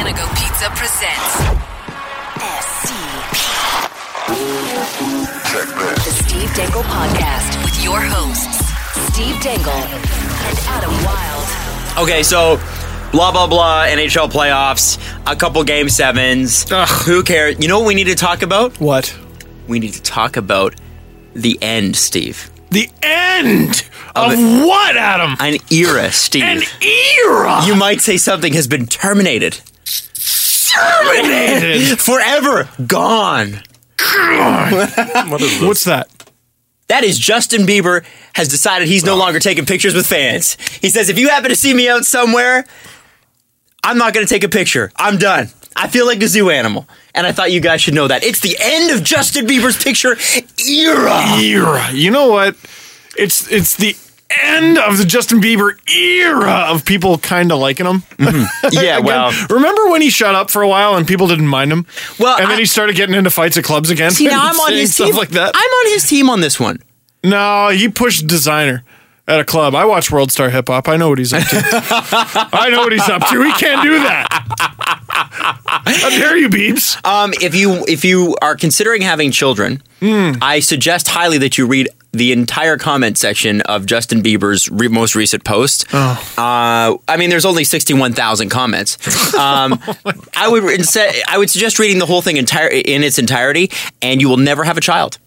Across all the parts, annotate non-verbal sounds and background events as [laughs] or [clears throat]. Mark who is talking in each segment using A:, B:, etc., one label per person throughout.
A: Producer presents SCP. The Steve Dangle Podcast with your hosts, Steve Dangle and Adam Wilde.
B: Okay, so blah blah blah NHL playoffs, a couple game sevens.
C: Ugh.
B: Who cares? You know what we need to talk about?
C: What?
B: We need to talk about the end, Steve.
C: The end
B: Of
C: of,
B: it.
C: what, Adam?
B: An era, Steve.
C: An era. [laughs]
B: you might say something has been terminated. [laughs]
C: Terminated.
B: Forever gone.
C: What's that?
B: That is Justin Bieber has decided he's no longer taking pictures with fans. He says, if you happen to see me out somewhere, I'm not going to take a picture. I'm done. I feel like a zoo animal. And I thought you guys should know that. It's the end of Justin Bieber's picture era.
C: Era. You know what? It's it's the end of the Justin Bieber era of people kind of liking him.
B: Mm-hmm. [laughs]
C: [laughs]
B: Yeah,
C: Again,
B: well,
C: remember when he shut up for a while and people didn't mind him?
B: Well,
C: and
B: I-
C: then he started getting into fights at clubs again. [laughs]
B: see, now I'm on
C: saying
B: his
C: stuff
B: team.
C: like that.
B: I'm on his team on this one.
C: No, he pushed designer at a club. I watch World Star Hip Hop. I know what he's up to. I know what he's up to. He can't do that. How dare you, Beebs?
B: Um, if you if you are considering having children, I suggest highly that you read the entire comment section of Justin Bieber's re- most recent post. Uh, I mean, there's only sixty one thousand comments. Um, I would instead I would suggest reading the whole thing entire in its entirety, and you will never have a child.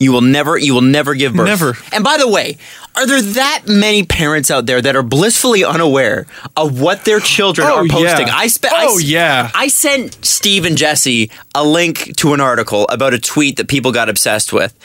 B: You will never you will never give birth.
C: Never.
B: And by the way, are there that many parents out there that are blissfully unaware of what their children
C: Oh,
B: are posting?
C: yeah.
B: I spent
C: Oh, yeah.
B: I sent Steve and Jesse a link to an article about a tweet that people got obsessed with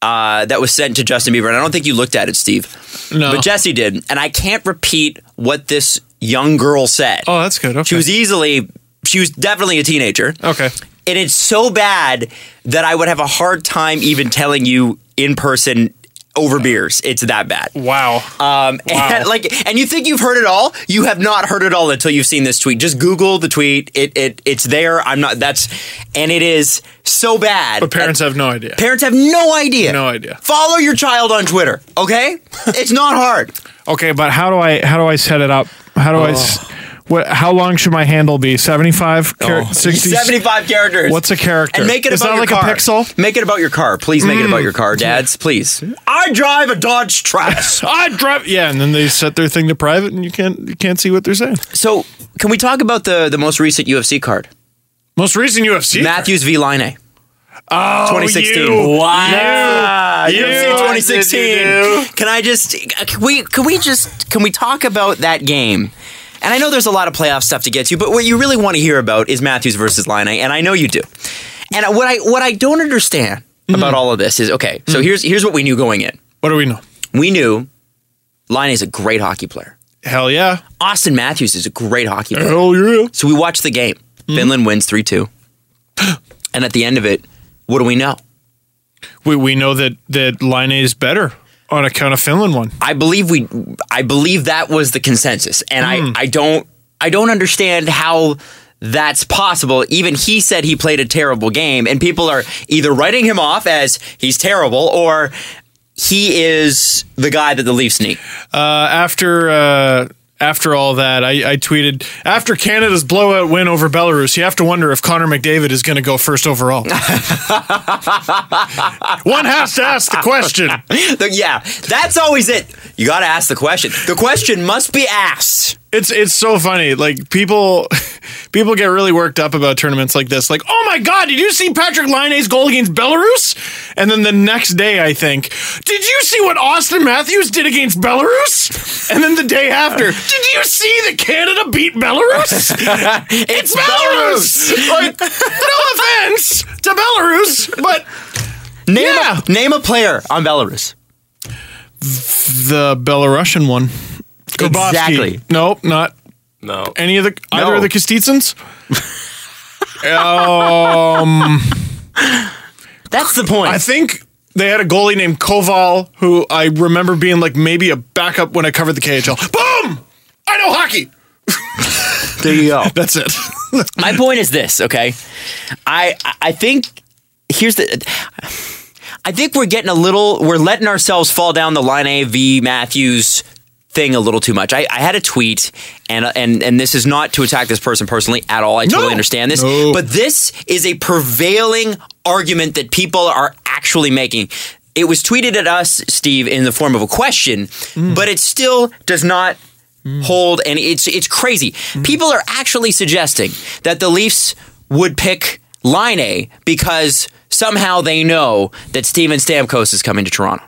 B: uh, that was sent to Justin Bieber. And I don't think you looked at it, Steve.
C: No.
B: But Jesse did. And I can't repeat what this young girl said.
C: Oh, that's good. Okay.
B: She was easily, she was definitely a teenager.
C: okay.
B: And it's so bad that I would have a hard time even telling you in person over beers. It's that bad.
C: Wow.
B: Um, and, [laughs] like, and you think you've heard it all? You have not heard it all until you've seen this tweet. Just Google the tweet. It it it's there. I'm not. That's and it is so bad.
C: but parents
B: And
C: have no idea.
B: parents have no idea.
C: No idea.
B: Follow your child on Twitter.
C: [laughs]
B: Okay, it's not hard.
C: Okay, but how do I how do I set it up? How do I s- what how long should my handle be?
B: Oh.
C: 75 char- 60
B: Seventy-five characters.
C: What's a character?
B: And make it
C: It's
B: about
C: not
B: your
C: like a
B: car.
C: pixel? Mm.
B: Make it about your car. Please make it about your car, dads. Please. I drive a Dodge
C: [laughs]
B: Trax.
C: I drive yeah, and then they set their thing to private and you can't you can't see what they're saying.
B: so, can we talk about the the most recent UFC card?
C: Most recent UFC
B: Matthews v. Line.
C: oh,
B: 2016.
C: You.
B: Wow.
C: You.
B: UFC
C: You.
B: 2016. Can I just can we can we just can we talk about that game? And I know there's a lot of playoff stuff to get to, but what you really want to hear about is Matthews versus Line, and I know you do. And what I what I don't understand
C: Mm-hmm.
B: about all of this is okay. So here's here's what we knew going in.
C: What do we know?
B: We knew Line is a great hockey player.
C: Hell yeah.
B: Austin Matthews is a great hockey player.
C: Hell yeah.
B: So we watched the game.
C: Mm-hmm.
B: Finland wins three
C: [gasps]
B: two. And at the end of it, what do we know?
C: We, we know that that Line is better on account of Finland one.
B: I believe we I believe that was the consensus. And I, I don't I don't understand how that's possible. Even he said he played a terrible game and people are either writing him off as he's terrible or he is the guy that the Leafs need. [laughs]
C: Uh, after uh, after all that, I, I tweeted after Canada's blowout win over Belarus, you have to wonder if Connor McDavid is going to go first [laughs] overall. one has to ask the question.
B: The- yeah, that's always it. You got to ask the question. The question must be asked.
C: It's it's so funny. Like people [laughs] people get really worked up about tournaments like this. Like, oh my god, did you see Patrick Line's goal against Belarus? And then the next day, I think, did you see what Austin Matthews did against Belarus? And then the day after, did you see that Canada beat Belarus?
B: It's,
C: Belarus.
B: [laughs]
C: like, no offense to Belarus, but
B: Name,
C: Yeah.
B: a, name a player on Belarus.
C: the Belarusian one. Grabowski.
B: Exactly.
C: Nope, not
D: No.
C: any of the either
B: No.
C: of the Kostitsins.
B: That's the point.
C: I think they had a goalie named Koval, who I remember being like maybe a backup when I covered the KHL. Boom! I know hockey.
B: there you go.
C: That's it. [laughs]
B: my point is this okay i i think here's the I think we're getting a little, we're letting ourselves fall down the line A V Matthews thing a little too much. I, I had a tweet, and and and this is not to attack this person personally at all. I totally understand this,
C: No.
B: but this is a prevailing argument that people are actually making. It was tweeted at us, Steve, in the form of a question,
C: Mm.
B: but it still does not hold, and it's it's crazy.
C: Mm.
B: People are actually suggesting that the Leafs would pick Line A because somehow they know that Steven Stamkos is coming to Toronto.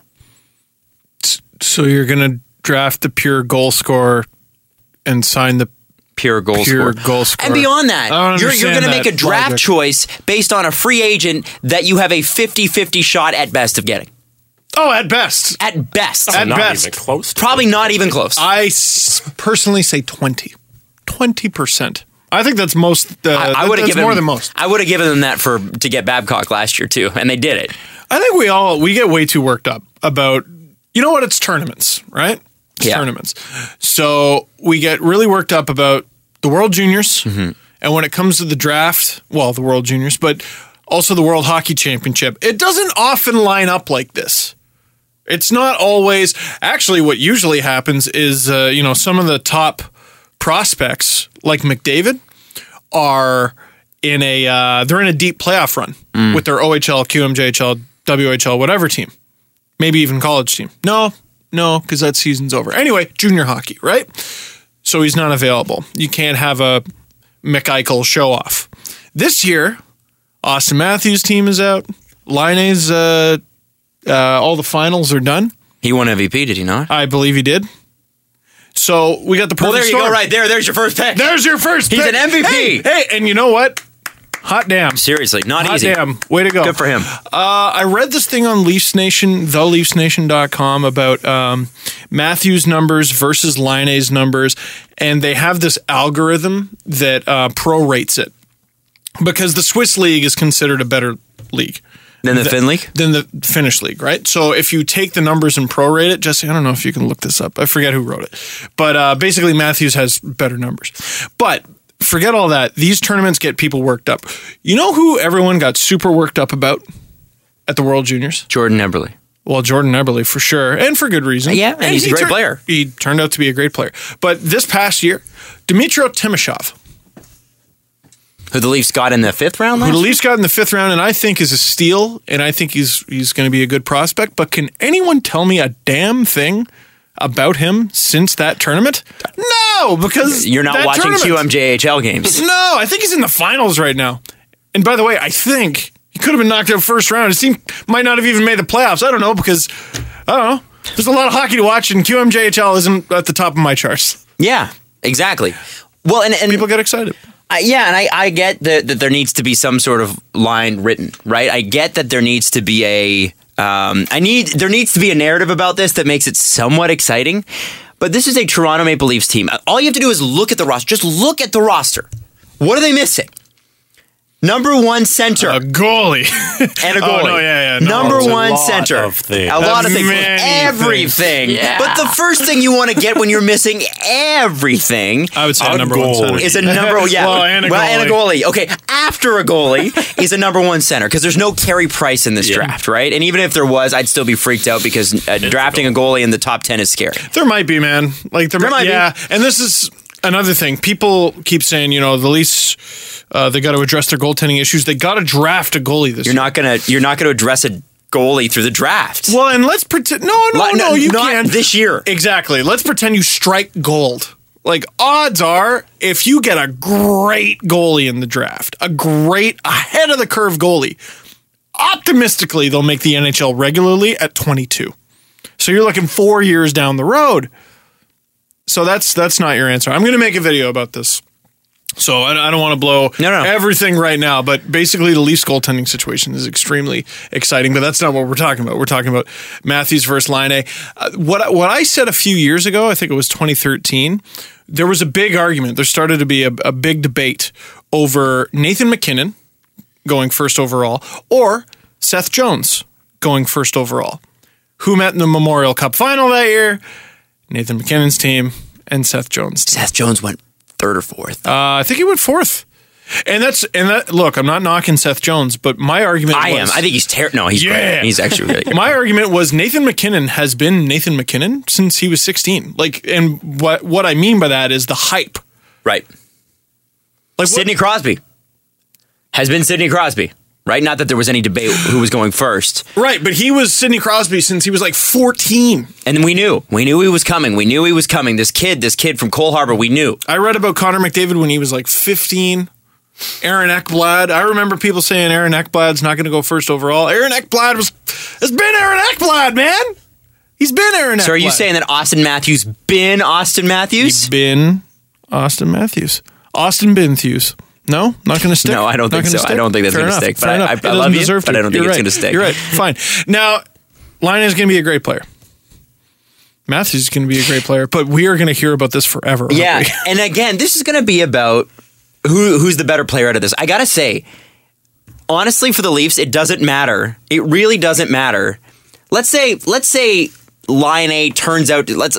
C: So you're gonna draft the pure goal scorer and sign the
B: pure goal
C: Pure
B: scorer.
C: goal scorer.
B: And beyond
C: I
B: that,
C: don't
B: you're, you're going
C: understand
B: to make
C: that
B: a draft
C: logic.
B: choice based on a free agent that you have a 50 50 shot at best of getting.
C: oh at best.
B: At best.
C: At
D: not
C: best. Uh,
D: even close. To
B: Probably not even close.
C: I s- personally say 20. 20%. I think that's most uh,
B: I would have
C: that's
B: given
C: more
B: them-
C: than most.
B: I would have given them that for to get Babcock last year too, and they did it.
C: I think we all we get way too worked up about you know what it's tournaments, right? It's
B: Yeah.
C: tournaments. So we get really worked up about the World Juniors and when it comes to the draft, well, the World Juniors, but also the World Hockey Championship. It doesn't often line up like this. It's not always actually what usually happens is uh, you know some of the top prospects like McDavid are in a uh, they're in a deep playoff run
B: Mm.
C: with their OHL, QMJHL, WHL, whatever team, maybe even college team. No, no, because that season's over. Anyway, junior hockey, right? So he's not available. You can't have a McEichel show off. This year, Austin Matthews' team is out. Line's uh, uh, all the finals are done.
B: He won MVP, did he not?
C: I believe he did. So we got the Uh, perfect
B: well, there you go,
C: storm.
B: right there. There's your first pick.
C: There's your first.
B: He's
C: pick.
B: an MVP.
C: Hey, hey, and you know what? Hot damn.
B: Seriously, not
C: Hot
B: easy.
C: damn. Way to go.
B: Good for him.
C: Uh, I read this thing on Leafs Nation, theleafsnation.com about um, Matthews numbers versus Line's numbers, and they have this algorithm that uh, prorates it because the Swiss league is considered a better league
B: Then the Finley.
C: than the Finnish league, right? So if you take the numbers and prorate it, Jesse, I don't know if you can look this up. I forget who wrote it, but uh, basically Matthews has better numbers. But forget all that. These tournaments get people worked up. You know who everyone got super worked up about at the World Juniors?
B: Jordan Eberle.
C: Well, Jordan Eberle for sure, and for good reason.
B: Yeah, and he's a
C: he
B: great player.
C: He turned out to be a great player. But this past year, Dmitro Timoshov,
B: Who the Leafs got in the fifth round
C: who
B: last
C: the Leafs got in the fifth round, and I think is a steal, and I think he's he's going to be a good prospect. But can anyone tell me a damn thing about him since that tournament? No, because
B: You're not
C: that
B: watching
C: tournament-
B: QMJHL
C: [laughs]
B: games.
C: No, I think he's in the finals right now. And by the way, I think he could have been knocked out first round. His team might not have even made the playoffs. I don't know because I don't know. There's a lot of hockey to watch, and QMJHL isn't at the top of my charts.
B: Yeah, exactly. Well, and, and
C: People get excited.
B: I, yeah, and I, I get that, that there needs to be some sort of line written, right? I get that there needs to be a um, I need there needs to be a narrative about this that makes it somewhat exciting. But this is a Toronto Maple Leafs team. All you have to do is look at the roster. Just look at the roster. What are they missing? Number one center
C: A goalie. [laughs]
B: and a
C: Oh,
B: goalie.
C: no, yeah, yeah, no.
B: Number
D: It's a
B: one
D: lot
B: center.
D: of things.
B: A lot of things.
C: Many
B: everything. But the first thing you want to get when you're missing everything
C: [laughs] I would say
D: A
C: number one
D: goalie.
C: center.
B: is a
C: [laughs]
B: number yeah
C: Well, and a
B: goalie. Okay, after a
C: [laughs]
B: goalie is a number one center because there's no carry price in this draft, right? And even if there was, I'd still be freaked out because uh, drafting a goalie in the top ten is scary.
C: There might be, man. Like there,
B: There
C: might,
B: might be.
C: yeah. And this is another thing. People keep saying, you know, the Leafs uh, they got to address their goaltending issues. They got to draft a goalie this
B: You're
C: year.
B: not gonna you're not gonna address a goalie through the draft.
C: well, and let's pretend. No, no,
B: Like,
C: no,
B: no,
C: You
B: not
C: can't
B: this year.
C: Exactly. Let's pretend you strike gold. Like odds are, if you get a great goalie in the draft, a great ahead of the curve goalie, optimistically they'll make the NHL regularly at 22. So you're looking four years down the road. So that's that's not your answer. I'm going to make a video about this. So I, I don't want to blow
B: No, no.
C: everything right now, but basically the Leafs goaltending situation is extremely exciting. But that's not what we're talking about. We're talking about Matthews versus Line A. Uh, what I- what I said a few years ago, I think it was 2013. There was a big argument. There started to be a, a big debate over Nathan McKinnon going first overall or Seth Jones going first overall, who met in the Memorial Cup final that year. Nathan McKinnon's team Uh, and Seth Jones.
B: Seth Jones went third or fourth.
C: Uh, I think he went fourth. And that's and that look, I'm not knocking Seth Jones, but my argument
B: I am.
C: was-
B: I think he's terrible. No, he's
C: Yeah.
B: great. He's actually
C: [laughs]
B: really good.
C: my argument was Nathan McKinnon has been Nathan McKinnon since he was 16. Like and what what I mean by that is the hype.
B: right.
C: Like what-
B: Sidney Crosby has been Sidney Crosby, right? Not that there was any debate who was going first.
C: Right, but he was Sidney Crosby since he was like 14.
B: And we knew. We knew he was coming. We knew he was coming. This kid, this kid from Cole Harbor, we knew.
C: I read about Connor McDavid when he was like 15. Aaron Eckblad. I remember people saying Aaron Eckblad's not going to go first overall. Aaron Eckblad was has been Aaron Eckblad, man. He's been Aaron Eckblad.
B: So are you saying that Austin Matthews been Austin Matthews?
C: been Austin Matthews? Austin Matthews. No, not going to stick.
B: No, I don't
C: Not
B: think
C: gonna
B: so. I don't think that's
C: Fair
B: gonna
C: enough,
B: stick, but
C: fair
B: I-
C: enough.
B: I- I
C: It doesn't
B: love you,
C: deserve
B: but I don't think
C: You're
B: it's
C: right.
B: gonna stick.
C: You're right. Fine. Now, Line is going to be a great player. Matthews is going to be a great player, but we are going to hear about this forever. aren't
B: Yeah, [laughs]
C: we?
B: and again, this is going to be about who who's the better player out of this. I gotta say, honestly, for the Leafs, it doesn't matter. It really doesn't matter. Let's say let's say Line A turns out let's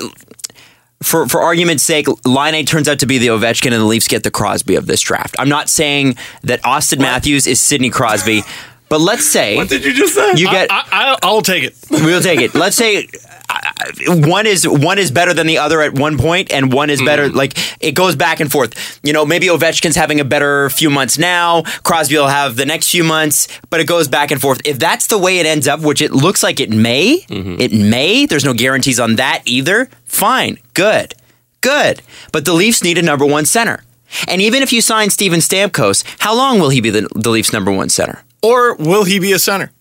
B: for for argument's sake, Line A turns out to be the Ovechkin, and the Leafs get the Crosby of this draft. I'm not saying that Austin Matthews is Sidney Crosby, but let's say
D: did you just say?
B: you get
C: I, I, I'll take it.
B: We'll take it. Let's say I- I- one is one is better than the other at one point, and one is better. Like it goes back and forth. You know, maybe Ovechkin's having a better few months now. Crosby will have the next few months, but it goes back and forth. If that's the way it ends up, which it looks like it may, it may. There's no guarantees on that either. Fine, good, good. But the Leafs need a number one center. And even if you sign Steven Stamkos, how long will he be the, the Leafs' number one center?
C: Or will he be a center?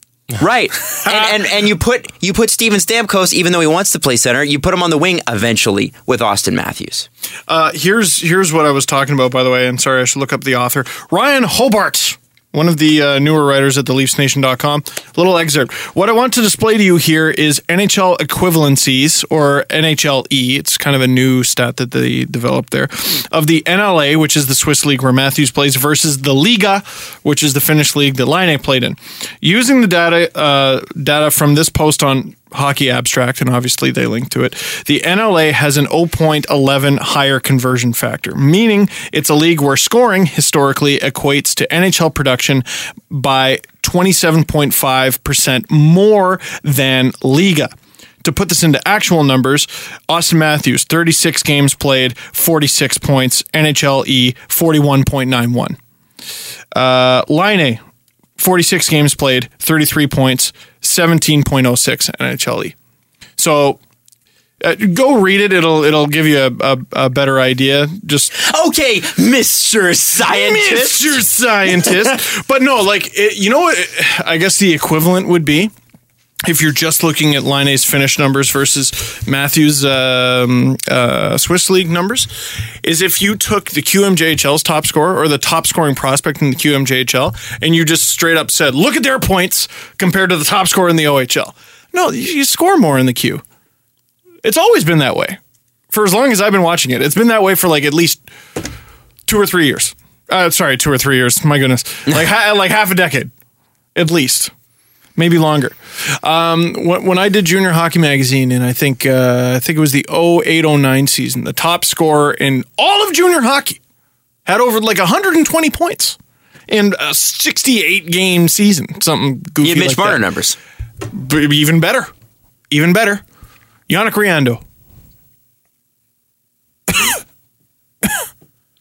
B: Right. and, and and you put you put Steven Stamkos, even though he wants to play center, you put him on the wing eventually with Austin Matthews.
C: Uh, here's here's what I was talking about, by the way. And sorry, I should look up the author. Ryan Hobart, one of the uh, newer writers at theleafsnation.com. Little excerpt. What I want to display to you here is NHL equivalencies, or NHLE. E. It's kind of a new stat that they developed there, of the NLA, which is the Swiss league where Matthews plays, versus the Liga, which is the Finnish league that Line played in. Using the data uh, data from this post on Hockey Abstract, and obviously they link to it. The NLA has an 0.11 higher conversion factor, meaning it's a league where scoring historically equates to NHL production by 27.5% more than Liga. To put this into actual numbers, Austin Matthews, 36 games played, 46 points, NHLE, 41.91. Uh, Line 46 games played, 33 points, 17.06 NHLE. E. So uh, go read it. It'll it'll give you a, a, a better idea. Just
B: Okay, Mr. Scientist.
C: Mr. Scientist. but no, like, it, you know what? I guess the equivalent would be if you're just looking at Line A's finish numbers versus Matthews' um, uh, Swiss League numbers, is if you took the QMJHL's top scorer or the top scoring prospect in the QMJHL and you just straight up said, look at their points compared to the top scorer in the OHL. No, you, you score more in the Q. It's always been that way. For as long as I've been watching it, it's been that way for like at least two or three years. Uh, sorry, two or three years. My goodness, like ha- like half a decade, at least, maybe longer. Um, when, when I did Junior Hockey Magazine, and I think uh, I think it was the 0809 season, the top scorer in all of junior hockey had over like 120 points in a 68 game season. Something goofy.
B: You had Mitch
C: like
B: Marner
C: that.
B: numbers.
C: B- even better, even better. Yannick Riando.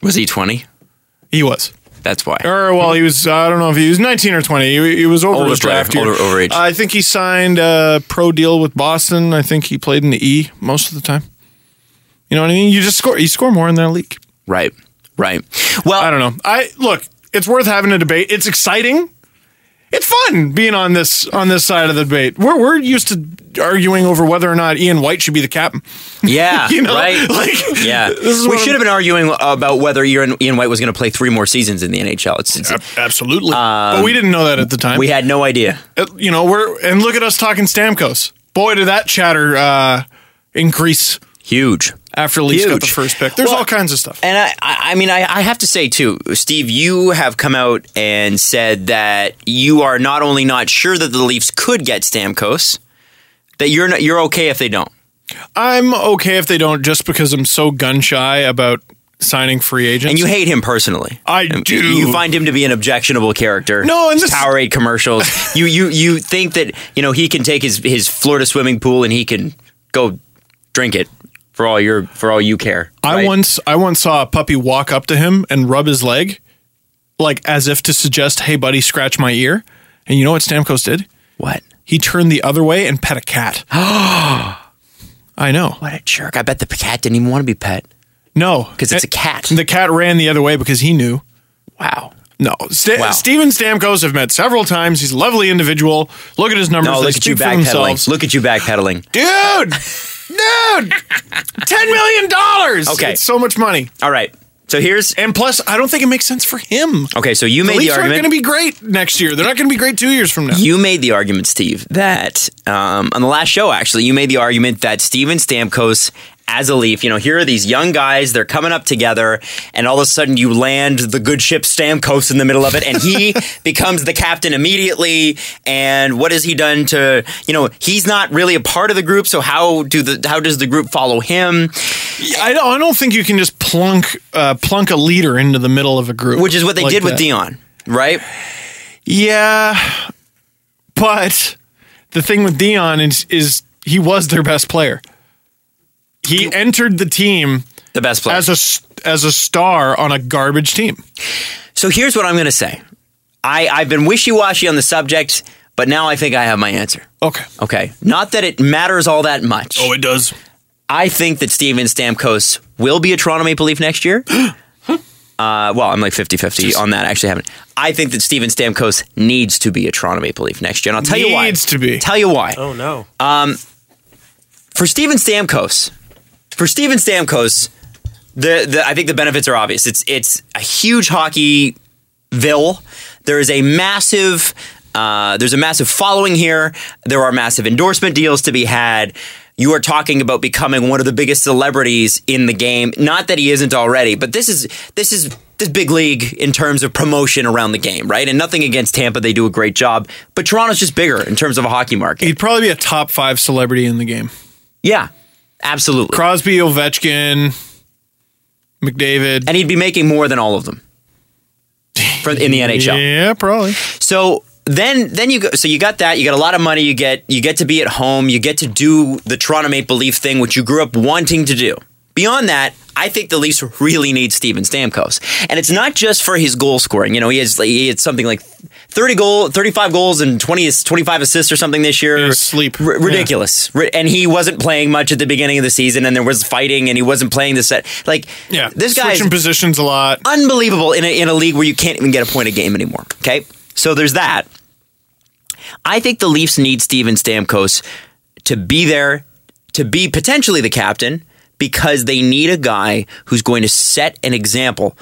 B: Was he 20?
C: He was.
B: That's why.
C: Or well, he was. I don't know if he was 19 or 20. He, he was over
B: Older
C: his draft
B: player,
C: year.
B: older- overage.
C: I think he signed a pro deal with Boston. I think he played in the E most of the time. You know what I mean? You just score. You score more in their league.
B: Right. Right. Well,
C: I don't know. I look. It's worth having a debate. It's exciting. It's fun being on this on this side of the debate. We're we're used to arguing over whether or not Ian White should be the captain. [laughs]
B: Yeah,
C: You know,
B: right.
C: like,
B: yeah,
C: this is
B: we
C: what
B: should
C: I'm-
B: have been arguing about whether Ian Ian White was going to play three more seasons in the NHL. It's,
C: Uh,
B: it's,
C: Absolutely. but we didn't know that at the time.
B: Um, we had no idea.
C: Uh, you know, we're and look at us talking Stamkos. Boy, did that chatter uh, increase
B: Huge.
C: after Leafs got
B: Huge.
C: the first pick. There's
B: Well,
C: all kinds of stuff.
B: And I, I I mean, I, I have to say too, Steve, you have come out and said that you are not only not sure that the Leafs could get Stamkos, that you're not, you're okay if they don't.
C: I'm okay if they don't, just because I'm so gun shy about signing free agents.
B: And you hate him personally.
C: I
B: And
C: do.
B: You find him to be an objectionable character.
C: No, and
B: His
C: this-
B: Powerade
C: [laughs]
B: commercials. you you you think that you know he can take his his Florida swimming pool and he can go drink it for all your for all you care.
C: I
B: right?
C: once I once saw a puppy walk up to him and rub his leg, like as if to suggest, "Hey, buddy, scratch my ear." And you know what Stamkos did?
B: what
C: He turned the other way and pet
B: [gasps]
C: a cat. I know.
B: what a jerk! I bet the cat didn't even want to be pet.
C: No,
B: 'Cause it's a cat.
C: The cat ran the other way because he knew.
B: Wow.
C: No, Sta-
B: Wow.
C: Steven Stamkos I've met several times. He's a lovely individual. Look at his numbers.
B: No,
C: They
B: look at you
C: speak for themselves.
B: backpedaling. Look at you backpedaling.
C: dude, dude, ten million dollars.
B: Okay.
C: it's so much money.
B: All right. So here's
C: And plus, I don't think it makes sense for him.
B: okay. So you made the
C: Leafs aren't
B: argument.
C: going to be great next year. They're not going to be great two years from now.
B: You made the argument, Steve, that um, on the last show, actually, you made the argument that Steven Stamkos, as a Leaf, you know, here are these young guys, they're coming up together, and all of a sudden you land the good ship Stamkos in the middle of it, and
C: [laughs]
B: he becomes the captain immediately. And what has he done to, you know, he's not really a part of the group, so how do the how does the group follow him?
C: I don't. I don't think you can just plunk uh, plunk a leader into the middle of a group,
B: Which is what they
C: like
B: did with
C: that.
B: Dion, right?
C: Yeah, but the thing with Dion is is he was their best player. He entered the team
B: The best player.
C: as a s- as a star on a garbage team.
B: So here's what I'm going to say. I, I've been wishy washy on the subject, but now I think I have my answer.
C: Okay.
B: Okay. Not that it matters all that much.
C: Oh, it does.
B: I think that Steven Stamkos will be a Toronto Maple Leaf next
C: [gasps]
B: year. uh, well, I'm like 50 50 on that actually happening. I think that Steven Stamkos needs to be a Toronto Maple Leaf next year. And I'll tell you why.
C: Needs to be.
B: Tell you why. Um,
D: Oh no.
B: For Steven Stamkos, for Steven Stamkos, the, the I think the benefits are obvious. It's it's a huge hockey Ville. There is a massive uh, there's a massive following here. There are massive endorsement deals to be had. You are talking about becoming one of the biggest celebrities in the game. Not that he isn't already, but this is this is this big league in terms of promotion around the game, right? And nothing against Tampa, they do a great job, but Toronto's just bigger in terms of a hockey market.
C: He'd probably be a top five celebrity in the game.
B: Yeah, absolutely.
C: Crosby, Ovechkin, McDavid.
B: and he'd be making more than all of them for, in the NHL.
C: Yeah, probably.
B: So then then you go so you got that you got a lot of money you get you get to be at home you get to do the Toronto Maple Leaf thing which you grew up wanting to do. Beyond that, I think the Leafs really need Steven Stamkos. And it's not just for his goal scoring. You know, he has he had something like 30 goal 35 goals and 20 ass- 25 assists or something this year.
C: was sleep.
B: R-
C: Yeah.
B: ridiculous. Ri- and he wasn't playing much at the beginning of the season and there was fighting and he wasn't playing the set. Like
C: Yeah.
B: this guy
C: switching positions a lot.
B: unbelievable in a, in a league where you can't even get a point a game anymore. Okay, so there's that. I think the Leafs need Steven Stamkos to be there, to be potentially the captain, because they need a guy who's going to set an example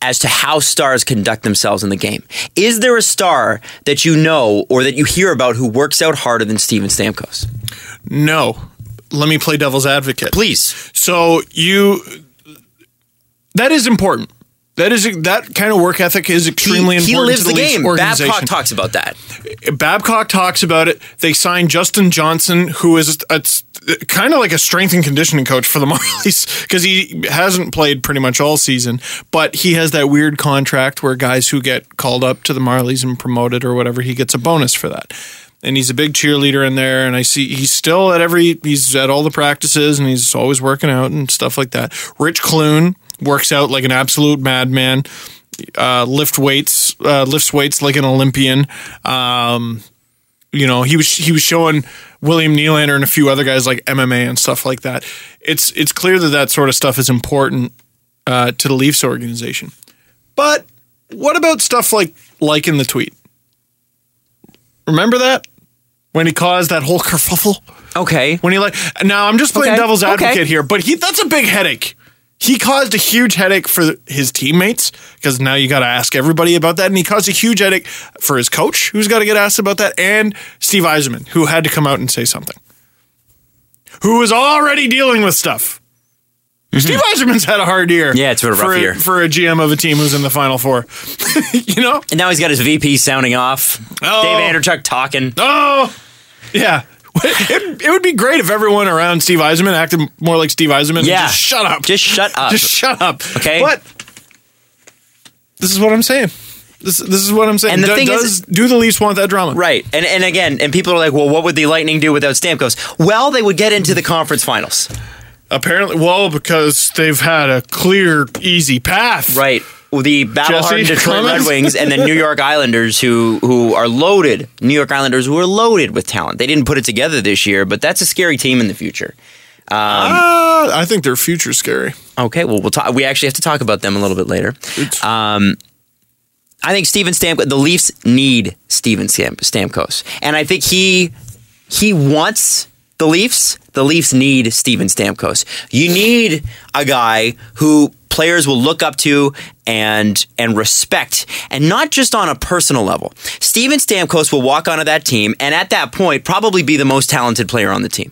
B: as to how stars conduct themselves in the game. Is there a star that you know or that you hear about who works out harder than Steven Stamkos?
C: No. Let me play devil's advocate.
B: Please.
C: So you that is important. That is that kind of work ethic is
B: He,
C: extremely important.
B: he lives
C: to the,
B: the,
C: Leafs
B: game.
C: organization.
B: Babcock talks about that.
C: Babcock talks about it. They signed Justin Johnson, who is a, kind of like a strength and conditioning coach for the [laughs] Marlies because he hasn't played pretty much all season, but he has that weird contract where guys who get called up to the Marlies and promoted or whatever, he gets a bonus for that. And he's a big cheerleader in there, and I see he's still at every he's at all the practices, and he's always working out and stuff like that. Rich Clune works out like an absolute madman, uh, lift weights, uh, lifts weights like an Olympian. You know, he was he was showing William Nylander and a few other guys like MMA and stuff like that. It's it's clear that that sort of stuff is important uh, to the Leafs organization. But what about stuff like liking the tweet? Remember that when he caused that whole [laughs] kerfuffle
B: Okay.
C: when he like. Now I'm just playing
B: Okay,
C: devil's
B: okay.
C: advocate here, but he that's a big headache. He caused a huge headache for his teammates because now you got to ask everybody about that, and he caused a huge headache for his coach, who's got to get asked about that, and Steve Eiserman, who had to come out and say something, who was already dealing with stuff. Steve Eiserman's had a hard year.
B: Mm-hmm. Yeah, it's been a rough
C: for,
B: year.
C: for a GM of a team who's in the Final Four. [laughs] you know,
B: And now he's got his VP sounding off.
C: Oh.
B: Dave Anderchuk talking.
C: Oh, yeah. [laughs] It, it would be great if everyone around Steve Eisenman acted more like Steve Eisenman. and
B: Yeah.
C: just shut up.
B: Just shut up.
C: Just shut up.
B: Okay.
C: But this is what I'm saying. This this is what I'm saying.
B: And the
C: Do-
B: thing
C: does
B: is-
C: do the Leafs want that drama?
B: Right. And and again, and people are like, well, what would the Lightning do without Stamkos? Well, they would get into the conference finals.
C: Apparently, well, because they've had a clear, easy path.
B: Right. The battle-hardened
C: Jesse,
B: Detroit Red
C: comments?
B: Wings and the New
C: [laughs]
B: York Islanders, who who are loaded. New York Islanders who are loaded with talent. They didn't put it together this year, but that's a scary team in the future.
C: Ah, I think their future's scary.
B: Okay, well, we'll talk. We actually have to talk about them a little bit later. Um,
C: It's-
B: I think Steven Stamkos. The Leafs need Steven Stam- Stamkos, and I think he he wants the Leafs. The Leafs need Steven Stamkos. You need a guy who players will look up to and and respect, and not just on a personal level. Steven Stamkos will walk onto that team, and at that point, probably be the most talented player on the team.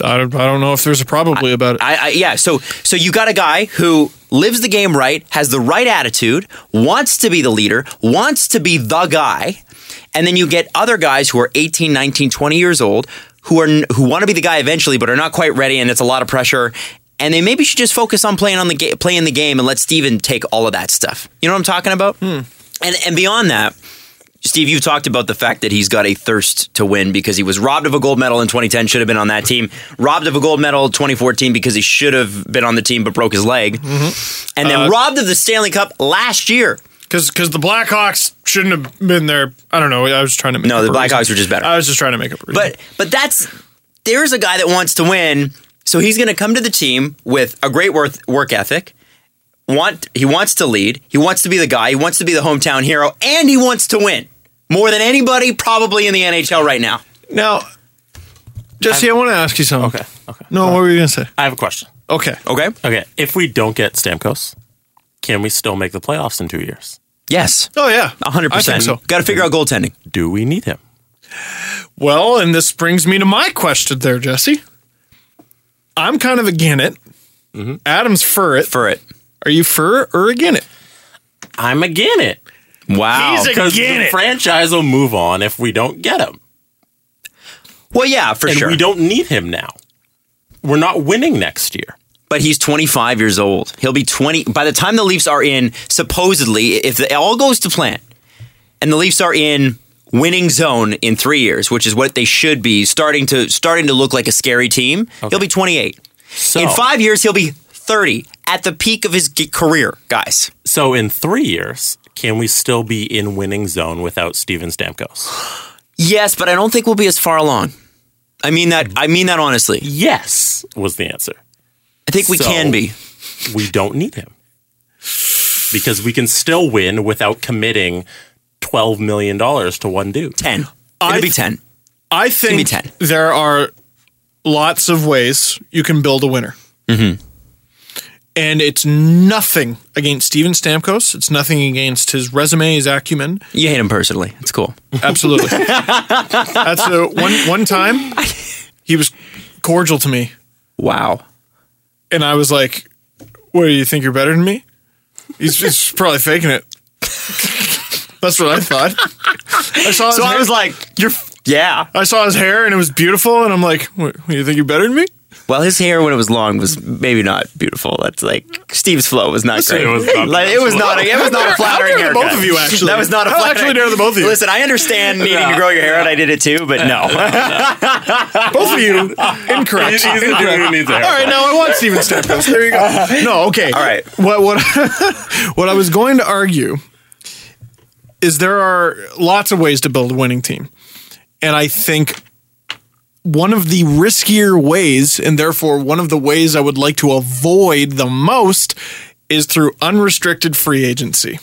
C: I, don't, I don't know if there's a probably about it.
B: I, I yeah. So so you got a guy who lives the game right, has the right attitude, wants to be the leader, wants to be the guy, and then you get other guys who are 18, 19, 20 years old who are n- who want to be the guy eventually, but are not quite ready, and it's a lot of pressure. And they maybe should just focus on playing on the ga- playing the game and let Steven take all of that stuff. You know what I'm talking about?
C: Hmm.
B: And and beyond that. Steve, you've talked about the fact that he's got a thirst to win because he was robbed of a gold medal in 2010, should have been on that team, robbed of a gold medal in 2014 because he should have been on the team but broke his leg, and then robbed of the Stanley Cup last year.
C: Because the Blackhawks shouldn't have been there. I don't know. I was trying to make
B: No,
C: up
B: the
C: a
B: Blackhawks
C: reason.
B: were just better.
C: I was just trying to make up. a reason.
B: But but that's there's a guy that wants to win, so he's going to come to the team with a great work, work ethic. Want he wants to lead, he wants to be the guy, he wants to be the hometown hero, and he wants to win more than anybody probably in the NHL right now.
C: now, Jesse, i want to ask you something.
D: Okay, okay.
C: No, what were you gonna say?
D: I have a question.
C: Okay.
B: Okay.
D: Okay, if we don't get Stamkos, can we still make the playoffs in two years?
B: Yes.
C: Oh yeah,
B: A hundred
C: I think
B: percent.
C: So
B: Got to figure out goaltending.
D: Do we need him?
C: well, and this brings me to my question, there, Jesse. I'm kind of again it.
B: Mm-hmm.
C: Adam's for it.
B: for it.
C: Are you for it or again it?
D: I'm again it
B: Wow.
C: He's a-
D: because
C: Again
D: the
C: it.
D: franchise will move on if we don't get him,
B: well, yeah, for
D: and
B: sure.
D: we don't need him now. We're not winning next year.
B: but he's 25 years old. He'll be 20 by the time the Leafs are in. Supposedly, if it all goes to plan, and the Leafs are in winning zone in three years, which is what they should be, starting to starting to look like a scary team. He'll be 28.
D: So
B: In five years, he'll be 30 at the peak of his g- career, guys.
D: So in three years, can we still be in winning zone without Steven Stamkos?
B: Yes, but I don't think we'll be as far along. I mean that. I mean that honestly.
D: Yes, was the answer.
B: I think we
D: So-
B: can be.
D: We don't need him because we can still win without committing twelve million dollars to one dude.
B: 10. It'll
C: I
B: be
C: th-
B: 10.
C: I
B: me
C: think
B: 10.
C: there are lots of ways you can build a winner.
B: Mm-hmm.
C: And it's nothing against Steven Stamkos. It's nothing against his resume, his acumen.
B: You hate him personally. It's cool. [laughs]
C: Absolutely. That's the one one time he was cordial to me
B: Wow.
C: and I was like, "What do you think you're better than me?" He's just probably faking it. That's what I thought. I saw his
B: So I
C: hair-
B: was like, "You're yeah."
C: I saw his hair and it was beautiful, and I'm like, "What? what, You think you're better than me?"
B: Well, his hair when it was long was maybe not beautiful. That's like Steve's flow was not great.
D: it was
B: [laughs]
D: not
B: like, it was not. A, it was not a flattering
C: dare the
B: haircut.
C: both of you, actually.
B: that was not a
C: How
B: flattering.
C: actually dare the both of you?
B: Listen, I [laughs] understand needing to grow your hair out. I did it too, but [laughs] no.
C: Both of you incorrect.
D: He's the dude who needs a
C: All right,
D: haircut.
C: now I want Steven Stamkos. [laughs] There you go. No, okay. All
B: right.
C: What what [laughs] what I was going to argue is there are lots of ways to build a winning team, and I think one of the riskier ways, and therefore one of the ways I would like to avoid the most, is through unrestricted free agency.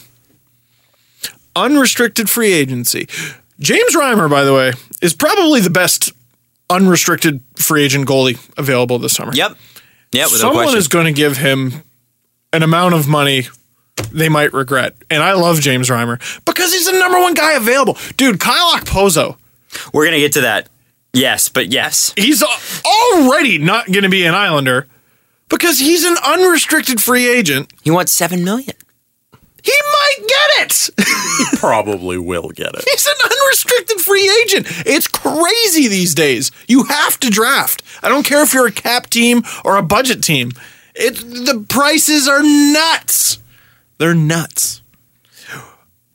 C: Unrestricted free agency. James Reimer, by the way, is probably the best unrestricted free agent goalie available this summer
B: yep. Yep. Without
C: someone
B: question.
C: is going to give him an amount of money they might regret. And I love James Reimer because he's the number one guy available. Dude, Kyle Okpozo,
B: We're gonna get to that. Yes, but yes.
C: he's al- already not going to be an Islander because he's an unrestricted free agent.
B: He wants seven million.
C: He might get it.
D: Probably will get it.
C: He's an unrestricted free agent. It's crazy these days. You have to draft. I don't care if you're a cap team or a budget team. It the prices are nuts. They're nuts.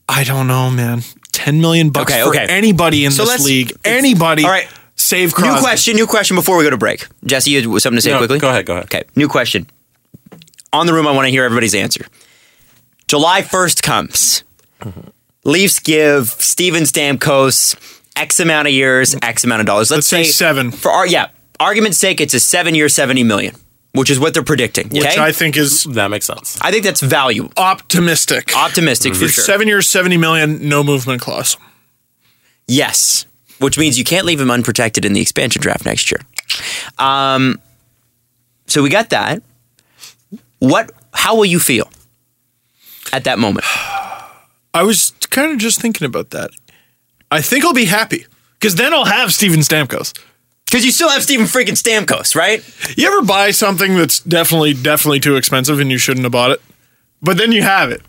C: I don't know, man. Ten million bucks
B: Okay,
C: for
B: okay.
C: anybody in
B: So
C: this
B: let's-
C: league. Anybody.
B: All right.
C: Save
B: New
C: Crosby.
B: question, new question before we go to break. Jesse, you had something to say
D: No,
B: quickly?
D: go ahead, go ahead.
B: Okay, new question. On the room, I want to hear everybody's answer. July 1st comes. Leafs give Steven Stamkos X amount of years, X amount of dollars. Let's,
C: Let's say seven.
B: For our, yeah, argument's sake, it's a seven year, 70 million, which is what they're predicting. Okay?
C: Which I think is
D: That makes sense.
B: I think that's value.
C: optimistic.
B: Optimistic Uh, for
C: For
B: sure.
C: seven years, seventy million, no movement clause.
B: Yes, which means you can't leave him unprotected in the expansion draft next year. Um, so we got that. What? How will you feel at that moment?
C: I was kind of just thinking about that. I think I'll be happy because then I'll have Steven Stamkos.
B: Because you still have Steven freaking Stamkos, right?
C: You ever buy something that's definitely, definitely too expensive and you shouldn't have bought it, but then you have it,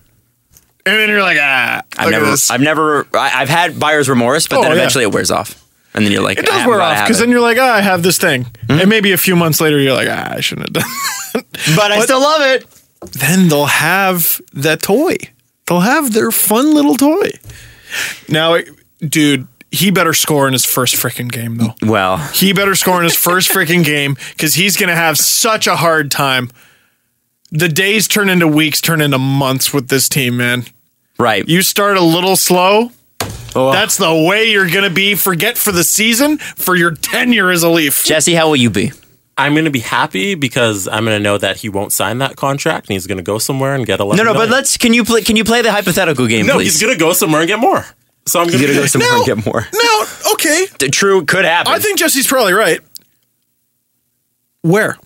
C: and then you're like, ah,
B: I've
C: look at
B: never,
C: this.
B: I've never, I, I've had buyer's remorse, but
C: Oh,
B: then
C: yeah.
B: eventually it wears off, and then you're like, "Ah,
C: it does wear off because then you're like, ah, I have this thing, and maybe a few months later you're like, ah, I shouldn't have done. [laughs]
B: but I still love it.
C: then they'll have that toy. They'll have their fun little toy. Now, dude, he better score in his first freaking game though.
B: Well,
C: He better score in his first freaking game because he's going to have such a hard time. The days turn into weeks, turn into months with this team, man.
B: right.
C: You start a little slow.
B: Oh.
C: That's the way you're going to be. Forget for the season, for your tenure as a Leaf.
B: Jesse, how will you be?
D: I'm going to be happy because I'm going to know that he won't sign that contract and he's going to go somewhere and get a
B: No, no, but let's. Can you play? Can you play the hypothetical game,
D: No,
B: please?
D: he's going to go somewhere and get more. So I'm going
B: He's
D: to
B: gonna go somewhere
D: [laughs]
C: [laughs] No.
B: and get more.
C: No, okay.
B: The True, could happen.
C: I think Jesse's probably right. Where?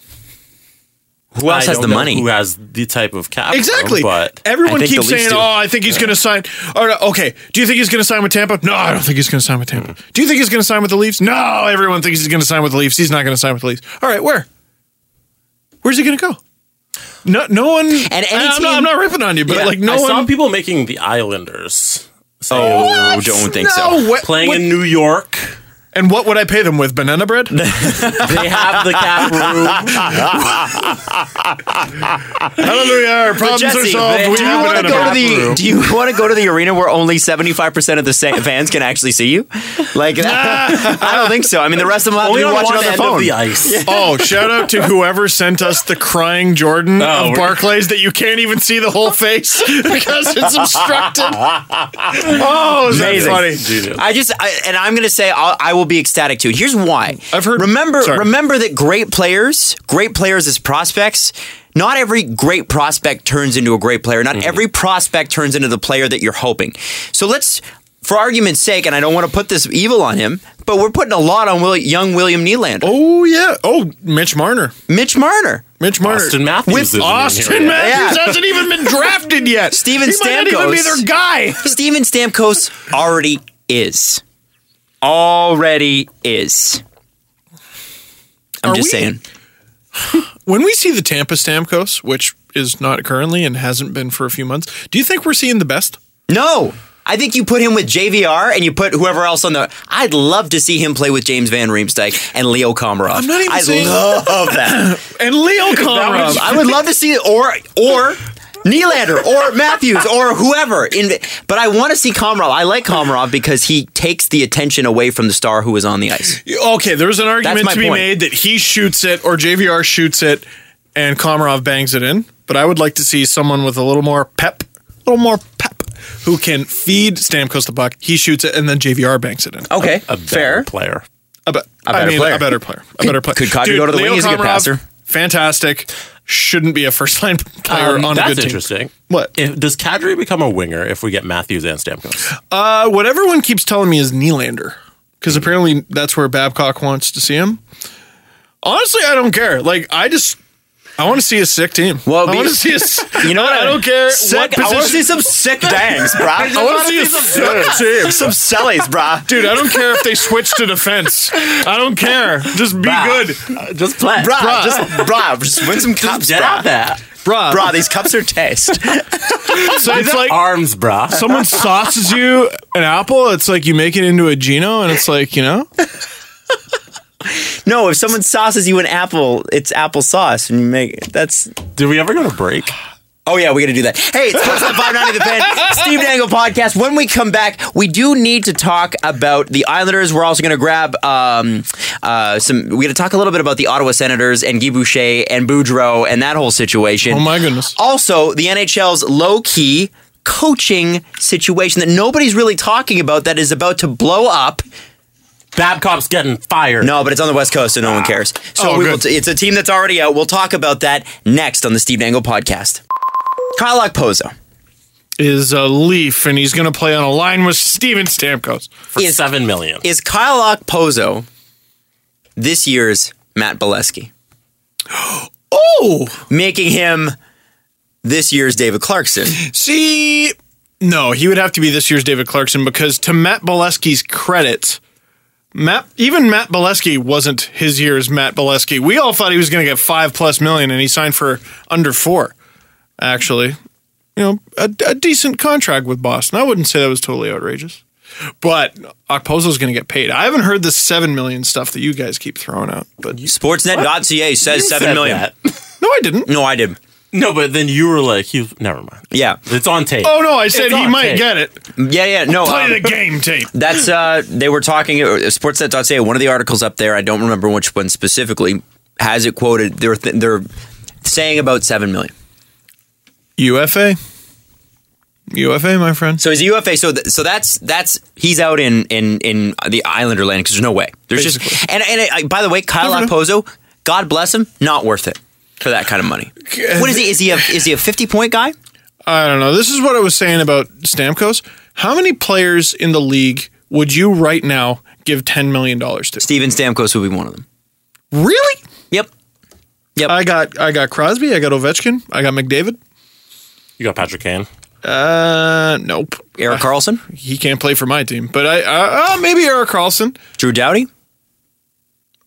B: Who else has the money?
D: Who has the type of cap?
C: Exactly.
D: But
C: Everyone
B: Um, I think
C: keeps
B: the Leafs
C: saying,
B: do.
C: "Oh, I think he's going to sign." Or, okay, do you think he's going to sign with Tampa? No, I don't think he's going to sign with Tampa. Do you think he's going to sign with the Leafs? No, everyone thinks he's going to sign with the Leafs. He's not going to sign with the Leafs. All right, where? Where's he going to go? No, no one. And
B: any
C: I'm,
B: team-
C: not, I'm not ripping on you, but
B: Yeah,
C: like no
D: I
C: one.
D: saw people making the Islanders. So
B: Oh, don't think so.
C: No, what-
D: playing
C: what-
D: in New York,
C: and what would I pay them with?
B: [laughs]
C: Banana bread?
D: they
C: [laughs]
D: have the cap room.
C: Hallelujah! Our problems are
B: Jesse,
C: solved. We
B: do you
C: have
B: want to
C: banana
B: go to
C: bread.
B: the Do you [laughs] want to go to the arena where only seventy five percent of the sa- fans can actually see you? Like, [laughs] I don't think so. I mean, the rest of them have to
D: Only
B: be
D: on
B: watching
D: one
B: on their
D: end of
B: phone.
D: the ice.
C: Oh, shout out to whoever sent us the crying Jordan
D: Oh,
C: of
D: we're-
C: Barclays that you can't even see the whole face [laughs] because it's obstructed. Oh, is that
B: Amazing.
C: funny?
D: Genius.
B: I just I, and I'm going to say I'll, I will be ecstatic too. Here's why.
C: I've heard-
B: Remember,
C: sorry.
B: remember that great players, great players as prospects. Not every great prospect turns into a great player. Not every prospect turns into the player that you're hoping. So let's, for argument's sake, and I don't want to put this evil on him, but we're putting a lot on Will, young William Nylander,
C: Oh yeah. Oh, Mitch Marner.
B: Mitch Marner,
C: Mitch Marner.
D: Austin Matthews
B: With
D: isn't in here
C: Austin
D: yet.
C: Matthews
B: Yeah.
C: hasn't even been drafted yet.
B: Steven
C: he might not even
B: Stamkos.
C: be their guy.
B: Steven Stamkos already is, already is. I'm
C: Are
B: just
C: we-
B: saying.
C: When we see the Tampa Stamkos, which is not currently and hasn't been for a few months, do you think we're seeing the best?
B: No. I think you put him with JVR and you put whoever else on the. I'd love to see him play with James Van Riemsdyk and Leo Komarov.
C: I'm not even
B: I
C: saying- [laughs]
B: love that.
C: And Leo Komarov.
B: I would love to see it or or Nylander or Matthews or whoever. In, but I want to see Komarov. I like Komarov because he takes the attention away from the star who is on the ice.
C: Okay, there's an argument
B: my
C: to be
B: point.
C: made that he shoots it or JVR shoots it and Komarov bangs it in. But I would like to see someone with a little more pep, a little more pep, who can feed Stamkos the puck. He shoots it and then JVR banks it in.
B: Okay,
D: A better player.
C: A, be- I
B: Oh, better
C: mean,
B: player.
C: a better player. A better player.
B: could Kadri go to the wing? He's a good passer.
C: Fantastic. Shouldn't be a first line [laughs] player
D: Um,
C: on a
D: that's
C: good team.
D: interesting.
C: What?
D: If, does Kadri become a winger if we get Matthews and Stamkos?
C: Uh, what everyone keeps telling me is Nylander,
B: Mm-hmm.
C: because apparently that's where Babcock wants to see him. Honestly, I don't care. Like, I just I want to see a sick team.
B: Well,
C: I
B: be-
C: want to see a. s-
B: [laughs]
C: [laughs]
B: You know what?
C: I don't care what
B: Sick, I want to see
C: position.
B: some [laughs] sick dangs, bro. I
C: I want to see a sick team.
B: some sellies, bro.
C: [laughs] Dude, I don't care if they switch to defense. I don't care. Just be
B: Bruh.
C: good.
D: Just play.
B: Bruh, just bruh, just win some cups,
D: Get
B: bruh.
D: out that.
C: Bruh.
B: Bruh, these cups are taste.
C: So it's like
D: Arms, brah.
C: someone sauces you an apple. It's like you make it into a Gino, and it's like you know.
B: no, if someone sauces you an apple, it's applesauce, and you make that's
D: Did we ever go to break?
B: Oh yeah, we got to do that. Hey, it's Close [laughs] Up 590 The Fan, Steve Dangle podcast. When we come back, we do need to talk about the Islanders. We're also going to grab um, uh, some. We got to talk a little bit about the Ottawa Senators and Guy Boucher and Boudreau and that whole situation.
C: Oh my goodness.
B: [laughs] Also, the NHL's low key coaching situation that nobody's really talking about that is about to blow up.
D: Babcock's getting fired.
B: No, but it's on the West Coast, so no one cares. So
C: Oh,
B: we
C: good.
B: will it's a team that's already out. We'll talk about that next on the Steve Dangle podcast. Kyle Pozo.
C: Is a leaf, and he's going to play on a line with Steven Stamkos.
D: for
B: is-
D: seven million.
B: Is Kyle Pozo this year's Matt Bolesky,
C: Oh,
B: making him this year's David Clarkson?
C: [laughs] see, no, he would have to be this year's David Clarkson because to Matt Bolesky's credit, Matt even Matt Bolesky wasn't his year's Matt Bolesky. We all thought he was going to get five plus million, and he signed for under four. Actually, you know, a, a decent contract with Boston. I wouldn't say that was totally outrageous. But Okpozo's going to get paid. I haven't heard the seven million stuff that you guys keep throwing out. But
B: Sportsnet.ca says
D: You
B: seven
D: said
B: million.
D: that.
C: no, I didn't.
B: No, I did.
D: [laughs] No, but then you were like, "You never mind."
B: Yeah,
D: It's on tape.
C: Oh no, I said
D: It's
C: he
D: on
C: might
D: tape.
C: get it.
B: yeah, yeah. No,
C: Play
B: um,
C: the game tape.
B: that's uh, they were talking uh, Sportsnet.ca. One of the articles up there, I don't remember which one specifically, has it quoted. They're th- they're saying about seven million.
C: UFA. UFA, my friend.
B: So he's a UFA. So th- so that's that's he's out in in in the Islander land because there's no way. There's just
C: Basically.
B: and and I, by the way, Kyle
C: Never know.
B: Pozo, God bless him, not worth it for that kind of money. What is he? Is he a is he a fifty point guy?
C: I don't know. This is what I was saying about Stamkos. How many players in the league would you right now give ten million dollars to?
B: Steven Stamkos would be one of them.
C: Really?
B: Yep. Yep.
C: I got I got Crosby. I got Ovechkin. I got McDavid.
D: You got Patrick Kane.
C: Uh, nope.
B: Eric Carlson,
C: He can't play for my team. But I uh, uh, maybe Eric Carlson.
B: Drew Doughty,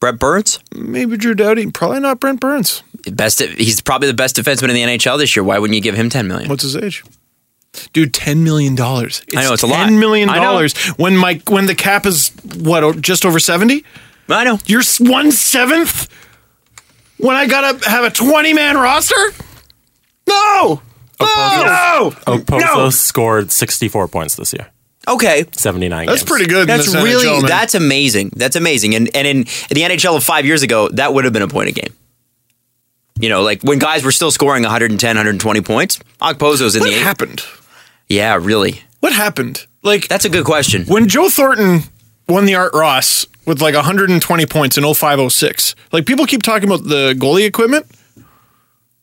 B: Brett Burns.
C: Maybe Drew Doughty. Probably not Brent Burns.
B: Best. He's probably the best defenseman in the NHL this year. Why wouldn't you give him ten million?
C: What's his age? Dude, ten million dollars.
B: I know, it's a lot.
C: Ten million
B: I know.
C: dollars when my when the cap is what o- just over seventy.
B: I know.
C: You're s- one seventh when I gotta have a 20 man roster? No! No!
D: Okposo scored 64 points this year.
B: Okay.
D: 79
C: That's
D: games.
C: pretty good. in
B: That's
C: this NHL,
B: really
C: man.
B: that's amazing. That's amazing. And and in the NHL of five years ago, that would have been a point a game. You know, like when guys were still scoring 110, 120 points. Okpozo's in
C: what
B: the eight.
C: happened?
B: yeah, really.
C: What happened? Like
B: That's a good question.
C: when Joe Thornton won the Art Ross with like 120 points in 0506. Like people keep talking about the goalie equipment.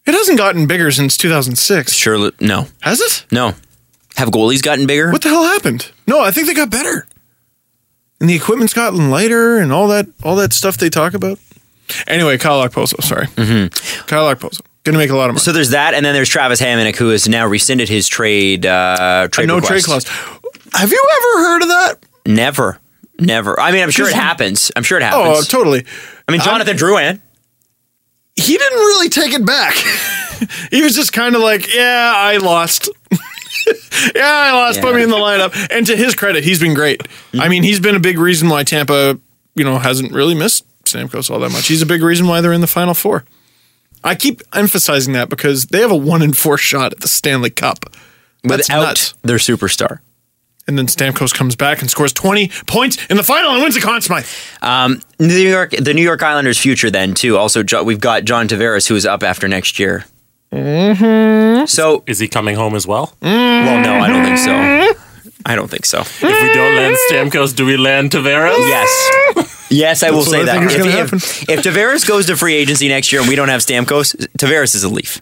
C: It hasn't gotten bigger since 2006.
B: Sure, no,
C: Has it?
B: no. Have goalies gotten bigger?
C: What the hell happened? No, I think they got better. And the equipment's gotten lighter and all that all that stuff they talk about. Anyway, Kyle Okposo, sorry. Mm-hmm. Kyle Okposo. Gonna make a lot of money.
B: so there's that, and then there's Travis Hammonick, who has now rescinded his trade. Uh, trade
C: no trade
B: request.
C: clause. Have you ever heard of that?
B: Never, never. I mean, I'm sure it
C: 'Cause-
B: happens. I'm sure it
C: Oh,
B: happens.
C: totally.
B: I mean, Jonathan Drouin.
C: He didn't really take it back. [laughs] he was just kind of like, yeah, I lost. [laughs] yeah, I lost. Put me in the lineup. And to his credit, he's been great. I mean, he's been a big reason why Tampa, you know, hasn't really missed Stamkos all that much. He's a big reason why they're in the final four. I keep emphasizing that because they have a one in four shot at the Stanley Cup. That's
B: without
C: nuts.
B: their superstar.
C: And then Stamkos comes back and scores 20 points in the final and wins the Conn Smythe.
B: Um, New York, the New York Islanders' future then too. Also, Jo- we've got John Tavares who is up after next year. Mm-hmm. So,
D: Is he coming home as well?
B: well, no, I don't think so. I don't think so.
D: If we don't land
C: Mm.
D: Stamkos, do we land Tavares?
B: Yes, yes, I will
C: That's
B: say
C: what I
B: that.
C: think is gonna
B: if, if, if Tavares goes to free agency next year and we don't have Stamkos, Tavares is a leaf.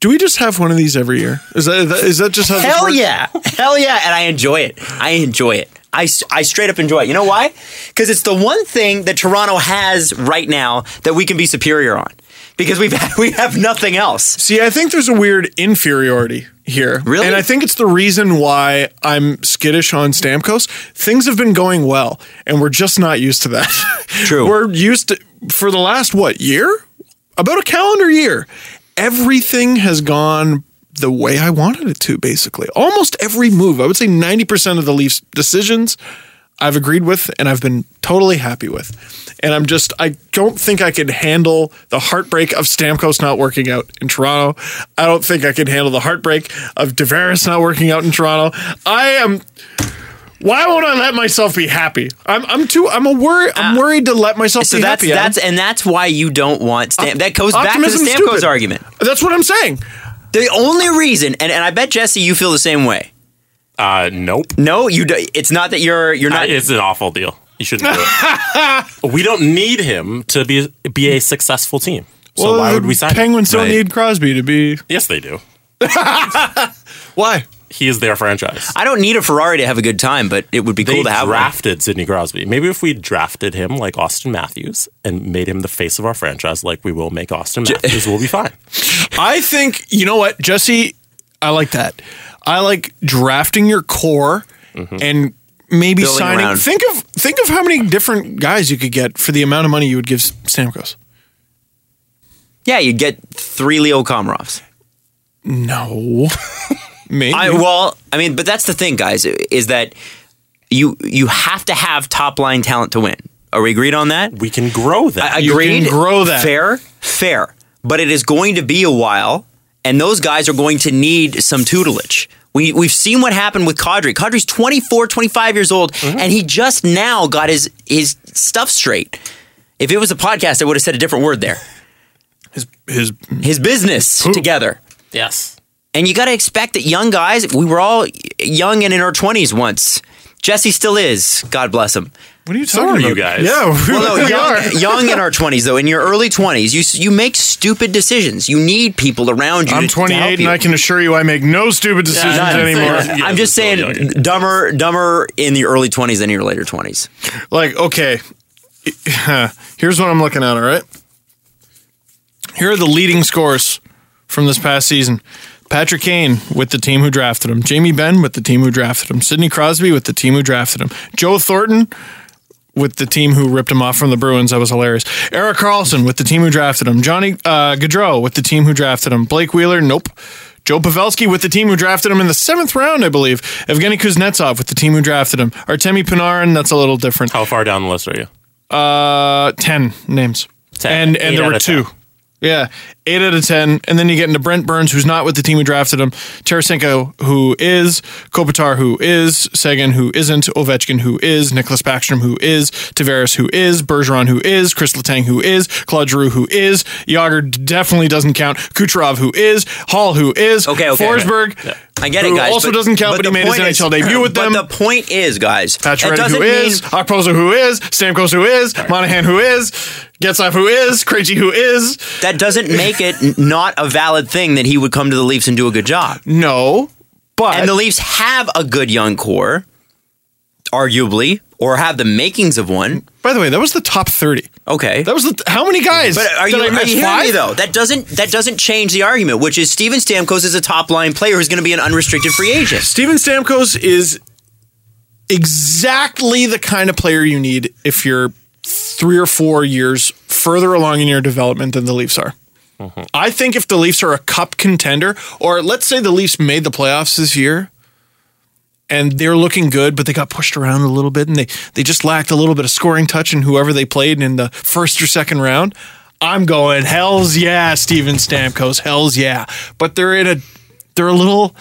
C: Do we just have one of these every year? Is that, is that just how this
B: Hell
C: works? [laughs]
B: yeah, hell yeah, and I enjoy it. I enjoy it. I, s- I straight up enjoy it. You know why? Because it's the one thing that Toronto has right now that we can be superior on. Because we've [laughs] we have nothing else.
C: See, I think there's a weird inferiority here.
B: Really?
C: And I think it's the reason why I'm skittish on Stamkos. Things have been going well, and we're just not used to that. [laughs]
B: True.
C: we're used to, for the last, what, year? about a calendar year, everything has gone the way I wanted it to, basically. Almost every move, I would say 90% of the Leafs' decisions, I've agreed with and I've been totally happy with. And I'm just, I don't think I could handle the heartbreak of Stamkos not working out in Toronto. I don't think I could handle the heartbreak of Tavares not working out in Toronto. I am. Why won't I let myself be happy? I'm, I'm too. I'm a worry. I'm worried to let myself
B: Uh, So
C: be
B: that's
C: happy. Adam.
B: that's and that's why you don't want Stam- that goes back to the
C: Optimism's
B: Stamkos
C: stupid.
B: argument.
C: That's what I'm saying.
B: The only reason, and, and I bet Jesse, you feel the same way.
D: Uh, nope.
B: No, you. Do, it's not that you're you're
D: Uh,
B: not.
D: it's an awful deal. You shouldn't do it. [laughs] we don't need him to be be a successful team. So
C: Well,
D: why
C: the
D: would we sign him?
C: Penguins don't
B: Right.
C: need Crosby to be.
D: Yes, they do.
C: Why?
D: He is their franchise.
B: I don't need a Ferrari to have a good time, but it would be
D: They
B: cool to have one.
D: drafted Sidney Crosby. Maybe if we drafted him like Austin Matthews and made him the face of our franchise, like we will make Austin
B: [laughs]
D: Matthews, we'll be fine.
C: I think you know what, Jesse. I like that. I like drafting your core
D: Mm-hmm.
C: and maybe
B: Building
C: signing.
B: around.
C: Think of think of how many different guys you could get for the amount of money you would give Stamkos.
B: Yeah, you get three Leo Komarovs.
D: [laughs]
C: No, maybe.
B: I well, I mean, but that's the thing, guys, is that you you have to have top line talent to win. Are we agreed on that?
D: We can grow that.
C: You can
B: Agreed.
C: grow that.
B: Fair, fair. But it is going to be a while, and those guys are going to need some tutelage. We, we've seen what happened with Kadri. Kadri's 24, 25 years old,
C: Mm-hmm.
B: and he just now got his, his stuff straight. If it was a podcast, I would have said a different word there.
C: his, his
B: His business together.
D: yes.
B: And you got to expect that young guys, we were all young and in our 20s once. Jesse still is, God bless
C: [laughs]
B: him.
C: what are you
D: are
C: talking about,
D: you guys.
C: Yeah,
B: Well, no,
C: we are.
B: young, young in our 20s, though, in your early 20s, you s- you make stupid decisions. You need people around you.
C: I'm
B: to- to help
C: 28, and
B: you.
C: I can assure you, I make no stupid decisions
D: Yeah, I'm
C: anymore.
D: saying- Yeah,
B: I'm just
D: we're
B: saying,
D: still young.
B: dumber, dumber in the early 20s than your later 20s.
C: like okay here's what i'm looking at all right here are the leading scores from this past season patrick kane with the team who drafted him jamie benn with the team who drafted him sidney crosby with the team who drafted him joe thornton with the team who ripped him off from the Bruins, that was hilarious. Eric Carlson with the team who drafted him. Johnny uh, Gaudreau with the team who drafted him. Blake Wheeler, nope. Joe Pavelski with the team who drafted him in the seventh round, I believe. Evgeny Kuznetsov with the team who drafted him. Artemi Panarin, that's a little different.
D: How far down the list are you?
C: Uh, ten names.
D: 10.
C: And and
D: Eight
C: there
D: out
C: were
D: of
C: two.
D: 10.
C: Yeah, eight out of ten, and then you get into Brent Burns, who's not with the team who drafted him, Tarasenko, who is, Kopitar, who is, Sagan, who isn't, Ovechkin, who is, Nicholas Backstrom, who is, Tavares, who is, Bergeron, who is, Chris Letang, who is, Claude Giroux, who is, Yager definitely doesn't count, Kucherov, who is, Hall, who is,
B: Okay, okay.
C: Forsberg,
B: I get
C: who
B: it, guys.
C: also
B: but-
C: doesn't count, but,
B: the
C: he made his
B: point is- [clears throat]
C: NHL debut with them.
B: But the point is, guys, it
C: Pacioretty
B: doesn't
C: who is,
B: mean
C: Okpozo who is, Stamkos who is, Monahan who is, Getzlaff who is, Krejci who is.
B: that doesn't make it n- not a valid thing that he would come to the Leafs and do a good job.
C: No, but
B: And the Leafs have a good young core, arguably, or have the makings of one.
C: by the way, that was the top thirty.
B: Okay,
C: That was the how many guys?
B: But are
C: did
B: you,
C: I
B: are
C: miss?
B: you hearing me
C: Five?
B: though? That doesn't that doesn't change the argument, which is Steven Stamkos is a top line player who's going to be an unrestricted free agent.
C: Steven Stamkos is exactly the kind of player you need if you're three or four years further along in your development than the Leafs are. I think if the Leafs are a cup contender, or let's say the Leafs made the playoffs this year and they're looking good, but they got pushed around a little bit and they, they just lacked a little bit of scoring touch in whoever they played in the first or second round. I'm going, hells yeah, Steven Stamkos, hells yeah. But they're in a they're a little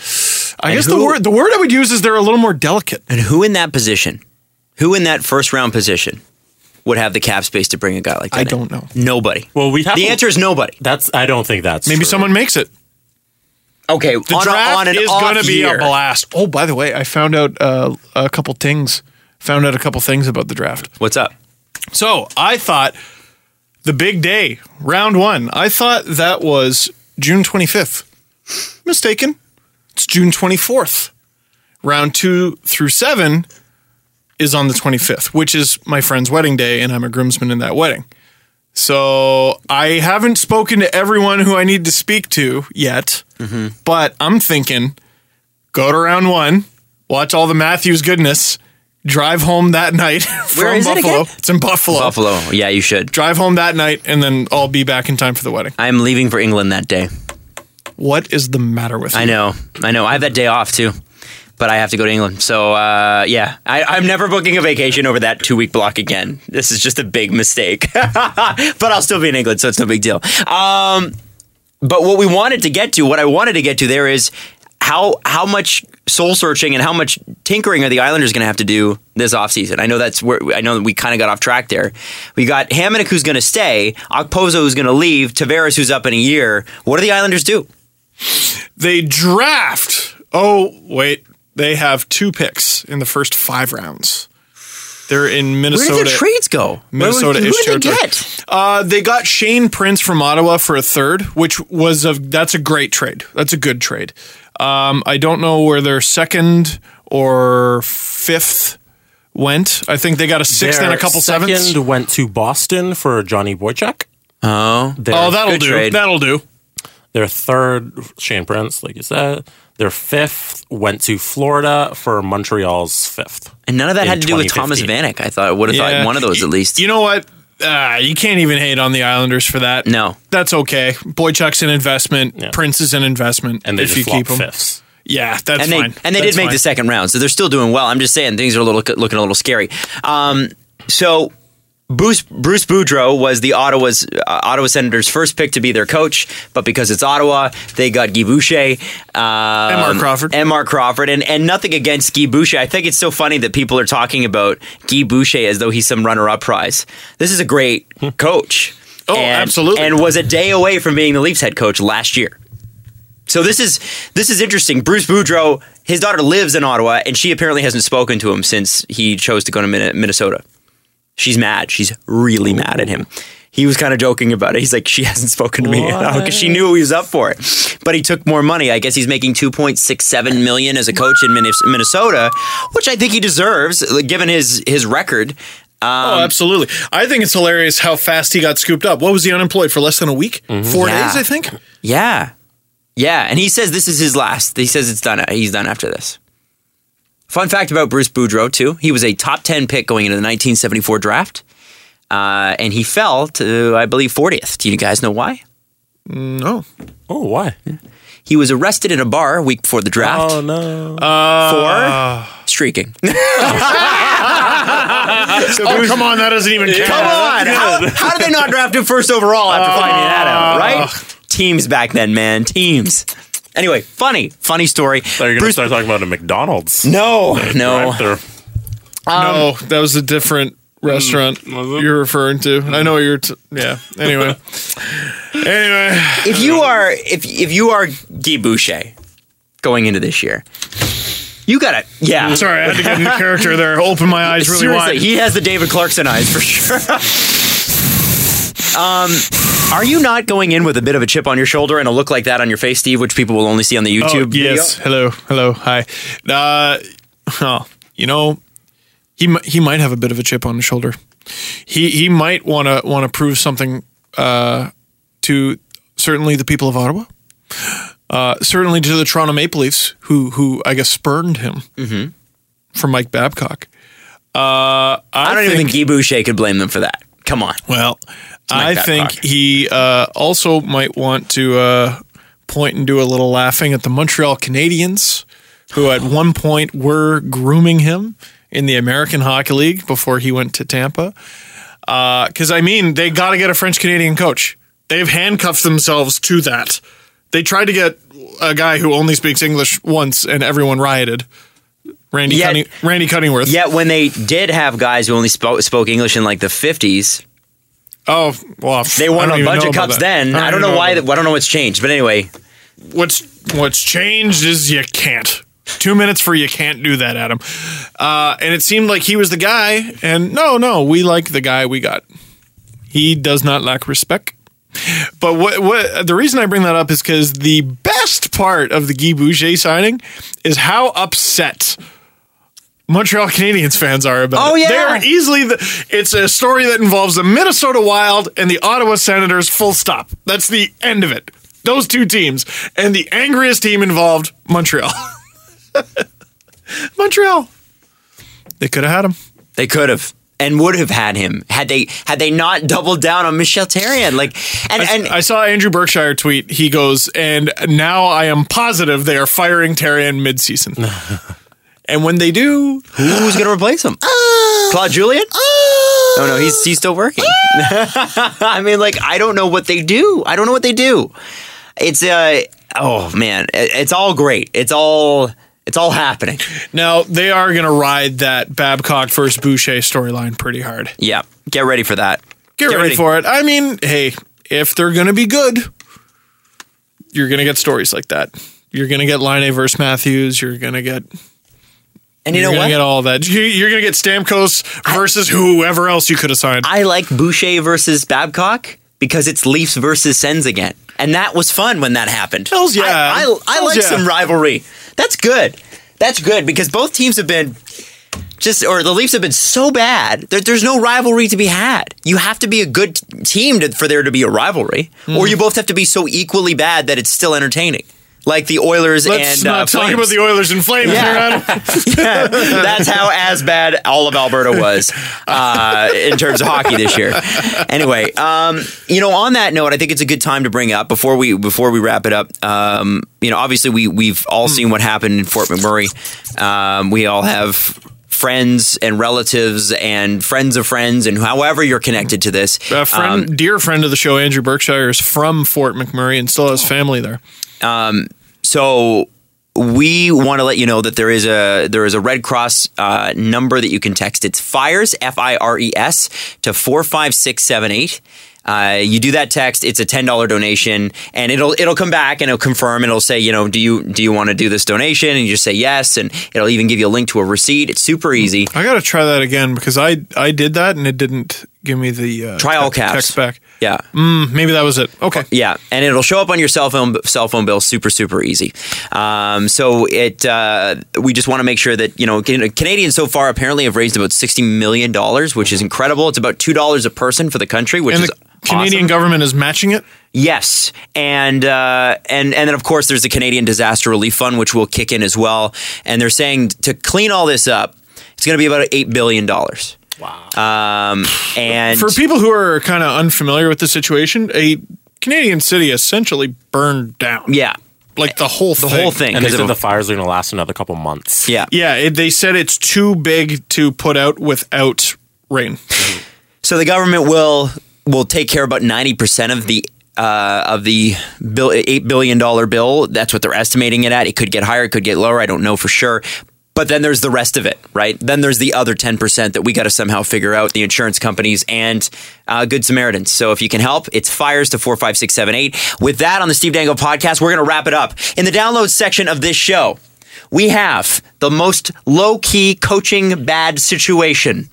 C: I guess the
B: who-
C: word the word I would use is they're a little more delicate.
B: And who in that position, who in that first round position, would have the cap space to bring a guy like that?
C: I
B: in?
C: don't know.
B: Nobody.
D: Well, we have
B: the
D: to-
B: answer is nobody.
D: That's. I don't think that's
C: Maybe
D: true.
C: someone makes it.
B: Okay, the on, a-
C: draft
B: on an
C: is
B: off
C: gonna be
B: year.
C: a blast. Oh, by the way, I found out uh, a couple things. Found out a couple things about the draft.
B: What's up?
C: So I thought the big day, round one. I thought that was June 25th. Mistaken. It's June 24th. Round two through seven is on the 25th, which is my friend's wedding day, and I'm a groomsman in that wedding. So I haven't spoken to everyone who I need to speak to yet,
B: Mm-hmm.
C: but I'm thinking go to round one, watch all the Matthews goodness, drive home that night [laughs] from
B: Where is it
C: Buffalo.
B: again?
C: It's in Buffalo.
B: Buffalo. Yeah, you should.
C: Drive home that night, and then I'll be back in time for the wedding.
B: I'm leaving for England that day.
C: What is the matter with you?
B: I know. I know. I have that day off too, but I have to go to England. So uh, yeah, I, I'm never booking a vacation over that two week block again. This is just a big mistake. [laughs] but I'll still be in England, so it's no big deal. Um, but what we wanted to get to, what I wanted to get to there is how how much soul searching and how much tinkering are the Islanders going to have to do this offseason? I know that's where I know that we kind of got off track there. We got Hamannik who's going to stay, Okpozo who's going to leave, Tavares who's up in a year. What do the Islanders do?
C: They draft. Oh, wait. They have two picks in the first five rounds. They're in
B: Where
C: Minnesota.
B: did their trades go?
C: Minnesota
B: who,
C: is
B: did they
C: territory.
B: get?
C: Uh, they got Shane Prince from Ottawa for a third, which was a that's a great trade. That's a good trade. Um, I don't know where their second or fifth went. I think they got a sixth and a
D: Their
C: couple
D: second
C: sevenths.
D: went to Boston for Johnny Boychuk.
B: Oh,
D: Their,
C: Oh, that'll
B: Good
C: do.
B: trade.
C: That'll do.
D: their third Shane Prince, like you said. Their fifth went to Florida for Montreal's fifth.
B: and none of that
D: In
B: had to do with Thomas
D: 2015.
B: Vanek. I thought I would have
C: Yeah.
B: thought one of those at least.
C: You know what? Uh, you can't even hate on the Islanders for that.
B: No.
C: that's okay. Boychuk's an investment.
D: Yeah.
C: Prince is an investment.
D: And they
C: if
D: just
C: you keep
D: flopped
C: him,
D: fifths.
C: yeah, that's
B: and they
C: fine.
B: and they
C: That's
B: did make
C: fine.
B: the second round, so they're still doing well. I'm just saying things are a little looking a little scary. Um, so Bruce Bruce Boudreau was the Ottawa's uh, Ottawa Senators' first pick to be their coach, but because it's Ottawa, they got Guy Boucher, um,
C: And Mark Crawford.
B: and Mark Crawford, and and nothing against Guy Boucher. I think it's so funny that people are talking about Guy Boucher as though he's some runner-up prize. This is a great coach.
C: Hmm. Oh,
B: and-
C: absolutely.
B: And was a day away from being the Leafs head coach last year. So this is this is interesting. Bruce Boudreau, his daughter lives in Ottawa, and she apparently hasn't spoken to him since he chose to go to Minne- Minnesota. She's mad. She's really mad at him. He was kind of joking about it. He's like, she [laughs] hasn't spoken to me because she knew he was up for it. But he took more money. I guess he's making two point six seven million as a coach in Minnes- Minnesota, which I think he deserves like, given his his record.
C: oh, absolutely. I think it's hilarious how fast he got scooped up. What was he unemployed for? Less than a week,
D: Mm-hmm.
C: four
B: Yeah.
C: days, I think.
B: Yeah, yeah. And he says this is his last. He says it's done. He's done after this. Fun fact about Bruce Boudreau too: he was a top ten pick going into the 1974 draft, uh, and he fell to, I believe, 40th. Do you guys know why?
C: No.
D: Oh, why?
B: He was arrested in a bar a week before the draft
D: Oh, no.
C: Uh,
B: for streaking. [laughs]
C: Oh, come on, that doesn't even count.
B: Come on. How, how did they not draft him first overall after finding that out, right? Oh. Teams back then, man. Teams. Anyway, funny, funny story.
D: Thought you were going to
B: Bruce-
D: start talking about a McDonald's.
B: no, no.
D: drive-thru.
B: Um,
C: no, that was a different
D: Mm,
C: restaurant you're referring to. I know you're. T- yeah.
B: [laughs]
C: Anyway. anyway.
B: if you are if if you are Guy Boucher going into this year, you gotta yeah.
C: Sorry, I had to get into character there. Open my eyes really
B: Seriously,
C: wide.
B: he has the David Clarkson eyes for [laughs] sure. um, are you not going in with a bit of a chip on your shoulder and a look like that on your face, Steve, which people will only see on the
C: Oh,
B: YouTube? video?
C: yes. Hello. Hello. Hi. Uh, oh, you know, he mi- he might have a bit of a chip on his shoulder. He he might want to want to prove something uh, to certainly the people of Ottawa. Uh, certainly to the Toronto Maple Leafs, who who I guess spurned him
B: Mm-hmm.
C: from Mike Babcock. Uh,
B: I don't even think Guy Boucher could blame them for that. Come on.
C: Well, I
B: Babcock.
C: think he uh, also might want to uh, point and do a little laughing at the Montreal Canadiens,
B: [gasps]
C: who at one point were grooming him in the American Hockey League before he went to Tampa. Because, I mean, they got to get a French Canadian coach. They've handcuffed themselves to that. They tried to get a guy who only speaks English once, and everyone rioted. Randy,
B: Yet-
C: Cunning- Randy Cunningworth.
B: Yet when they did have guys who only spoke, spoke English in like the fifties,
C: Oh, well, pff,
B: they
C: I
B: won
C: don't
B: a
C: even
B: bunch
C: know
B: of
C: about
B: cups.
C: that.
B: Then I don't
C: even
B: know why.
C: about
B: I don't know what's changed. But anyway,
C: what's what's changed is you can't. Two minutes for you can't do that, Adam. Uh, and it seemed like he was the guy. And no, no, we like the guy we got. He does not lack respect. But what what the reason I bring that up is because the best part of the Guy Boucher signing is how upset Montreal Canadiens fans are about
B: Oh,
C: it.
B: yeah.
C: They are easily the it's a story that involves the Minnesota Wild and the Ottawa Senators full stop. That's the end of it. Those two teams. And the [laughs] angriest team involved Montreal. Montreal. They could have had him.
B: They could have and would have had him had they had they not doubled down on Michelle Terrian. Like and
C: I,
B: and
C: I saw Andrew Berkshire tweet. He goes, and now I am positive they are firing
B: [laughs]
C: Tyrion mid-season. and when they do,
B: who's going to replace
C: [laughs]
B: him? Claude Julian? No, no, he's he's still working. [laughs] I mean, like I don't know what they do. I don't know what they do. It's uh oh man, It- it's all great. It's all it's all happening.
C: now they are going to ride that Babcock versus Boucher storyline pretty hard.
B: Yeah, get ready for that.
C: Get, ready, for it. I mean, hey, if they're going to be good, you're going to get stories like that. You're going to get Line A versus Matthews. You're going to get
B: And you
C: you're
B: know
C: going
B: what?
C: to get all that. You- You're going to get Stamkos versus whoever else you could have signed.
B: I like Boucher versus Babcock because it's Leafs versus Sens again, and that was fun when that happened.
C: Hells yeah.
B: I, I, I
C: Hells
B: like
C: yeah.
B: some rivalry. That's good. That's good because both teams have been just, or the Leafs have been so bad that there's no rivalry to be had. You have to be a good t- team to, for there to be a rivalry,
C: Mm-hmm.
B: or you both have to be so equally bad that it's still entertaining. Like the Oilers
C: Let's
B: and
C: not
B: uh,
C: talk
B: Flames.
C: about the Oilers and Flames.
B: Yeah.
C: We're
B: [laughs]
C: not-
B: Yeah, that's how as bad all of Alberta was uh, in terms of hockey this year. Anyway, um, you know, on that note, I think it's a good time to bring up before we before we wrap it up. Um, you know, obviously we we've all
C: Hmm.
B: seen what happened in Fort McMurray. Um, we all have. Friends and relatives and friends of friends and however you're connected to this,
C: [laughs] A friend,
B: Um,
C: dear friend of the show, Andrew Berkshire, is from Fort McMurray and still has family there.
B: so we want to let you know that there is a there is a Red Cross uh, number that you can text. It's fires F I R E S to four five six seven eight. Uh, you do that text. It's a ten dollar donation, and it'll it'll come back and it'll confirm. And it'll say, you know, do you do you want to do this donation? And you just say yes, and it'll even give you a link to a receipt. It's super easy.
C: I got to try that again because I I did that and it didn't give me the uh,
B: Try all
C: te-
B: caps.
C: text back.
B: Yeah.
C: Mm, maybe that was it. Okay.
B: Yeah, and it'll show up on your cell phone cell phone bill super super easy. Um, so it uh, we just want to make sure that you know Can- Canadians so far apparently have raised about sixty million dollars, which is incredible. It's about two dollars a person for the country, which
C: And
B: is
C: the Canadian
B: awesome.
C: government is matching it.
B: Yes, and uh, and and then of course there's the Canadian Disaster Relief Fund, which will kick in as well. And they're saying to clean all this up, it's going to be about eight billion dollars.
D: Wow.
B: Um, and
C: For people who are kind of unfamiliar with the situation, a Canadian city essentially burned down.
B: yeah,
C: Like the whole
B: the
C: thing.
B: whole thing.
D: and they
B: 'cause
D: said
B: of-
D: the fires are going to last another couple months.
B: yeah.
C: Yeah, it, they said it's too big to put out without rain.
B: So the government will will take care about ninety percent of the uh, of the bill, eight billion dollar bill. That's what they're estimating it at. It could get higher, it could get lower. I don't know for sure. But then there's the rest of it, right? Then there's the other ten percent that we got to somehow figure out. The insurance companies and uh, Good Samaritans. So if you can help, it's fires to four five six seven eight. With that on the Steve Dangle podcast, we're going to wrap it up in the download section of this show. We have the most low key coaching bad situation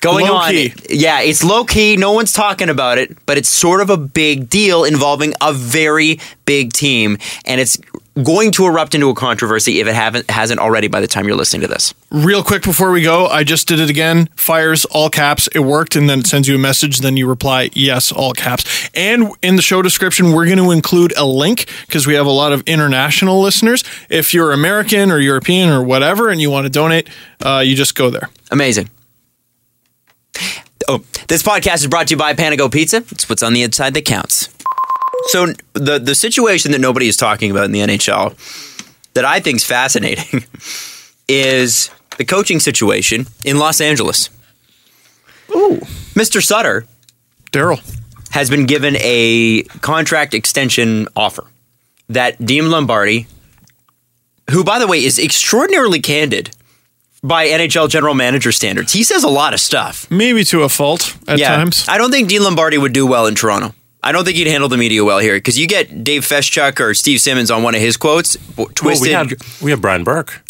B: going
C: Low
B: on.
C: key.
B: Yeah, it's low key. No one's talking about it, but it's sort of a big deal involving a very big team, and it's going to erupt into a controversy if it haven't hasn't already by the time you're listening to this.
C: Real quick before we go, I just did it again. Fires all caps. It worked, and then it sends you a message. Then you reply yes, all caps. And in the show description, we're going to include a link because we have a lot of international listeners. If you're American or European or whatever, and you want to donate, uh, you just go there.
B: Amazing. Oh, this podcast is brought to you by Panago Pizza. It's what's on the inside that counts. So the the situation that nobody is talking about in the NHL that I think is fascinating [laughs] is the coaching situation in Los Angeles. Ooh, Mr. Sutter
C: Daryl,
B: has been given a contract extension offer that Dean Lombardi, who by the way is extraordinarily candid by NHL general manager standards, he says a lot of stuff.
C: maybe to a fault at times.
B: I don't think Dean Lombardi would do well in Toronto. I don't think he'd handle the media well here because you get Dave Feshchuk or Steve Simmons on one of his quotes w-
D: Well, we
B: twisted.
D: had we had Brian Burke.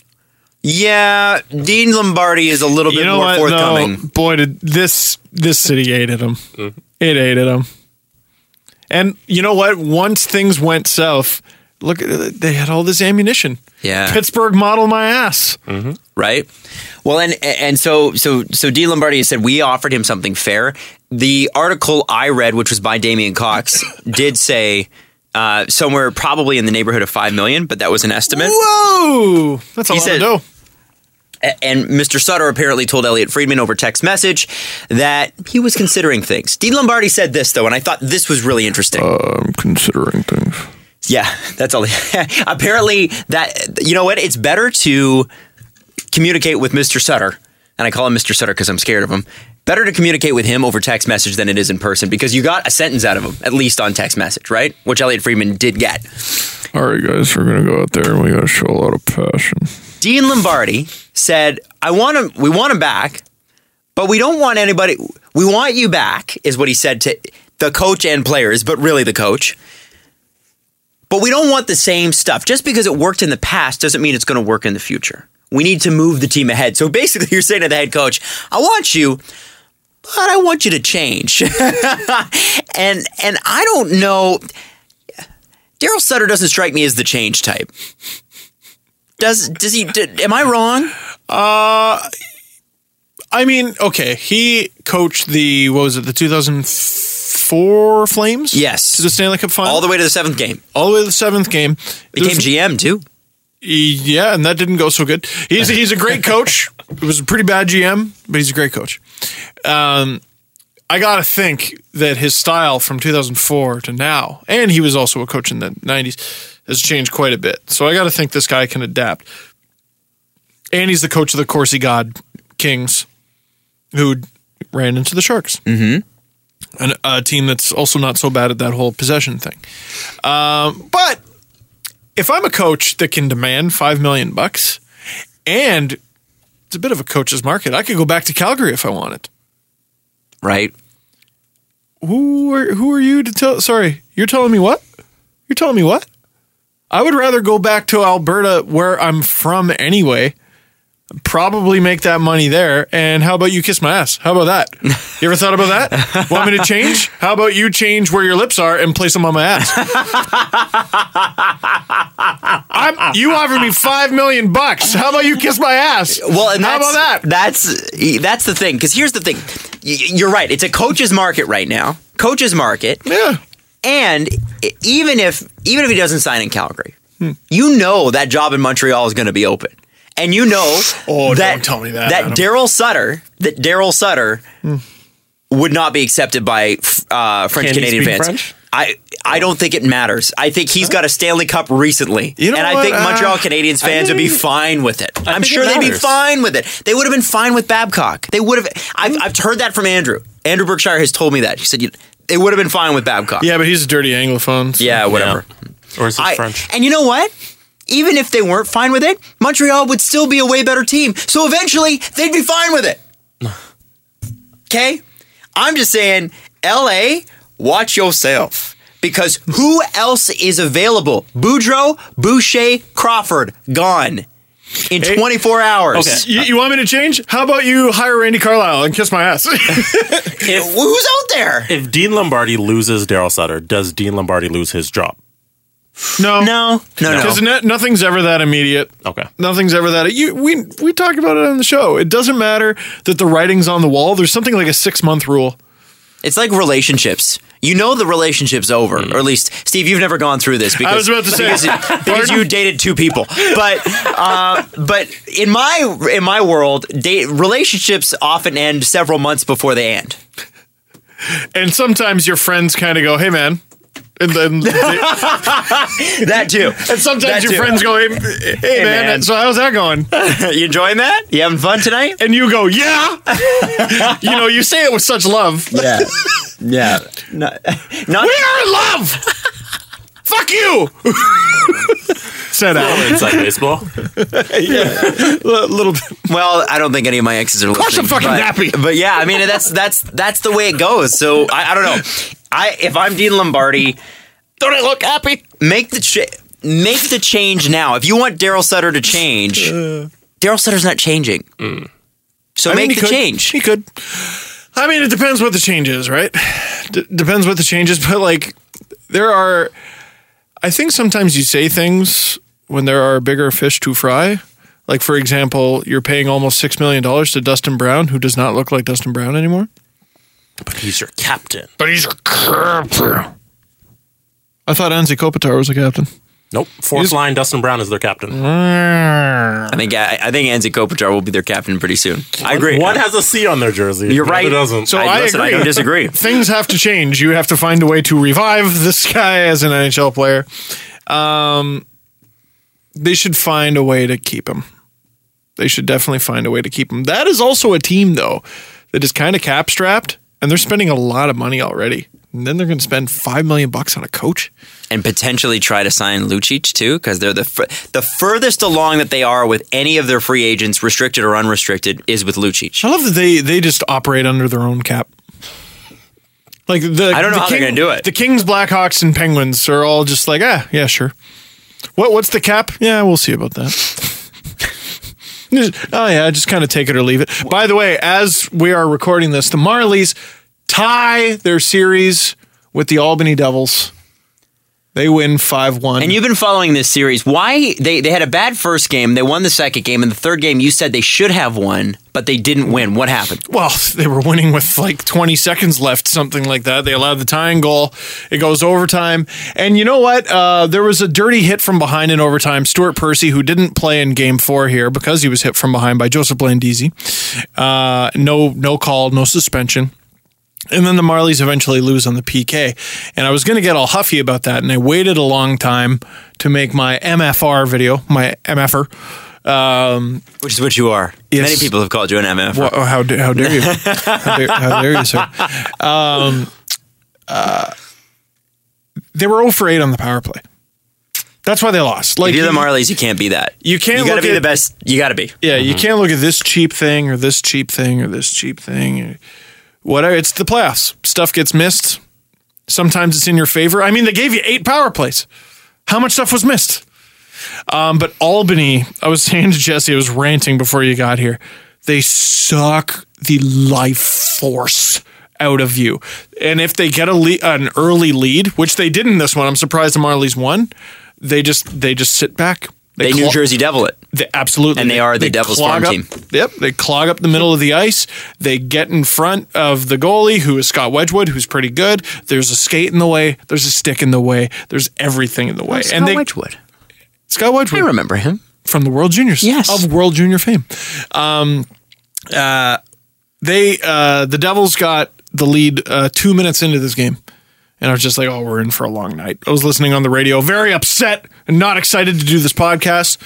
B: yeah, Dean Lombardi is a little bit
C: you know
B: more
C: what?
B: forthcoming. Mm-hmm.
C: Though, boy, did this this city hated him. It hated him. And you know what? Once things went south, look, at they had all this ammunition.
B: Yeah. Mm-hmm.
C: Pittsburgh model my ass.
B: right? Well, and and so so so D Lombardi has said we offered him something fair. The article I read, which was by Damian Cox, did say uh, somewhere probably in the neighborhood of five million, but that was an estimate.
C: Whoa, that's a
B: He
C: lot
B: said-
C: of dough.
B: a- and Mr. Sutter apparently told Elliot Friedman over text message that he was considering things. Dean Lombardi said this though, and I thought this was really interesting.
E: I'm considering things.
B: Yeah, that's all. [laughs] Apparently, that you know what? It's better to communicate with Mr. Sutter, and I call him Mr. Sutter because I'm scared of him. Better to communicate with him over text message than it is in person because you got a sentence out of him at least on text message, right? Which Elliot Friedman did get.
E: All right, guys, we're gonna go out there and we gotta show a lot of passion.
B: Dean Lombardi said, "I want him. We want him back, but we don't want anybody. We want you back," is what he said to the coach and players, but really the coach. But we don't want the same stuff. Just because it worked in the past doesn't mean it's going to work in the future. We need to move the team ahead. So basically, you're saying to the head coach, "I want you." But I want you to change, [laughs] and and I don't know. Daryl Sutter doesn't strike me as the change type. Does does he? Did, am I wrong?
E: I mean, okay, he coached the what was it, the 2004 Flames?
B: Yes.
E: to the Stanley Cup final,
B: all the way to the seventh game.
E: all the way to the seventh game.
B: Became
E: There's-
B: GM too.
E: Yeah, and that didn't go so good. He's he's a great coach. It was a pretty bad GM, but he's a great coach. Um, I gotta think that his style from 2004 to now, and he was also a coach in the 90s, has changed quite a bit. So I gotta think this guy can adapt. And he's the coach of the Corsi God Kings, who ran into the Sharks, mm-hmm. and a team that's also not so bad at that whole possession thing. Um, but if I'm a coach that can demand five million bucks, and it's a bit of a coach's market, I could go back to Calgary if I wanted.
B: Right.
E: Who are who are you to tell? Sorry, you're telling me what? You're telling me what? I would rather go back to Alberta where I'm from anyway. Probably make that money there. And how about you kiss my ass? How about that? You ever thought about that? Want me to change? How about you change where your lips are and place them on my ass? I'm, you offered me five million bucks. How about you kiss my ass?
B: Well, and
E: how
B: that's,
E: about that?
B: That's that's the thing. Because here's the thing. Y- You're right. It's a coach's market right now. Coach's market.
E: Yeah.
B: And i- even if even if he doesn't sign in Calgary,
E: Hmm.
B: you know that job in Montreal is going to be open, and you know
E: Oh,
B: that
E: don't tell me that,
B: that
E: Adam. Hmm.
B: Daryl Sutter that Daryl Sutter would not be accepted by f- uh, French Canadian
D: speak
B: fans.
D: French?
B: I I don't think it matters. I think he's got a Stanley Cup recently,
E: You know
B: and I
E: what,
B: think
E: uh,
B: Montreal Canadiens fans would be
D: think-
B: fine with it. I'm
D: think it
B: sure they'd be
D: matters.
B: fine with it. They would have been fine with Babcock. They would have.
E: Mm.
B: I've, I've heard that from Andrew. Andrew Berkshire has told me that he said you, they would have been fine with Babcock.
E: Yeah, but he's a dirty anglophone. so-
B: Yeah, whatever.
D: Or is it
B: I,
D: French?
B: And you know what? Even if they weren't fine with it, Montreal would still be a way better team. So eventually, they'd be fine
D: [sighs]
B: with it. Okay? I'm just saying, LA, watch yourself. Because who else is available? Boudreaux, Boucher, Crawford, gone in 24 hours.
D: Okay.
E: You, you want me to change? How about you hire Randy Carlisle and kiss my ass? [laughs]
B: Who's out there?
D: If Dean Lombardi loses Daryl Sutter, does Dean Lombardi lose his job?
E: no,
B: No, no, no.
E: because nothing's ever that immediate.
D: Okay.
E: Nothing's ever that. You, we we talked about it on the show. It doesn't matter that the writing's on the wall. There's something like a six month rule.
B: It's like relationships. You know the relationship's over, or at least Steve, you've never gone through this because
E: Mm. was about to say.
B: because,
E: [laughs]
B: because you dated two people. But uh, but in my in my world, date, relationships often end several months before they end.
E: And sometimes your friends kind of go, "Hey, man," and [laughs] then they-
B: That too. [laughs]
E: and sometimes
B: That
E: your
B: too.
E: friends go, "Hey, [laughs] hey, man.
B: man.
E: So how's that going?
B: you enjoying that? You having fun tonight?
E: And you go, [laughs] "Yeah." you know, you say it with such love.
B: [laughs] Yeah, yeah. Not, [laughs] not
E: We are in love. Fuck you. Said Alan.
D: Inside baseball?
E: A little bit.
B: well. I don't think any of my exes are. Of
E: course I'm fucking
B: but,
E: nappy.
B: But yeah, I mean that's that's that's the way it goes. So I, I don't know. I if I'm Dean Lombardi.
E: Don't I look happy?
B: make the cha- make the change now. If you want Daryl Sutter to change, Daryl Sutter's not changing.
D: Mm.
B: So
E: Uh. I mean,
B: make
E: he
B: the
E: could.
B: change.
E: He could. I mean, it depends what the change is, right? D- depends what the change is, [laughs] but like, there are. I think sometimes you say things when there are bigger fish to fry. Like, for example, you're paying almost $6 million to Dustin Brown, who does not look like Dustin Brown anymore.
D: But he's your captain.
E: But he's a captain. I thought Anzi Kopitar was a captain.
D: Nope. Fourth
E: just-
D: line, Dustin Brown is their captain.
B: I think I, I think Anzi Kopitar will be their captain pretty soon. I agree.
D: One has a C on their jersey.
B: You're
D: The
B: right.
D: other doesn't.
E: So I
B: listen, I
E: agree.
B: don't
E: [laughs]
B: disagree.
E: Things have to change. You have to find a way to revive this guy as an NHL player. Um, they should find a way to keep him. They should definitely find a way to keep him. That is also a team though that is kind of cap strapped, and they're spending a lot of money already. And then they're going to spend five million bucks on a coach.
B: and potentially try to sign Lucic too, because they're the fur- the furthest along that they are with any of their free agents, restricted or unrestricted, is with Lucic.
E: I love that they they just operate under their own cap. Like the
B: I don't know
E: the
B: how they're
E: King-
B: gonna do it.
E: The Kings, Blackhawks, and Penguins are all just like, ah, yeah, sure. What what's the cap? Yeah, we'll see about that. [laughs] oh yeah, just kind of take it or leave it. By the way, as we are recording this, the Marlies tie their series with the Albany Devils. They win five one.
B: And you've been following this series. Why they they had a bad first game, they won the second game, and the third game you said they should have won, but they didn't win. What happened?
E: well, [laughs] they were winning with like 20 seconds left, something like that. They allowed the tying goal. It goes overtime. And you know what? Uh, there was a dirty hit from behind in overtime. Stuart Percy, who didn't play in game four here because he was hit from behind by Joseph Blandisi. Uh, no, no call, no suspension. And then the Marlies eventually lose on the PK. And I was going to get all huffy about that. And I waited a long time to make my MFR video, my MFR. Um,
B: Which is what you are.
E: Yes.
B: Many people have called you an MF.
E: well, oh, how, da- how dare you? how, dare, how dare you, sir? Um, uh, they were 0 for 8 on the power play. That's why they lost. Like
B: if you're the
E: you-
B: Marlies, you can't be that.
E: You can't
B: You gotta
E: look
B: be
E: at-
B: the best. You gotta be.
E: yeah, you can't look at this cheap thing or this cheap thing or this cheap thing. Or whatever. It's the playoffs. Stuff gets missed. Sometimes it's in your favor. I mean, they gave you eight power plays. How much stuff was missed? Um, but Albany, I was [laughs] saying to Jesse, I was ranting before you got here. They suck the life force out of you. And if they get a le- an early lead, which they did in this one, I'm surprised the Marlies won. They just they just sit back.
B: They New
E: clo-
B: Jersey Devil it.
E: they, absolutely.
B: And they are the Devils'
E: clog
B: farm
E: up-
B: team.
E: Yep. They clog up the middle of the ice. They get in front of the goalie, who is Scott Wedgwood, who's pretty good. There's a skate in the way. There's a stick in the way. There's everything in the way.
B: Oh, Scott
E: they,
B: Wedgwood.
E: Scott
B: I
E: Wedgwood
B: remember him.
E: from the World Juniors.
B: Yes.
E: Of World Junior fame. Um, uh, they uh, the Devils got the lead uh, two minutes into this game, and I was just like, "Oh, we're in for a long night." I was listening on the radio, very upset and not excited to do this podcast.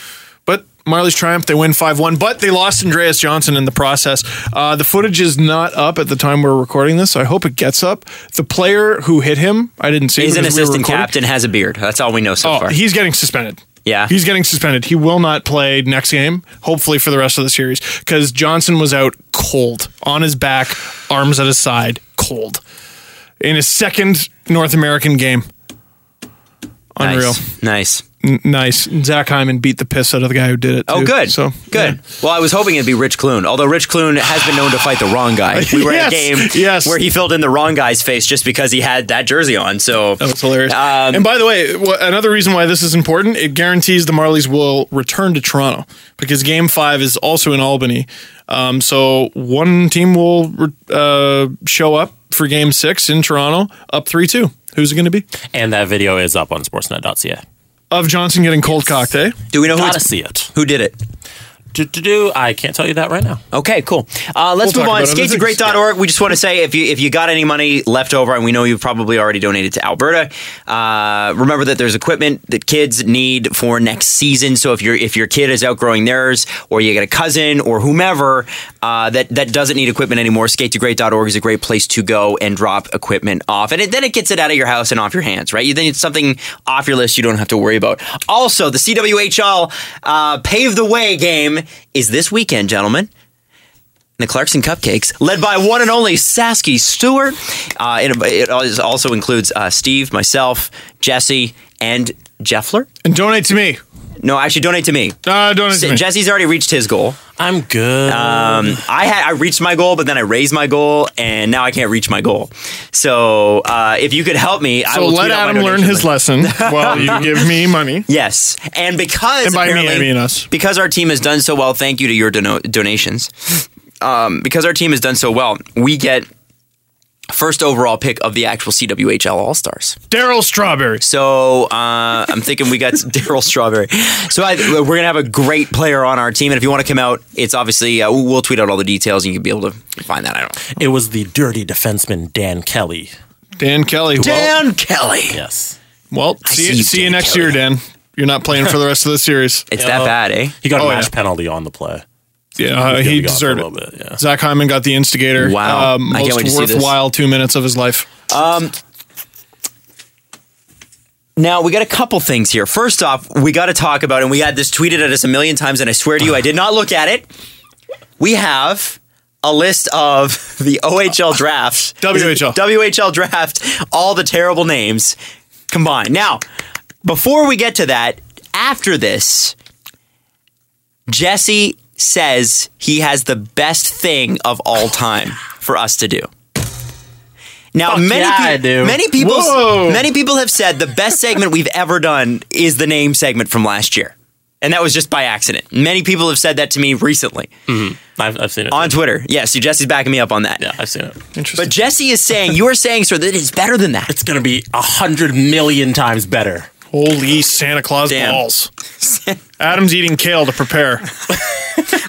E: But Marley's triumph; they win five one, but they lost Andreas Johnson in the process. Uh, the footage is not up at the time we're recording this. I hope it gets up. The player who hit him, I didn't see.
B: He's an
E: because we were
B: assistant
E: recording.
B: captain, has a beard. That's all we know so
E: Oh,
B: far.
E: he's getting suspended.
B: Yeah.
E: He's getting suspended. He will not play next game, hopefully for the rest of the series, because Johnson was out cold, on his back, arms at his side, cold. In his second North American game. Unreal.
B: Nice. nice.
E: N- Nice. Zach Hyman beat the piss out of the guy who did it.
B: Oh,
E: too.
B: good.
E: So
B: good.
E: yeah.
B: Well, I was hoping it'd be Rich Clune, although Rich Clune has been known to fight the wrong guy. We were at a game
E: Yes, yes.
B: where he filled in the wrong guy's face just because he had that jersey on. So
E: That was hilarious.
B: Um,
E: and by the way, wh- another reason why this is important, it guarantees the Marlies will return to Toronto because Game Five is also in Albany. Um, so one team will re- uh, show up for Game Six in Toronto, up three two. Who's it going to be?
D: And that video is up on sportsnet.ca.
E: Of Johnson getting cold cocked, eh?
B: do we know who,
D: Gotta
B: it's-
D: see it.
B: who did it?
D: Do, do, do. I can't tell you that right now.
B: Okay, cool. Uh, let's
E: We'll
B: move
E: talk
B: on.
E: about other
B: Skatesagreat.org. We just want to say if you if you got any money left over, and we know you probably already donated to Alberta, uh, remember that there's equipment that kids need for next season. So if your if your kid is outgrowing theirs, or you get a cousin or whomever uh, that that doesn't need equipment anymore, skatesagreat.org is a great place to go and drop equipment off, and it, then it gets it out of your house and off your hands, right? You then it's something off your list you don't have to worry about. Also, the CWHL uh, Pave the Way game is this weekend, gentlemen the Clarkson Cupcakes, led by one and only Sasky Stewart. Uh, it, it also includes uh, Steve, myself, Jesse, and Jeffler.
E: And donate to me.
B: No, actually, donate to me.
E: Uh, donate to me.
B: Jesse's already reached his goal.
D: I'm good.
B: Um, I had I reached my goal, but then I raised my goal, and now I can't reach my goal. So uh, if you could help me, I
E: so
B: will
E: let
B: tweet out my
E: Adam learn
B: donation
E: his
B: link.
E: lesson
B: [laughs]
E: while you give me money.
B: Yes, and because
E: And by me,
B: apparently-
E: I mean us.
B: because our team has done so well. Thank you to your dono- donations. Um, because our team has done so well, we get first overall pick of the actual CWHL All Stars.
E: Daryl Strawberry.
B: So uh, I'm thinking we got [laughs] Daryl Strawberry. So I, we're gonna have a great player on our team, and if you want to come out, it's obviously uh, we'll tweet out all the details, and you can be able to find that out.
D: It was the dirty defenseman Dan Kelly.
E: Dan Kelly. Well,
B: Dan Kelly.
D: Yes.
E: well see,
B: see
E: you,
B: you,
E: see you
B: Dan
E: next
B: Kelly.
E: year, Dan. You're not playing for the rest of the series.
B: [laughs] It's that bad, eh?
D: Uh, He got
E: Oh,
D: a match
E: yeah.
D: penalty on the play.
E: Yeah, uh,
D: He
E: he
D: got
E: deserved
D: a
E: it.
D: little bit, yeah.
E: Zach Hyman got the instigator.
B: Wow.
E: Um,
B: I can't
E: most
B: wait to see this.
E: worthwhile two minutes of his life.
B: Now we got a couple things here. First off, we got to talk about, and we had this tweeted at us a million times, and I swear to you, I did not look at it. We have a list of [laughs] the OHL drafts,
E: WHL.
B: WHL draft, all the terrible names combined. Now, before we get to that, after this, Jesse says he has the best thing of all time for us to do. Now, many
D: yeah, I
B: people,
D: do.
B: many people,
E: Whoa.
B: many people have said the best segment we've ever done is the name segment from last year, and that was just by accident. Many people have said that to me recently
D: I've, I've seen it.
B: on Twitter. Yes, yeah, so Jesse's backing me up on that.
D: yeah, I've seen it.
E: Interesting.
B: But Jesse is saying you are saying, sir, that it's better than that.
D: It's going to be a hundred million times better.
E: Holy Santa Claus
B: Damn.
E: balls. Adam's eating kale to prepare.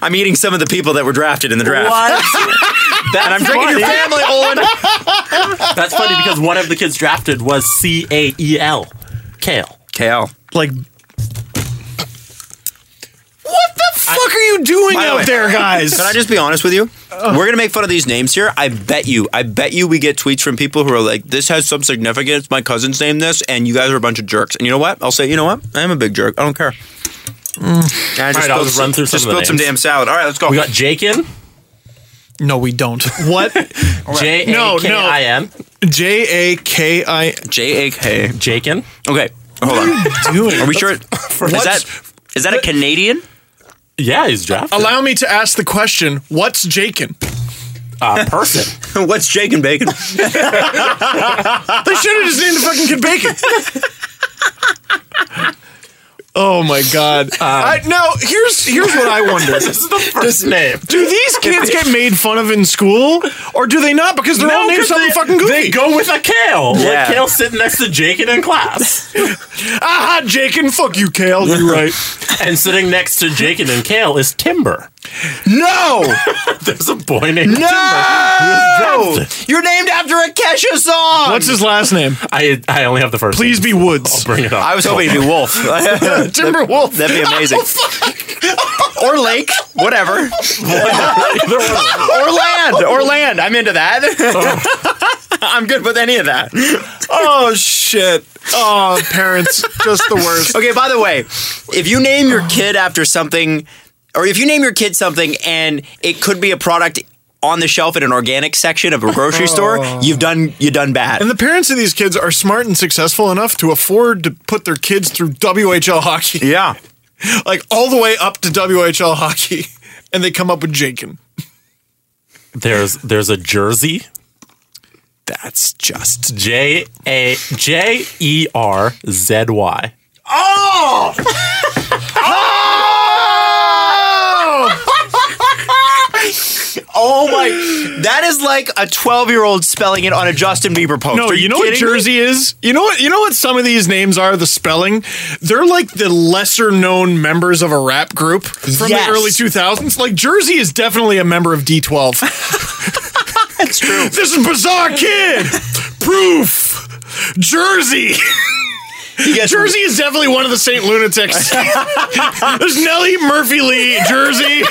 B: I'm eating some of the people that were drafted in the draft, [laughs] and I'm drinking your family,
D: [laughs]
B: Olin.
D: That's funny because one of the kids drafted was C A E L, Kale.
B: Kale.
E: Like, what the fuck are you doing
B: By the
E: out
B: way-
E: there, guys?
B: Can I just be honest with you? We're gonna make fun of these names here. I bet you. I bet you we get tweets from people who are like, "This has some significance. My cousin's named this, and you guys are a bunch of jerks." And you know what? I'll say, you know what? I am a big jerk. I don't care. And I just
D: All right, I'll
B: spilled
D: just run through some
B: just
D: of the
B: spilled some
D: names.
B: damn salad. All right, let's go.
D: We got Jake in.
E: no, we don't. What? [laughs]
D: J A K I N.
E: J A K I.
B: J A K.
D: Jake in.
B: Okay, hold [laughs] on.
E: Doing.
B: Are we sure? Is that is that a Canadian?
D: Yeah, he's drafted.
E: Allow me to ask the question: What's Jakin?
D: A
B: [laughs]
D: person.
B: What's Jake and [laughs] Bacon?
E: They should have just named the fucking kid Bacon. oh my god! [laughs] I, now here's here's what I wonder:
D: this is the first name.
E: Do these kids get made fun of in school, or do they not because they're all named
D: Oh, 'cause
E: something
D: they-
E: fucking goofy?
D: They go with a Kale.
B: Yeah.
D: Like Kale sitting next to Jake in [laughs] class.
E: Aha, Jakin, fuck you, [laughs] Kale. You're right.
D: and sitting next to Jake and Kale is Timber.
B: No,
D: [laughs] There's a boy named Timber.
B: no.
D: who is drafted.
B: You're named after a Kesha song.
E: What's his last name?
D: I, I only have the first
E: Please
D: name.
E: be
D: I'll
E: Woods.
D: bring it up.
B: I was hoping it'd be
E: [laughs]
B: Wolf.
E: Timber Wolf.
B: That'd be amazing. Oh, or lake, whatever.
D: Either one.
B: Or land, or land. I'm into that. [laughs] I'm good with any of that.
E: Oh shit. Oh, parents, just the worst.
B: Okay, by the way, if you name your kid after something, or if you name your kid something and it could be a product on the shelf in an organic section of a grocery store,
E: Oh.
B: you've done you done bad.
E: And [laughs] the parents of these kids are smart and successful enough to afford to put their kids through WHL hockey. [laughs]
B: yeah.
E: Like all the way up to WHL hockey. [laughs] And they come up with Jakin.
D: There's there's a jersey.
E: That's just
D: J A J E R Z Y.
B: Oh my that is like a twelve year old spelling it on a Justin Bieber post.
E: No,
B: Are
E: you,
B: you,
E: know what
B: kidding me?
E: Jersey is? You know what you know what some of these names are, the spelling? They're like the lesser known members of a rap group from
B: Yes.
E: the early two thousands. Like Jersey is definitely a member of D twelve.
B: [laughs]
E: [laughs]
B: That's true.
E: this is bizarre kid. Proof.
B: [laughs]
E: Jersey.
B: You get-
E: Jersey is definitely one of the
B: [laughs]
E: Saint Lunatics. There's Nellie Murphy Lee, Jersey.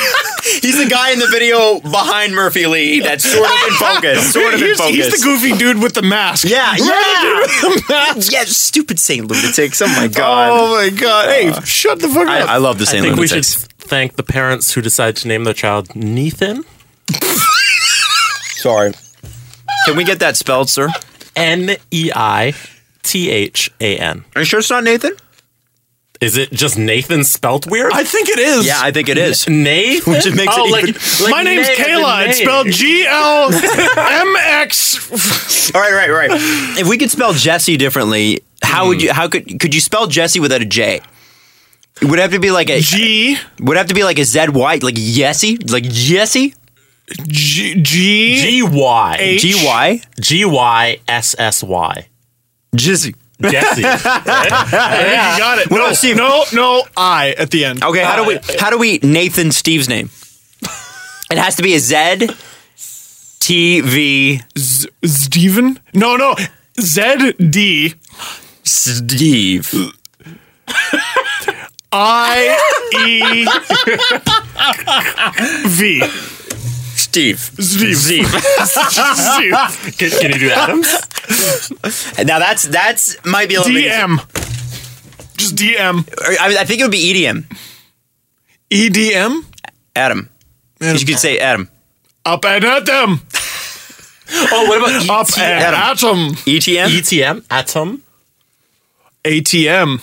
B: He's the guy in the video behind Murphy Lee that's sort of in focus. Sort of in
E: he's,
B: focus.
E: he's the goofy dude with the mask.
B: yeah,
E: Remember
B: yeah.
E: the dude with the mask?
B: Yeah, stupid St. Lunatics. Oh my
E: Oh
B: god. Uh,
E: my god. Hey, shut the fuck up.
B: I, I love the
D: I
B: St.
D: think we should
B: Lunatics.
D: thank the parents who decide to name their child Nathan.
B: Sorry. Can we get that spelled, sir?
D: N E I T H A N.
B: Are you sure it's not Nathan?
D: Is it just Nathan spelt weird?
E: I think it is.
B: Yeah, I think it
D: [laughs]
B: is.
E: [laughs]
D: Nathan?
B: Which it makes it even-
E: My name's
D: Nathan,
E: Kayla. It's
D: Nathan.
E: spelled G L M X.
B: All right, right, right. If we could spell Jesse differently, how would you? How could could you spell Jesse without a J? It would have to be like a
E: G.
B: would have to be like a Z Y, like Yesy, like Yesy.
E: G G
D: G Y
E: H-
B: G Y
D: G Y S S Y.
B: Jizzy.
E: [laughs]
D: Jesse.
E: You got it.
B: No,
E: No,
B: Steve.
E: no, no. I at the end.
B: Okay, how do we how do we Nathan Steve's name? It has to be a Z T V
E: Steven? No, no. Z D
B: Steve.
E: I E V.
B: Steve.
E: Steve.
B: Steve.
E: Steve.
D: can, can you do
E: [laughs]
D: Adams?
B: Now that's that's might be a little bit.
E: DM. Just DM.
B: I, I think it would be E EDM.
E: EDM?
B: Adam. You could say Adam.
E: Up and at them.
D: Oh, what about
E: Up and at them.
B: ETM.
D: E- ETM? Atom?
E: ATM.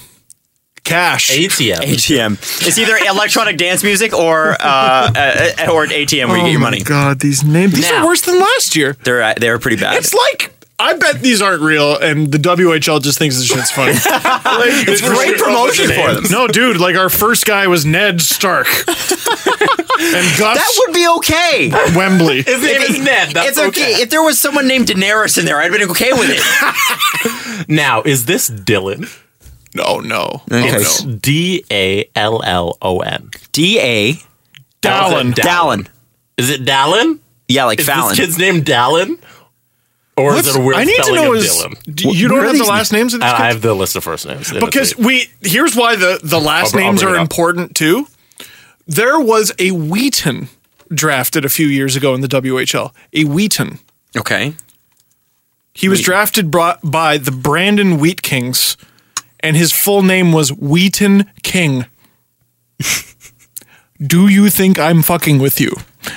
E: Cash.
D: ATM.
B: ATM. It's either electronic dance music or uh, uh, or an ATM where you get your money.
E: Oh God, these names. These
B: Now.
E: are worse than last year.
B: They're uh, they're pretty bad.
E: It's like I bet these aren't real, and the WHL just thinks this shit's funny. Like, it's
B: great promotion for them.
E: No, dude, like our first guy was Ned Stark and Gus
B: That would be okay.
E: Wembley.
D: name is Ned. That's
B: it's okay. If there was someone named Daenerys in there, I'd have been okay with it.
D: Now, is this Dylan?
E: No, no,
B: Okay.
D: It's D A L L O N.
B: D A
E: Dallin.
B: Dallin.
D: Is it Dallin?
B: Yeah, like
D: Is
B: Fallon.
D: this kid's name Dallin? Or is
E: What's-
D: it a weird
E: I need to
D: spelling
E: know
D: of
E: is
D: Dylan? Ah,
E: d- you don't
B: are
E: have the
B: these
E: last names of these
D: I I
E: kids
D: have the list of first names. It
E: because
D: is-
E: we. Here's why the the last
D: I'll br- I'll
E: names
D: bring
E: are
D: it up.
E: important too. There was a Wheaton drafted a few years ago in the WHL. A Wheaton.
B: okay.
E: He was drafted brought by the Brandon Wheat Kings, and his full name was Wheaton
D: [laughs]
E: King. Do you think I'm fucking with you?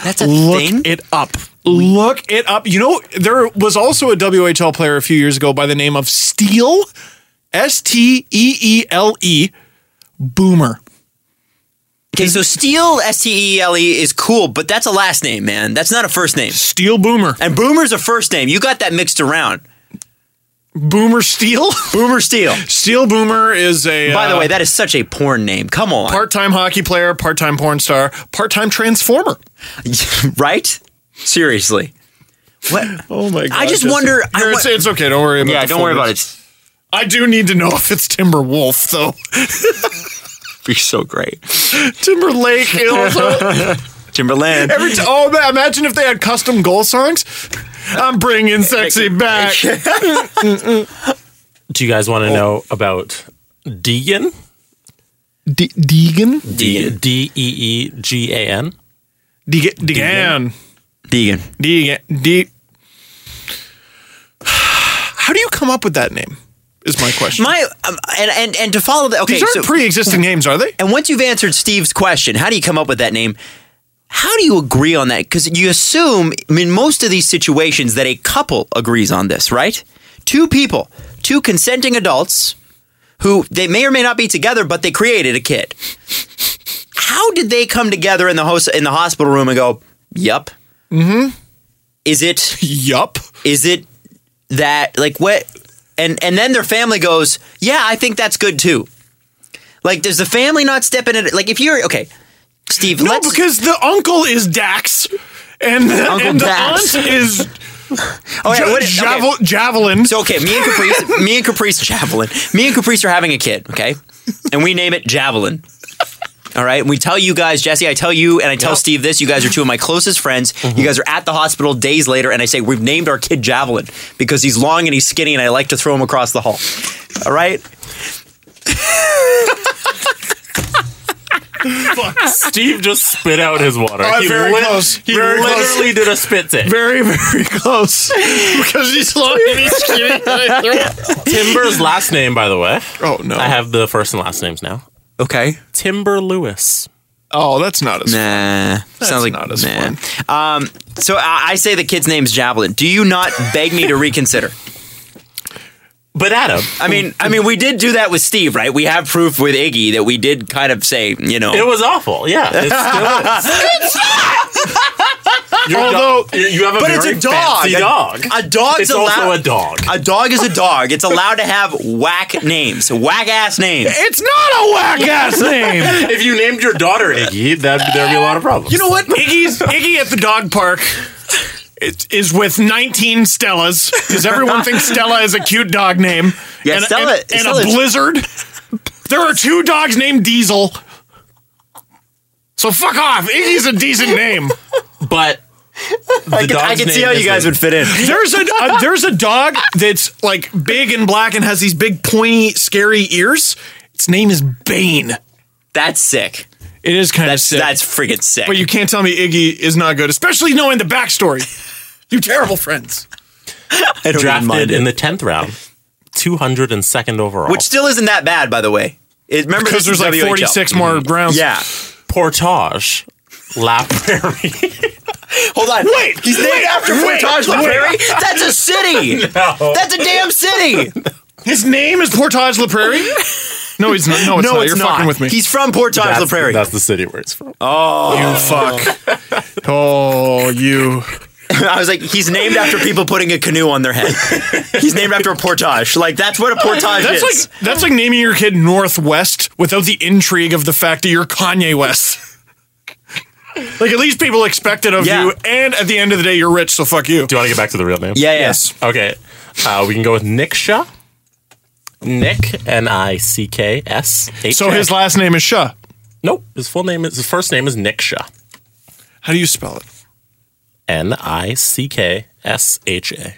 B: That's a
E: Look
B: thing?
E: it up. Look it up. You know, there was also a WHL player a few years ago by the name of Steele, S T E E L E, Boomer.
B: Okay, so Steele S T E L E is cool, but that's a last name, man. That's not a first name.
E: Steele Boomer.
B: And Boomer's a first name. You got that mixed around.
E: Boomer Steele? [laughs]
B: Boomer Steele.
E: Steele Boomer is a.
B: By the
E: uh,
B: way, that is such a porn name. Come on.
E: part time hockey player, part time porn star, part time transformer.
B: [laughs] right? Seriously. What?
E: Oh my god!
B: I just
E: Jesse.
B: wonder- I
E: Here, it's,
B: wo-
E: it's okay. Don't worry about.
B: Yeah,
E: the
B: don't worry
E: photos.
B: about it.
E: I do need to know if it's Timber Wolf
B: [laughs]
E: though.
B: Be so great.
E: Timberlake. it Also,
B: Timberland.
E: every t- oh man! Imagine if they had custom goal songs. I'm bringing sexy back.
D: Do you guys want
E: Oh.
D: to know about Deegan?
E: D- Deegan.
B: Deegan.
D: D E E G A N.
E: Deegan. Deegan.
B: Deegan.
E: Deegan. De- [sighs] How do you come up with that name? Is my question.
B: My um, and, and and to follow that. Okay,
E: These aren't
B: so
E: pre-existing names, are they?
B: and once you've answered Steve's question, how do you come up with that name? How do you agree on that? Because you assume in most of these situations that a couple agrees on this, right? Two people, two consenting adults, who they may or may not be together, but they created a kid. How did they come together in the host in the hospital room and go, "Yup"? Mm-hmm. Is it
E: Yup.
B: is it that like what and and then their family goes yeah i think that's good too like does the family not step in it like if you're okay steve
E: No,
B: let's
E: because the uncle is Dax, and the,
B: Uncle
E: and the
B: Dax.
E: aunt is
B: oh, yeah,
E: ja-
B: what is- okay.
E: javel- javelin.
B: So okay, me and
E: [laughs]
B: Caprice, me and Caprice Javelin, me and Caprice are having a kid, okay, and we name it Javelin. All right, we tell you guys, Jesse, I tell you, and I tell Steve this. You guys are two of my closest friends.
E: Mm-hmm.
B: You guys are at the hospital days later, and I say we've named our kid Javelin because he's long and he's skinny, and I like to throw him across the hall. All right.
D: [laughs] Steve just spit out his water.
E: Uh,
D: he
E: very close.
D: He
E: Very close. [laughs]
D: literally did a spit take.
E: very, very close because he's long and he's skinny.
D: Timber's last name, by the way.
E: Oh no!
D: I have the first and last names now.
B: Okay.
D: Timber Lewis.
E: oh, that's not as.
B: Nah, sounds like
E: not as
B: nah. Um, so I, I say the kid's name's Javelin. Do you
E: [laughs]
B: not beg me to reconsider?
D: But Adam,
B: I mean, I mean, we did do that with Steve, right? We have proof with Iggy that we did kind of say, you know, [laughs]
D: it was awful. Yeah. It still is.
E: Although-
D: you you have a
B: But
D: very
B: it's a dog.
D: fancy
B: A-
D: dog.
B: a dog's
D: It's
B: allowed-
D: also a dog.
B: A dog is a dog. It's allowed to have whack names, whack ass
E: [laughs]
B: names.
E: It's not a whack [laughs] ass name.
D: if you named your daughter Iggy, that there'd be a lot of problems.
E: You know what? Iggy's Iggy at the dog park. It is with 19 Stellas because everyone thinks Stella is a cute dog name.
B: Yeah,
E: and,
B: Stella-
E: and, and
B: Stella's-
E: a blizzard. There are two dogs named Diesel. So fuck off. Iggy's a decent name.
D: but the I
B: I can see how you guys would fit in.
E: There's a, a- there's a dog that's like big and black and has these big pointy scary ears. Its name is Bane.
B: That's sick.
E: It is kind
B: That's
E: of sick.
B: that's freaking sick.
E: but you can't tell me Iggy is not good, especially knowing the backstory. You terrible friends.
B: I don't even mind
D: drafted
B: it.
D: in the tenth round, two hundred and second overall.
B: which still isn't that bad, by the way. It, remember,
E: Because
B: this
E: there's
B: is WHL.
E: like 46 more
B: Mm-hmm.
E: rounds.
B: Yeah.
D: Portage Lapperry.
B: Hold on. Wait. He's named after
E: wait,
B: Portage La Prairie. That's a
E: [laughs]
B: city. That's a damn city.
E: His name is Portage La Prairie?
B: [laughs]
E: No, he's not. No, it's
B: no,
E: not.
B: it's
E: You're
B: not.
E: fucking with me.
B: He's from Portage La Prairie.
D: That's the city where it's from.
E: you fuck. Oh, you.
B: [laughs] I was like, he's named after people putting a canoe on their
E: [laughs]
B: head. he's named after a portage. Like that's what a portage
E: That's
B: is.
E: like that's like naming your kid Northwest without the intrigue of the fact that you're Kanye West. [laughs] like at least people expect it of
B: Yeah.
E: you, and at the end of the day, you're rich, so fuck you.
D: Do you want to get back to the real name?
B: yeah, yeah.
D: Okay. Uh, we can go with Nick Shaw. Nick N I C K S H.
E: So his last name is Shah.
D: nope. His full name is his first name is Nick Shaw.
E: How do you spell it?
D: N I C K S H A.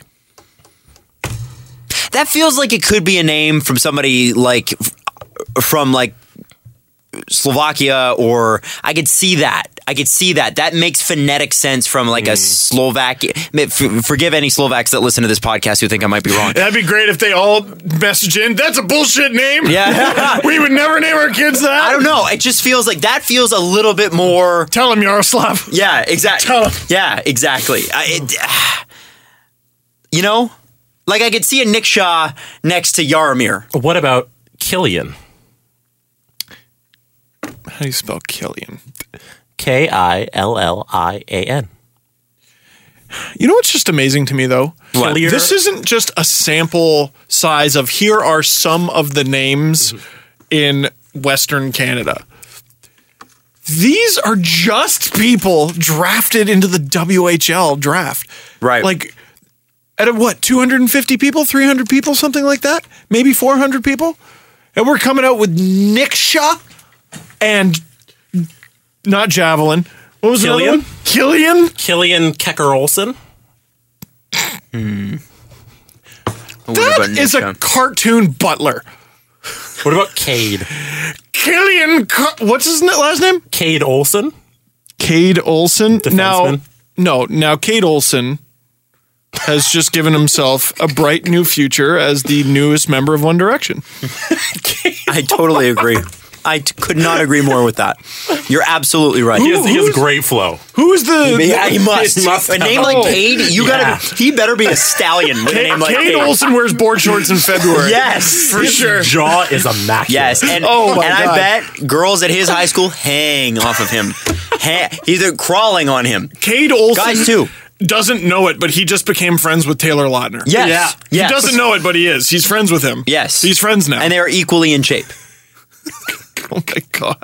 B: That feels like it could be a name from somebody like f- from like Slovakia, or I could see that. I could see that. That makes phonetic sense from like
D: Mm.
B: a Slovak. F- forgive any Slovaks that listen to this podcast who think I might be wrong.
E: That'd be great if they all message in. That's a bullshit name.
D: [laughs]
B: Yeah.
E: we would never name our kids that.
B: I don't know. It just feels like that feels a little bit more.
E: Tell him Yaroslav.
B: Yeah, exactly.
E: Tell 'em.
B: Yeah, exactly. I, it, [sighs] you know, like I could see a Nick Shaw next to Yaramir.
D: What about Killian?
E: How do you spell Killian?
D: K I L L I A N.
E: You know what's just amazing to me though?
B: What?
D: Killian.
E: This isn't just a sample size of here are some of the names in Western Canada. These are just people drafted into the WHL draft.
B: Right.
E: Like out of what, 250 people, 300 people, something like that? Maybe 400 people? And we're coming out with Nick Shaw and not Javelin. What was
D: Killian?
E: the Killian?
D: Killian Kecker Olson.
E: That is a cartoon butler.
D: What about Cade?
E: Killian, Car- what's his na- last name?
D: Cade Olson?
E: Cade Olson.
D: Defenseman.
E: Now, no, now Cade Olson has just given himself a bright new future as the newest member of One Direction.
B: I totally agree. I t- could not agree more with that. You're absolutely right.
D: He has, he has great flow.
E: Who is the
B: Yeah, he must.
D: He must
B: a name
D: have.
B: like Cade, you
D: Yeah.
B: gotta. He better be a stallion with a name like
E: Cade
B: Cade.
E: Olson wears board shorts in February?
B: Yes,
E: for sure.
D: Jaw is immaculate.
B: Yes, and
E: Oh my
B: and I
E: God.
B: bet girls at his high school hang off of
E: [laughs]
B: him. Ha- he's uh, crawling on him.
E: Cade Olson
B: Guys, too.
E: doesn't know it, but he just became friends with Taylor Lautner.
B: Yes, yeah, yes.
E: He doesn't know it, but he is. He's friends with him.
B: Yes,
E: He's friends now.
B: and they are equally in shape.
E: oh my god.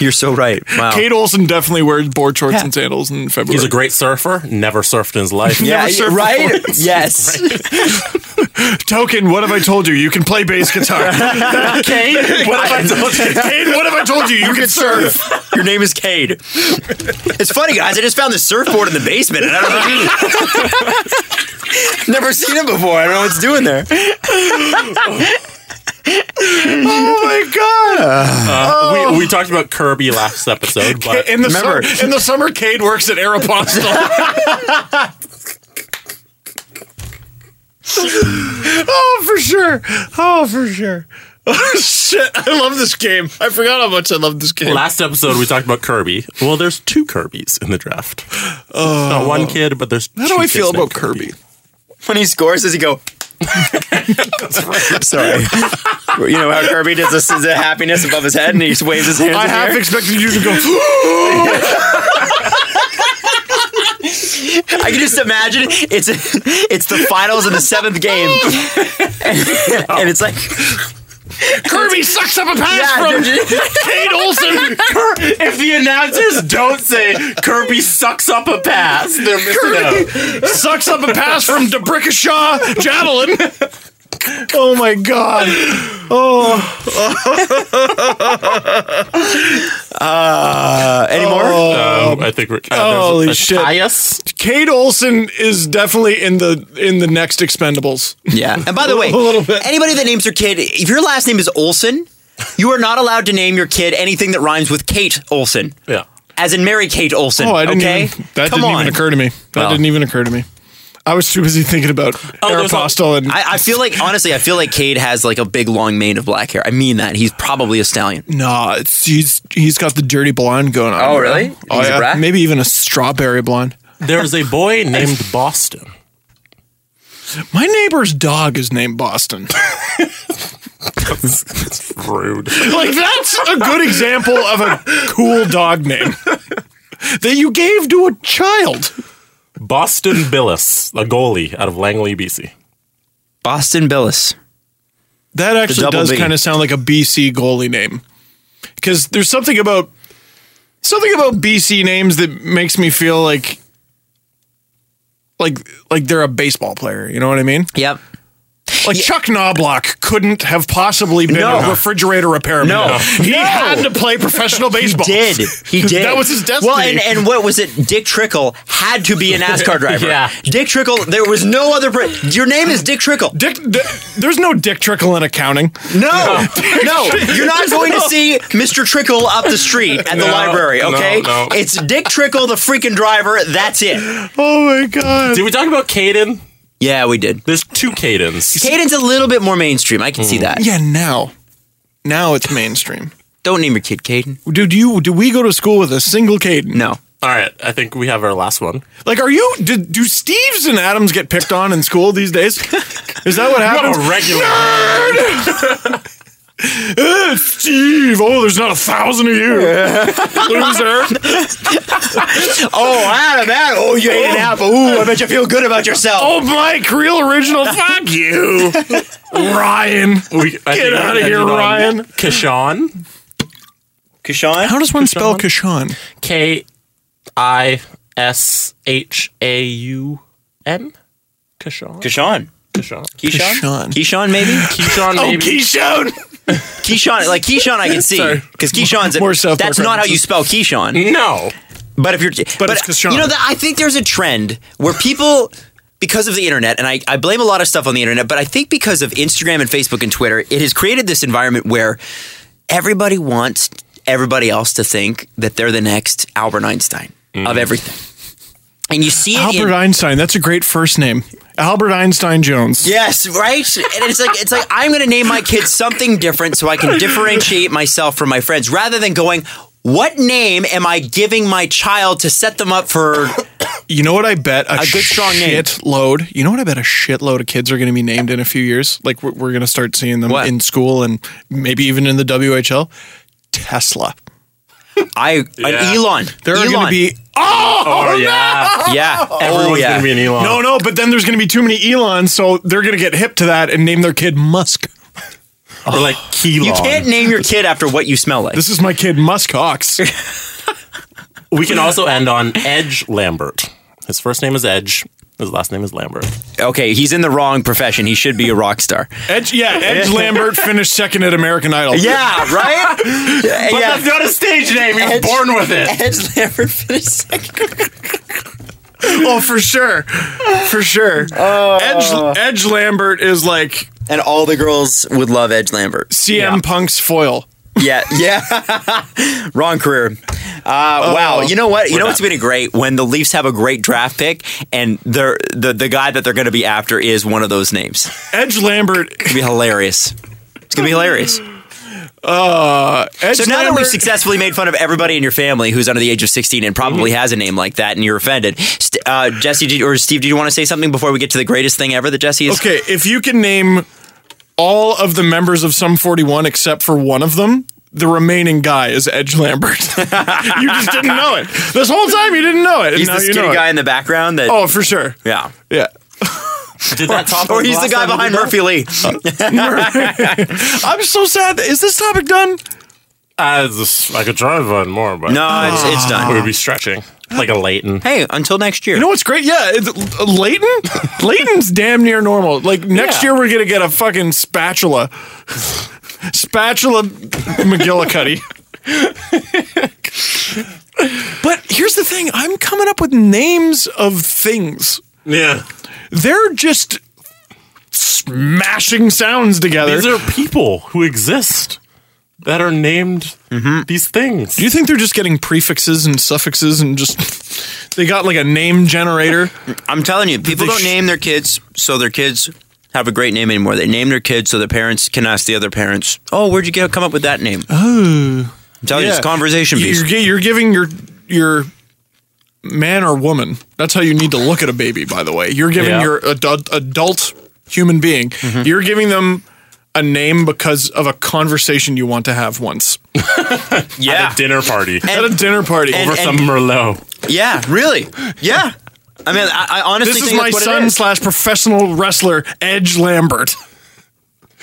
B: You're so right. Wow.
E: Kate Olsen definitely wears board shorts
B: Yeah.
E: and sandals in February.
D: Oh. he's a great surfer. Never surfed in his life.
B: yeah,
E: never served
B: right. [laughs]
E: [laughs]
B: Yes.
E: Token, what have I told you? You can play bass guitar.
B: [laughs]
D: Cade, what have I told you?
E: Kate, what have I told you? You, can, serve.
B: Your name is Cade. It's funny, guys. I just found this surfboard in the basement, and I don't
E: [laughs]
B: know. [laughs] Never seen it before. I don't know what's doing there.
E: Oh my god!
D: We, we talked about Kirby last episode, but
E: Oh. [laughs] In the
B: Remember-
E: summer, in the summer, Cade works at Aeropostale. oh, for sure. Oh, for sure. [laughs] Oh shit! I love this game. I forgot how much I love this game.
D: last episode we talked about Kirby. Well, there's two Kirbys in the draft. Not one kid, but there's.
E: Oh. how do I feel about Kirby?
B: When he scores, does he go? [laughs] Sorry. You know how Kirby does this is a happiness above his head, and he waves his hands.
E: I
B: in the
E: half
B: air?
E: expected you to go.
B: I can just imagine it's it's the finals of the seventh
D: [laughs]
B: game, and, and it's like
E: Kirby sucks up a pass
B: yeah,
E: from Kate Olsen.
D: if the announcers don't say Kirby sucks up a pass, they're missing out.
E: sucks up a pass from Debrickashaw Javelin. Oh my god.
B: uh, anymore.
D: Um, I think we're, uh,
E: Holy
D: there's a
E: shit.
D: Caius.
E: Kate Olsen is definitely in the in the next Expendables.
B: Yeah. And by [laughs] the way,
E: A little bit.
B: anybody that names their kid, if your last name is Olson, you are not allowed to name your kid anything that rhymes with Kate Olson,
D: Yeah.
B: as in Mary Kate Olson.
E: Oh, I didn't
B: okay,
E: even, that
B: come
E: didn't
B: on.
E: even occur to me. That
B: Well.
E: didn't even occur to me. I was too busy thinking about
D: Oh, there's a-
E: Aeropostale and
B: I, I feel like honestly, I feel like Cade has like a big long mane of black hair. I mean that he's probably a stallion.
E: Nah, it's, he's he's got the dirty blonde going on.
B: Oh,
E: you know?
B: really?
E: Oh,
B: He's a
E: yeah.
B: brat?
E: Maybe even a strawberry blonde.
D: There's a boy named
E: [laughs]
D: Boston.
E: My neighbor's dog is named Boston. [laughs]
D: That's rude.
E: like that's a good example of a cool dog name
B: [laughs]
E: that you gave to a child.
D: Boston Billis, a goalie out of Langley, BC.
B: Boston Billis.
E: That actually
B: double
E: does
B: B.
E: kind of sound like a BC goalie name. Cuz there's something about something about BC names that makes me feel like like like they're a baseball player, you know what I mean?
B: Yep.
E: Like Chuck Knoblock couldn't have possibly been
B: No.
E: a refrigerator repairman.
B: No.
E: [laughs] He had to
B: [laughs]
E: play professional baseball.
B: Did
E: [laughs]
B: he did
E: That was his destiny.
B: Well, and, and what was it? Dick Trickle had to be a
E: [laughs]
B: NASCAR driver.
D: Yeah.
B: Dick Trickle. There was no other. Pre- Your name is Dick Trickle.
E: Dick, th- there's no dick trickle in accounting.
B: No, [laughs] no, you're
E: [laughs]
B: not going to see Mr. Trickle up the street at the
D: No,
B: library,
D: no,
B: okay?
D: no.
B: It's Dick Trickle, the freaking driver. That's it.
E: Oh my god.
D: Did we talk about Caden?
B: Yeah, we did.
D: There's two Cadens.
B: Caden's a little bit more mainstream. I can see that.
E: Mm-hmm. Yeah, now, now it's mainstream.
B: Don't name your kid Caden.
E: Dude, do you do we go to school with a single Caden?
B: No.
D: All right, I think we have our last one.
E: Like, are you? Do, do Steves and Adams get picked on in school these days?
B: [laughs]
E: Is that what
D: [laughs]
E: happens?
D: regular.
E: Eh, Steve. Oh, there's not a
B: [laughs]
E: thousand of you. Loser.
B: Oh, Adam, Adam. Oh, you ate an apple. Ooh, I bet you feel good about yourself.
E: Oh, my Creole original. Fuck you, Ryan.
D: We, I
E: Get
D: think we
E: outta here,
D: ended on
E: Ryan.
D: Kishan.
E: How
B: Kishan?
E: does one spell Kashan?
D: K I S H A U N. Kishan.
B: Kishan.
D: Kishan.
B: Keyshawn?
E: Keyshawn.
B: Keyshawn, maybe?
D: Kishan,
E: Oh,
D: maybe.
E: Keyshawn.
B: Keyshawn, like Keyshawn, I can see. Because Keyshawn's,
E: More South
B: that's
E: Park
B: not how you
E: references.
B: spell Keyshawn.
D: no.
B: But if you're, but,
E: it's Kashan.
B: you know, that I think there's a trend where people, because of the internet, and I, I blame a lot of stuff on the internet, but I think because of Instagram and Facebook and Twitter, it has created this environment where everybody wants everybody else to think that they're the next Albert Einstein of everything. And you see it
E: Albert
B: in,
E: Einstein. That's a great first name. Albert Einstein Jones.
B: Yes, right. And it's like it's like I'm going to name my kids something different so I can differentiate myself from my friends, rather than going, "What name am I giving my child to set them up for?"
E: You know what I bet a,
B: A good, strong name.
E: shitload. You know what I bet a shitload of kids are going to be named in a few years. Like we're, we're going to start seeing them
B: What?
E: in school and maybe even in the WHL. Tesla.
B: I
D: Yeah.
B: an Elon.
E: There are going
B: Elon.
E: to be. Oh,
D: Oh, yeah.
B: yeah,
D: Everyone's
B: oh, yeah.
D: going to be an Elon.
E: no, no! But then there's going to be too many Elons, so they're going to get hip to that and name their kid Musk.
D: Or like Kelon.
B: you can't name your kid after what you smell like.
E: This is my kid Musk Ox.
D: We
E: [laughs]
D: can also end on Edge Lambert. His first name is Edge. His last name is Lambert.
B: Okay, he's in the wrong profession. He should be a rock star. [laughs]
E: Edge, yeah, Edge Lambert finished second at American Idol.
B: Yeah, right. [laughs] yeah, yeah.
D: not a stage name. He was
B: Edge-
D: born with it.
B: Edge Lambert [laughs] finished second.
E: [laughs] oh for sure, for sure.
B: Uh.
E: Edge Edge Lambert is like
B: and all the girls would love Edge Lambert.
E: CM
D: Yeah.
E: Punk's foil.
B: Yeah, yeah. [laughs] Wrong career. Uh, wow. You know what? You know what's been great when the Leafs have a great draft pick, and they're the the guy that they're going to be after is one of those names.
E: Edge Lambert.
B: It's gonna be hilarious. It's gonna be hilarious.
E: Edge
B: So now that
E: Lambert-
B: we've successfully made fun of everybody in your family who's under the age of sixteen and probably
E: Mm-hmm.
B: has a name like that, and you're offended, St- uh, Jesse did, or Steve, do you want to say something before we get to the greatest thing ever that Jesse is?
E: Okay, if you can name all of the members of Sum 41 except for one of them, the remaining guy is Edge Lambert. [laughs] you just didn't know it. This whole time you didn't know it. and
B: He's
E: now
B: the
E: you
B: skinny
E: know it.
B: guy in the background that.
E: Oh, for sure.
B: Yeah.
E: Yeah.
D: Did that top
B: Or he's the guy behind Murphy Lee.
E: I'm so sad. Is this topic done?
D: [laughs] Uh, this, I could drive on more, but
B: No, it's, it's
D: we
B: done.
D: would be stretching like a Leighton.
B: Hey, until next year.
E: Ah. You know what's great? Yeah, it's,
D: [laughs]
E: Leighton. Leighton's damn near normal. Like next
D: Yeah.
E: year, we're gonna get a fucking spatula, spatula McGillicuddy. but here's the thing: I'm coming up with names of things.
D: Yeah,
E: They're just smashing sounds together.
D: these are people who exist that are named these things.
E: Do you think they're just getting prefixes and suffixes and just they got like a name generator?
B: I'm telling you, people
E: they
B: don't
E: sh-
B: name their kids, so their kids have a great name anymore. They name their kids so the parents can ask the other parents, "Oh, where'd you get come up with that name?" Oh, I'm telling you, it's a
E: Yeah.
B: conversation piece.
E: You're, gi- you're giving your your man or woman. That's how you need to look at a baby. By the way, you're giving
D: Yeah.
E: your adult, adult human being.
B: Mm-hmm.
E: You're giving them a name because of a conversation you want to have once
B: yeah,
D: At a dinner party
E: at a dinner party.
B: and-
D: over
E: Over-
D: some Merlot.
B: yeah, really, yeah. I mean, I, I honestly
E: this is
B: think
E: my
B: that's
E: son slash professional wrestler Edge Lambert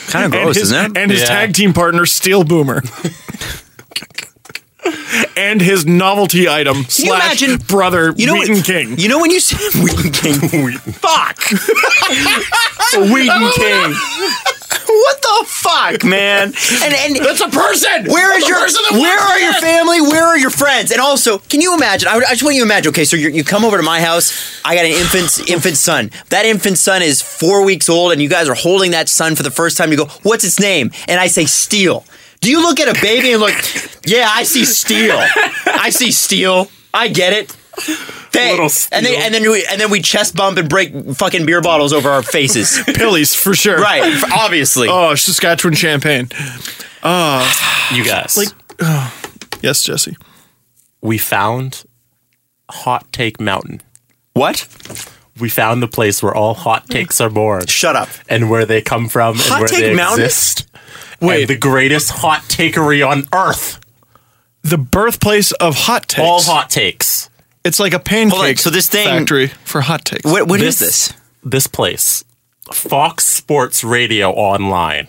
B: Kind of gross,
E: his,
B: isn't it?
E: and his
D: Yeah.
E: tag team partner Steel Boomer. And his novelty item
B: you
E: slash
B: imagine-
E: brother
B: you know,
E: Wheaton
B: when-
E: King.
B: You know when you say [laughs] Wheaton
E: [laughs]
B: King, fuck,
D: Wheaton King.
B: [laughs] what the fuck, man? And and
E: That's a person.
B: Where
E: That's
B: is
E: a person that
B: your Where
E: works
B: are your
E: there.
B: family? Where are your friends? And also, can you imagine? I, would, I just want you to imagine. Okay, so you're, you come over to my house. I got an infant infant son. That infant son is four weeks old, and you guys are holding that son for the first time. You go, "What's its name?" And I say, "Steel." Do you look at a baby and look? Yeah, I see steel. I see steel. I get it. They-
D: Little
B: And, they,
D: Steel.
B: and then we and then we chest bump and break fucking beer bottles over our [laughs] faces.
E: Pillies for
B: [laughs]
E: sure.
B: right? Obviously.
E: Oh, Saskatchewan champagne.
D: You guys, like
E: Yes, Jesse.
D: we found Hot Take Mountain.
B: What?
D: We found the place where all hot takes are born.
B: Shut up.
D: and where they come from
B: Hot
D: and where
B: Take
D: they
B: Mountain?
D: exist.
E: Wait.
D: And the greatest hot takery on earth.
E: The birthplace of hot takes.
D: All hot takes.
E: It's like a pancake
B: Hold on, so this thing-
E: factory for hot takes.
B: What? What is this?
D: This place, Fox Sports Radio Online,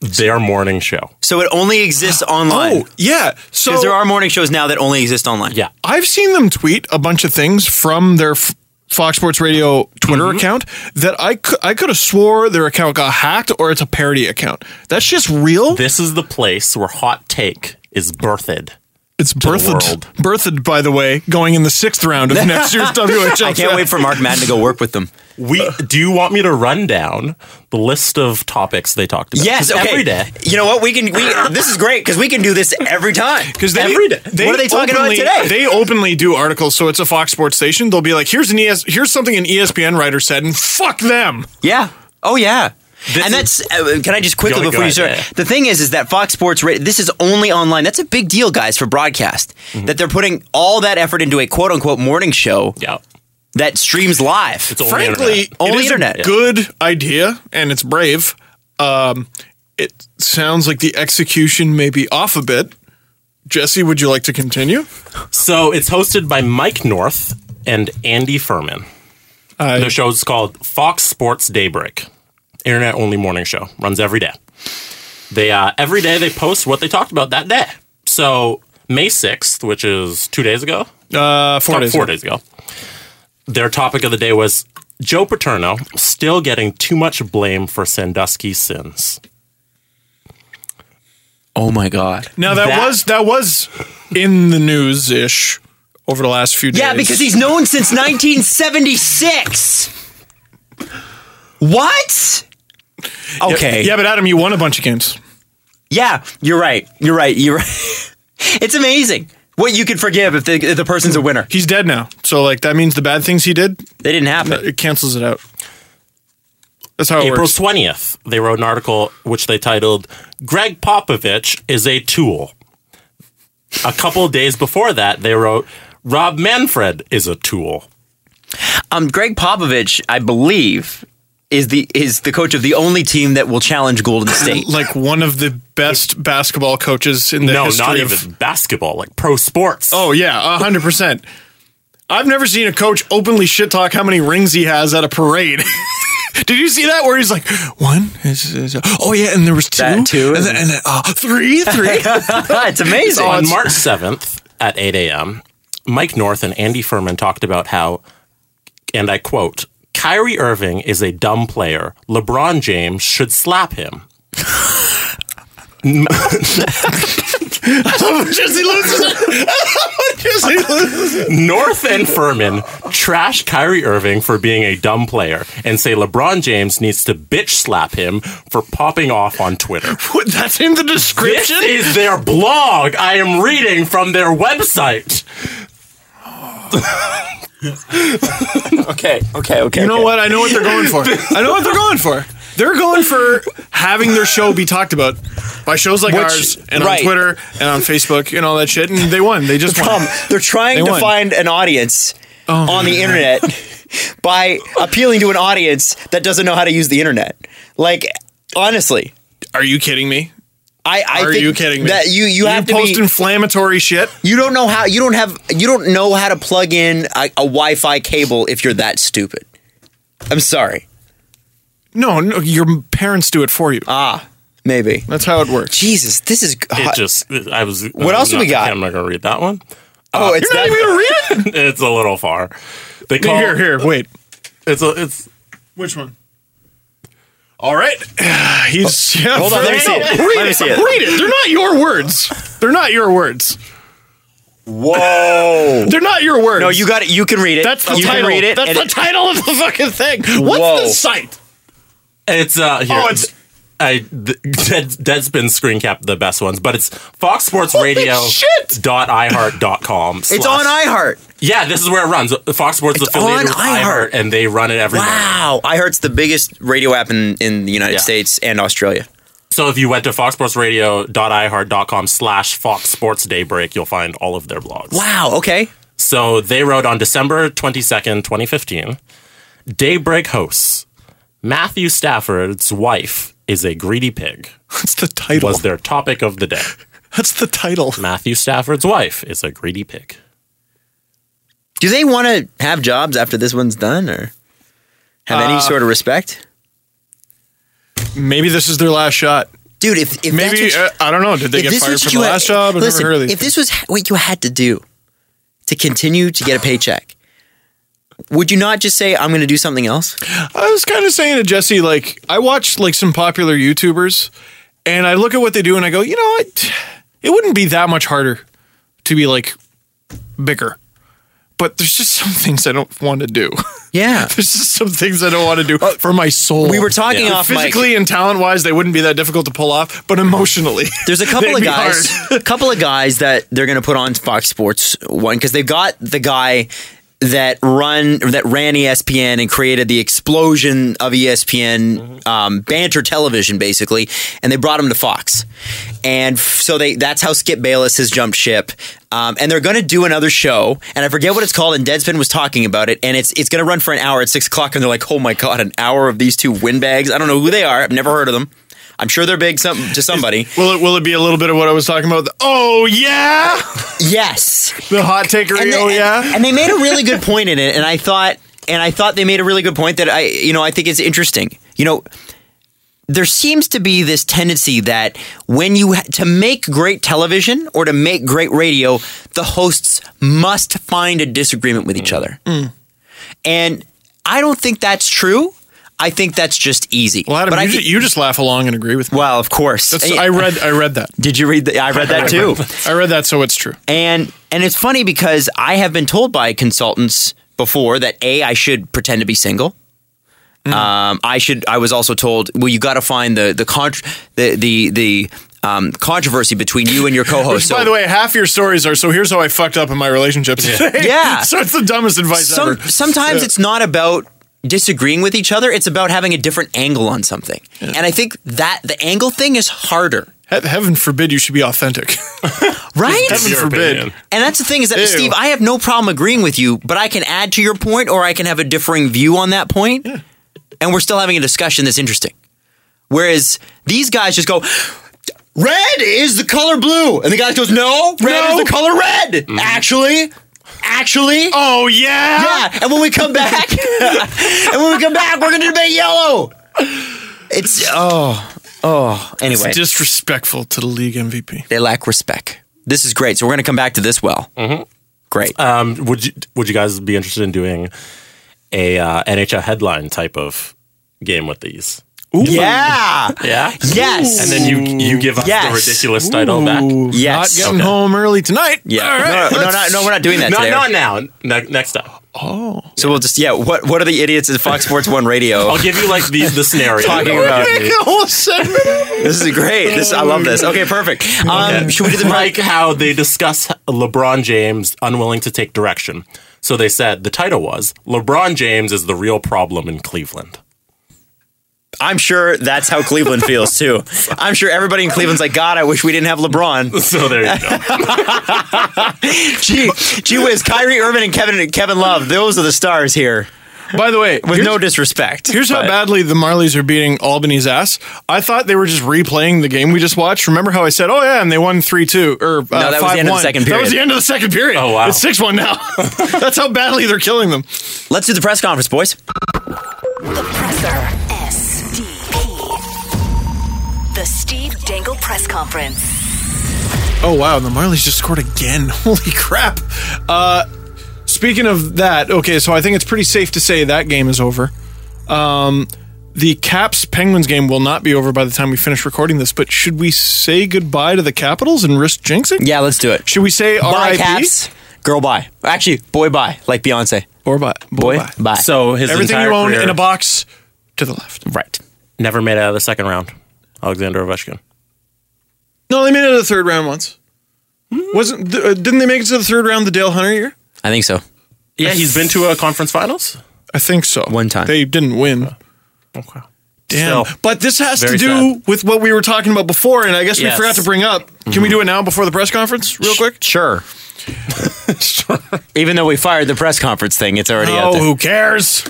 D: their morning show.
B: So it only exists online.
E: Oh, yeah. So
B: Because there are morning shows now that only exist online.
D: Yeah,
E: I've seen them tweet a bunch of things from their F- Fox Sports Radio Twitter
C: Mm-hmm.
E: account that I could I could have swore their account got hacked or it's a parody account. That's just real.
D: this is the place where hot take is birthed.
E: it's birthed,
D: world.
E: birthed by the way, going in the sixth round of
B: [laughs]
E: next year's WHL.
B: I can't wait for Mark Madden to go work with them.
D: We do you want me to run down the list of topics they talked about?
B: Yes,
D: 'Cause
B: okay.
D: Every day.
B: You know what? We can. We this is great because we can do this every time.
E: Because they,
B: every day.
E: they
B: what are they talking
E: openly-
B: about today?
E: They openly do articles, so it's a Fox Sports station. They'll be like, "Here's an ES, here's something an E ESPN writer said," and fuck them.
B: yeah. Oh yeah. and that's.
D: is-
B: uh, can I just quickly
D: Go- go
B: before you start?
D: ahead, yeah.
B: The thing is, is that Fox Sports. Ra- This is only online. That's a big deal, guys, for broadcast. That they're putting all that effort into a quote unquote morning show
D: Yeah.
B: that streams live.
D: It's only
E: Frankly,
D: internet.
E: it
B: Only
E: is
B: internet.
E: A good idea, and it's brave. Um, it sounds like the execution may be off a bit. Jesse, would you like to continue?
D: So it's hosted by Mike North and Andy Furman.
E: I-
D: the show's called Fox Sports Daybreak, internet only morning show. Runs every day. They uh, every day they post what they talked about that day. So May sixth, which is two days ago,
E: Uh, four
D: four,
E: days.
D: days, ago, their topic of the day was Joe Paterno still getting too much blame for Sandusky sins.
B: oh my god.
E: Now that,
D: That-
E: was that was in the news ish over the last few days.
B: Yeah, because he's known since 1976. What? Okay.
E: Yeah, but Adam, you won a bunch of games.
B: Yeah, you're right. You're right. You're right. [laughs] It's amazing what you can forgive if the, if the person's a winner.
E: He's dead now, so like that means the bad things he did
B: They didn't
E: Uh,
B: happen.
E: it cancels it out. That's how it
D: April
E: works.
D: twentieth, they wrote an article which they titled "Greg Popovich is a tool." A couple days before that, they wrote Rob Manfred is a tool.
B: Um, Greg Popovich, I believe, is the is the coach of the only team that will challenge
C: [laughs]
B: Golden State.
C: like one of the best basketball coaches in the
D: no,
C: history
D: not
C: of
D: even basketball, like pro sports.
C: Oh yeah, hundred percent. I've never seen a coach openly shit talk how many rings he has at a parade. [laughs] Did you see that where he's like one? is- is- oh yeah, and there was two,
B: That too,
C: and then, and then uh, three, [laughs]
B: [laughs]
C: three.
B: it's amazing.
D: on March 7th at 8 a.m., Mike North and Andy Furman talked about how, and I quote, Kyrie Irving is a dumb player. LeBron James should slap him. [laughs]
C: Jesse loses. Jesse loses.
D: North and Furman trash Kyrie Irving for being a dumb player and say LeBron James needs to bitch slap him for popping off on Twitter.
C: What, that's in the
D: This
C: description.
D: is their blog. I am reading from their website.
B: [laughs] okay, okay, okay.
C: You know what? I know what they're going for. I know what they're
B: [laughs]
C: going for. They're going for having their show be talked about by shows like
B: Which-
C: ours and
B: right.
C: on Twitter and on Facebook and all that shit. And they won. They just won. Oh,
B: Problem. Um, They're trying
C: They
B: to
C: won.
B: find an audience on the internet by appealing to an audience that doesn't know how to use the internet. Like honestly,
C: Are you kidding me?
B: I, I
C: Are
B: think
C: you kidding me?
B: that you you, have to
C: post
B: be,
C: inflammatory shit.
B: you don't know how you don't have you don't know how to plug in a, a Wi-Fi cable if you're that stupid. I'm sorry.
C: No, no, your parents do it for you.
B: Ah, maybe.
C: That's how it works.
B: Jesus, this is
D: It just, I was. What
B: else do we got?
D: I'm not going to read that one. [laughs]
B: oh, it's that,
C: gonna read it.
D: it's a little far. They call
C: here, here, wait.
D: It's a, it's
C: Which one? All right, [sighs] he's yeah,
B: Oh, hold on, let me
C: read
B: see it. Let
C: Read
B: me
C: it.
B: see it.
C: Read it. They're not your words. They're not your words.
B: whoa.
C: They're not your words.
B: No, you got it. You can read it.
C: That's the
B: you
C: title.
B: Can read it.
C: That's
B: and
C: the
B: it-
C: title of the fucking thing. What's
B: Whoa.
C: the site?
D: it's uh here.
C: Oh, it's-
D: I th- Dead, Deadspin screen cap the best ones, but it's Fox Sports
C: Holy
D: Radio
C: shit!
D: dot iHeart.com.
B: it's on iHeart.
D: Yeah, this is where it runs. Fox Sports is
B: It's on
D: affiliated with
B: iHeart.
D: iHeart, and they run it every morning.
B: Wow, iHeart's the biggest radio app in, in the United
D: Yeah.
B: States and Australia.
D: So if you went to foxsportsradio.iheart.com slash Fox Sports Daybreak, you'll find all of their blogs.
B: Wow. Okay.
D: So they wrote on December 22nd, 2015 Daybreak hosts Matthew Stafford's wife is a greedy pig
C: That's the title.
D: was their topic of the day.
C: That's the title.
D: Matthew Stafford's wife is a greedy pig.
B: Do they want to have jobs after this one's done, or have any sort of respect,
C: Maybe this is their last shot.
B: dude? If, if that's
C: Maybe
B: what you-
C: uh, I don't know. Did they
B: if
C: get
B: this
C: fired
B: was
C: from
B: what
C: the
B: you had-
C: last job? I
B: listen,
C: never heard of
B: if this was what you had to do to continue to get a paycheck, would you not just say, "I'm going to do something else"?
C: I was kind of saying to Jesse, like, I watch like some popular YouTubers and I look at what they do and I go, you know what? It wouldn't be that much harder to be like bigger. But there's just some [laughs] things I don't want to do.
B: Yeah.
C: there's just some things I don't want to do for my soul.
B: Uh, We were talking
D: Yeah.
B: off mic.
C: physically and talent wise, they wouldn't be that difficult to pull off, but emotionally.
B: There's a couple
C: They'd
B: of
C: be
B: guys,
C: hard.
B: a [laughs] couple of guys that they're going to put on Fox Sports one because they've got the guy that run or that ran E ESPN and created the explosion of E
C: Mm-hmm.
B: ESPN um, banter television, basically, and they brought him to Fox, and f- so they that's how Skip Bayless has jumped ship. Um, and they're going to do another show, and I forget what it's called. And Deadspin was talking about it, and it's it's going to run for an hour at six o'clock. And they're like, "Oh my god, an hour of these two windbags! I don't know who they are. I've never heard of them. I'm sure they're big some, to somebody."
C: Will it will it be a little bit of what I was talking about? Oh
E: [laughs]
C: yeah.
B: Yes.
C: The hot takery,
B: And they-
C: oh
B: and-
C: yeah.
B: And they made a really
C: [laughs]
B: good point in it, and I thought, and I thought they made a really good point that I, you know, I think it's interesting. You know, there seems to be this tendency that when you ha- to make great television or to make great radio, the hosts must find a disagreement with each other, and I don't think that's true. I think that's just easy.
C: Well, Adam,
B: But I
C: you, ju-
B: think-
C: you just laugh along and agree with me.
B: well, of course.
C: That's,
B: Hey,
C: I read I read that.
B: did you read that? I read
C: [laughs]
B: that too.
C: I read that, so it's true.
B: And and it's funny because I have been told by consultants before that a I should pretend to be single.
C: Mm-hmm.
B: Um, I should. I was also told, well, you got to find the the contr the the the um, controversy between you and your co-host.
C: [laughs] By
B: So
C: the way, half your stories are so here's how I fucked up in my relationship today.
B: [laughs] Yeah.
C: [laughs] so it's the dumbest advice
B: some,
C: ever.
B: sometimes
C: Yeah.
B: it's not about disagreeing with each other; it's about having a different angle on something. And I think that the angle thing is harder,
C: He- heaven forbid you should be authentic. [laughs]
B: right?
C: heaven
D: Your
C: forbid.
D: opinion.
B: And that's the thing is that
C: Ew.
B: Steve, I have no problem agreeing with you, but I can add to your point or I can have a differing view on that point. and we're still having a discussion that's interesting. Whereas these guys just go, red is the color blue. And the guy goes, no, red
E: No. Mm-hmm.
B: is the color red. Actually, actually.
E: Oh yeah.
B: Yeah. And when we come
E: [laughs]
B: back, and when we come back, we're going to debate yellow. It's, oh, oh. Anyway,
E: It's disrespectful to the league MVP.
B: they lack respect. This is great. So we're going to come back to this well. Mm-hmm. Great.
D: Um, would you would you guys be interested in doing a uh, NHL headline type of game with these?
E: [laughs]
B: yeah.
D: Yeah.
B: Yes.
D: And then you you give us
B: Yes.
D: the ridiculous title back.
E: Ooh,
B: Yes.
E: Not getting
D: Okay.
E: home early tonight.
B: Yeah.
E: All right,
B: no, no, no,
E: let's-
B: no, we're not doing that
D: Not
B: today.
D: not now. Ne- next time,
B: So we'll just yeah. What what are the idiots at Fox Sports One
E: [laughs]
B: Radio
D: I'll give you like the the scenario.
B: talking
E: We're
B: about?
E: gonna make a whole segment.
B: This is great. This I love this. Okay, perfect. Um, should we do the
E: [laughs]
D: like how they discuss LeBron James unwilling to take direction. So they said the title was LeBron James is the real problem in Cleveland. [laughs]
B: I'm sure that's how Cleveland feels too. [laughs] I'm sure everybody in Cleveland's like, God, I wish we didn't have
E: [laughs]
B: LeBron.
D: So there you go.
B: Gee, gee whiz, Kyrie Irving and Kevin Kevin Love. Those are the stars here.
E: By the way,
B: With
E: here's-
B: no disrespect.
E: Here's how
B: but-
E: badly the Marlies are beating Albany's ass. I thought they were just replaying the game we just watched. Remember how I said, "Oh yeah," and they won three two or uh,
B: that was the
E: five
B: end of the
E: one.
B: second
E: That was
B: period.
E: the end of the second period.
D: Oh, wow.
E: it's six one now. [laughs] That's how badly they're killing them.
B: Let's do the press conference, boys.
A: The presser. SDP. The Steve Dangle Press Conference.
E: Oh wow, the Marlies just scored again. [laughs] Holy crap! Uh, speaking of that, okay, so I think it's pretty safe to say that game is over. Um, the Caps Penguins game will not be over by the time we finish recording this. But should we say goodbye to the Capitals and risk jinxing?
B: Yeah, let's do it.
E: Should we say
B: Bye,
E: R.I.P.
B: Caps. Girl, bye. Actually, boy, bye. Like Beyonce.
E: or bye,
B: Boy,
E: bye.
B: bye.
D: So his
E: everything
D: entire
E: you own
D: career-
E: in a box to the left.
B: right.
D: [laughs] never made it out of the second round. Alexander Ovechkin.
E: No, they made it to the third round once. Wasn't th- uh, didn't they make it to the third round the Dale Hunter year?
B: I think so.
D: Yeah, he's been to a conference finals.
E: I think so.
B: One time.
E: they didn't win.
D: Okay.
E: Damn.
D: Still,
E: but this has to
D: very
E: do with what we were talking about before, and I guess we
D: Yes.
E: forgot to bring up. Can we do it now before the press conference, real quick?
B: Sure.
E: [laughs]
B: Even though we fired the press conference thing, it's already out
E: Oh,
B: there.
E: who cares?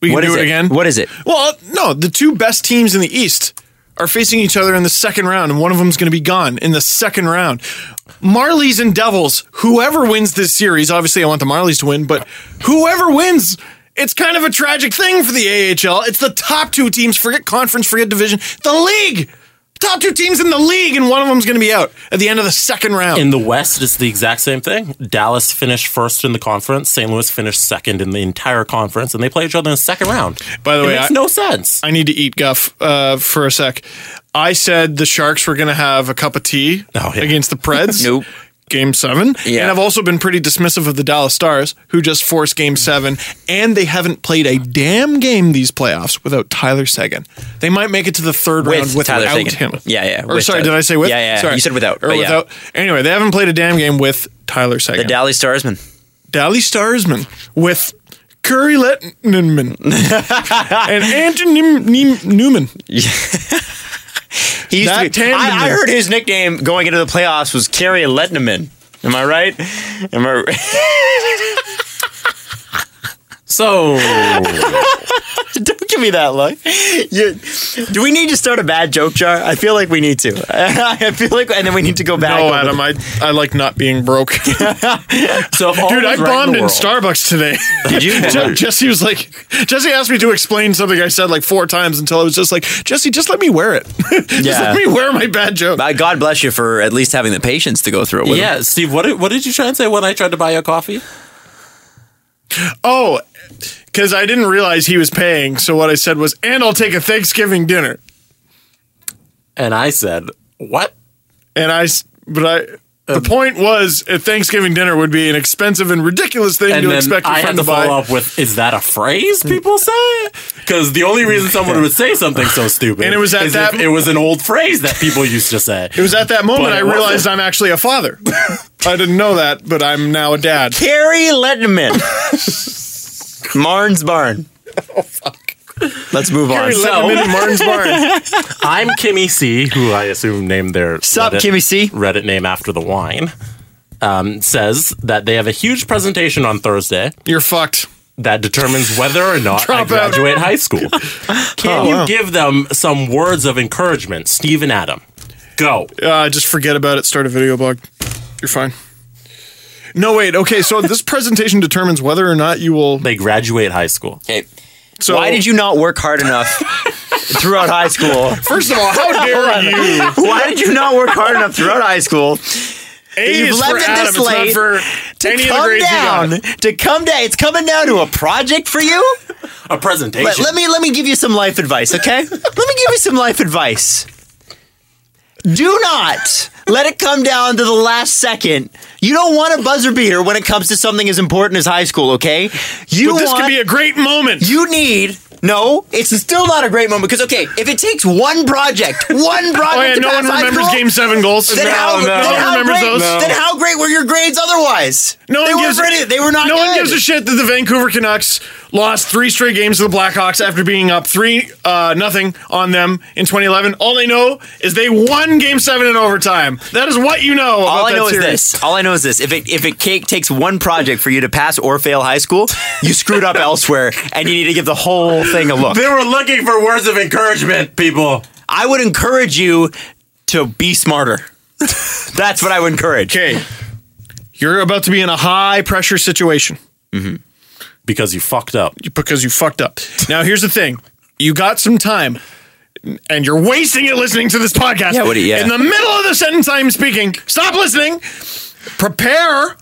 E: We can
B: What
E: do
B: is
E: it, again.
B: What is it?
E: Well, Uh, no, the two best teams in the East are facing each other in the second round, and one of them's going to be gone in the second round. Marlies and Devils, whoever wins this series, obviously I want the Marlies to win, but whoever wins, it's kind of a tragic thing for the AHL. It's the top two teams, forget conference, forget division, the league. Top two teams in the league, and one of them's going to be out at the end of the second round.
D: In the West, it's the exact same thing. Dallas finished first in the conference. St. Louis finished second in the entire conference, and they play each other in the second round.
E: By the
D: it
E: way,
D: makes
E: I-
D: no sense.
E: I need to eat guff uh, for a sec. I said the Sharks were going to have a cup of tea
D: Oh, yeah.
E: against the Preds.
B: [laughs] Nope.
E: Game seven.
B: Yeah.
E: And I've also been pretty dismissive of the Dallas Stars, who just forced game seven, and they haven't played a damn game these playoffs without Tyler Sagan. They might make it to the third
B: With
E: round
B: Tyler
E: without
B: Seguin.
E: him.
B: Yeah, yeah,
E: Or
B: with
E: sorry,
B: Tyler-
E: did I say with?
B: Yeah, yeah,
E: Sorry.
B: you said without,
E: Or
B: but yeah.
E: without. Anyway, they haven't played a damn game with Tyler
B: The
E: Sagan.
B: Dallas Starsman.
E: Dally Starsman with
B: [laughs]
E: Curry Lettenman and Anton Nim- Nim- Newman.
B: He used to
E: That
B: be,
E: tandem
B: I, I
E: is-
B: heard his nickname going into the playoffs was Kerry Letneman. Am I right? Am I [laughs]
D: So
B: Don't give me that look. You- do we need to start a bad joke jar? I feel like we need to. [laughs] I feel like, and then we need to go back.
E: No,
B: over
E: Oh, Adam,
B: the-
E: I, I like not
B: [laughs]
E: being broke. Dude,
D: So if all
E: I
D: was right
E: bombed
D: the
E: in,
D: world-
E: Starbucks today. Did [laughs]
B: you?
E: Jesse was like, Jesse asked me to explain something I said like four times until I was just like, Jesse, just let me wear it. [laughs] just
B: Yeah.
E: let me wear my bad joke.
B: Uh, God bless you for at least having the patience to go through it. With him.
D: Yeah, Steve. What did, what did you try and say when I tried to buy you a coffee?
E: Oh, because I didn't realize he was paying. So what I said was, and I'll take a Thanksgiving dinner.
D: And I said, "What?
E: And I, s- but I. The
B: Um,
E: point was, a Thanksgiving dinner would be an expensive and ridiculous thing
D: And
E: to
D: then
E: expect your
D: I
E: friend
D: had
E: to
D: to
E: buy.
D: follow up with, "Is that a phrase
B: Mm.
D: people say?" Because the only reason someone would say something
E: [sighs]
D: so stupid,
E: And it was at
D: is
E: that-
D: if it was an old phrase that people used to say.
E: It was at that moment
D: But
E: I
D: it wasn't.
E: realized I'm actually a father. I didn't know that, but I'm now a dad.
B: Kerry Letneman.
E: [laughs]
B: Marn's Barn. Let's move on.
E: Oh, Carrie
D: So-
E: Letterman and Martin's Barn.
D: [laughs] I'm Kimmy C, who I assume named their
B: Sup,
D: Reddit-
B: Kimmy C?
D: Reddit name after the wine. Um, says that they have a huge presentation on Thursday.
E: You're fucked.
D: that determines whether or not I
E: Drop out. Oh,
D: graduate high
E: [laughs]
D: school. Can you give them some words of encouragement, Steve and Adam? Go.
E: Uh, just forget about it. Start a video blog. You're fine. No, wait. Okay, so this [laughs] presentation determines whether or not you will.
D: They graduate high school.
B: Okay.
E: So
B: Why did you not work hard enough
E: [laughs]
B: throughout high school?
E: First of
B: [laughs]
E: all, how dare you?
B: Why did you not work hard enough throughout high school
E: A
B: You've
E: is for
B: left it
E: Adam.
B: this
E: it's
B: late
E: not for
B: to
E: any of the
B: come
E: grades you got.
B: down? To come down, it's coming down to a project for you.
D: A presentation.
B: Let, let me let me give you some life advice,
E: [laughs]
B: okay? let me give you some life advice. Do not let it come down to the last second. You don't want a buzzer beater when it comes to something as important as high school, okay? You
E: But this
B: want
E: could be a great moment.
B: you need no, it's still not a great moment because okay, if it takes one
E: [laughs]
B: project, one project
E: oh yeah,
B: to
E: no
B: pass
E: one
B: high
E: remembers
B: school,
E: game seven goals.
B: Then how,
E: no
B: then,
E: one
B: how
E: remembers
B: great,
E: those.
B: then how great were your grades otherwise?
E: No
B: they
E: one
B: weren't
E: gives
B: pretty- they were not
E: No one
B: good.
E: gives a shit that the Vancouver Canucks lost three straight games to the Blackhawks after being up three uh, nothing on them in 2011. All they know is they won Game Seven in overtime. That is what you know. About
B: All I
E: that
B: know
E: series.
B: is this. All I know is this. If it if it ca- takes one project for you to pass or fail high school, you screwed
E: [laughs]
B: up elsewhere, and you need to give the whole thing a look.
D: They were looking for words of encouragement, people.
B: I would encourage you to be smarter. That's what I would encourage.
E: Okay, you're about to be in a high pressure situation
D: Because you fucked up.
E: because you fucked up. Now here's the thing: you got some time. And you're wasting it listening to this podcast.
B: Yeah, what do you- yeah.
E: In the middle of the sentence I'm speaking, stop listening. Prepare